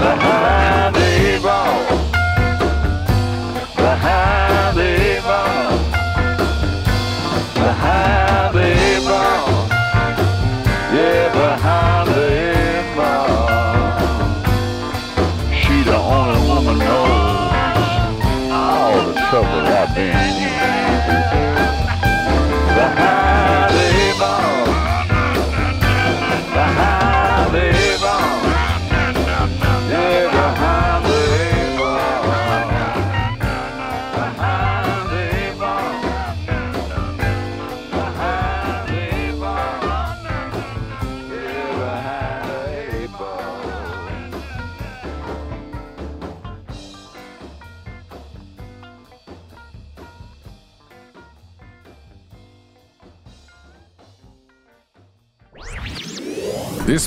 Speaker 2: Behind the eight ball. Behind the eight ball. Behind the eight ball. Yeah, behind the eight ball. She the only woman knows all the trouble I've been in. Behind the eight ball. Behind the eight ball. Yeah, behind the eight ball. Behind the eight ball. Behind the eight ball. Yeah, behind the eight ball.
Speaker 10: This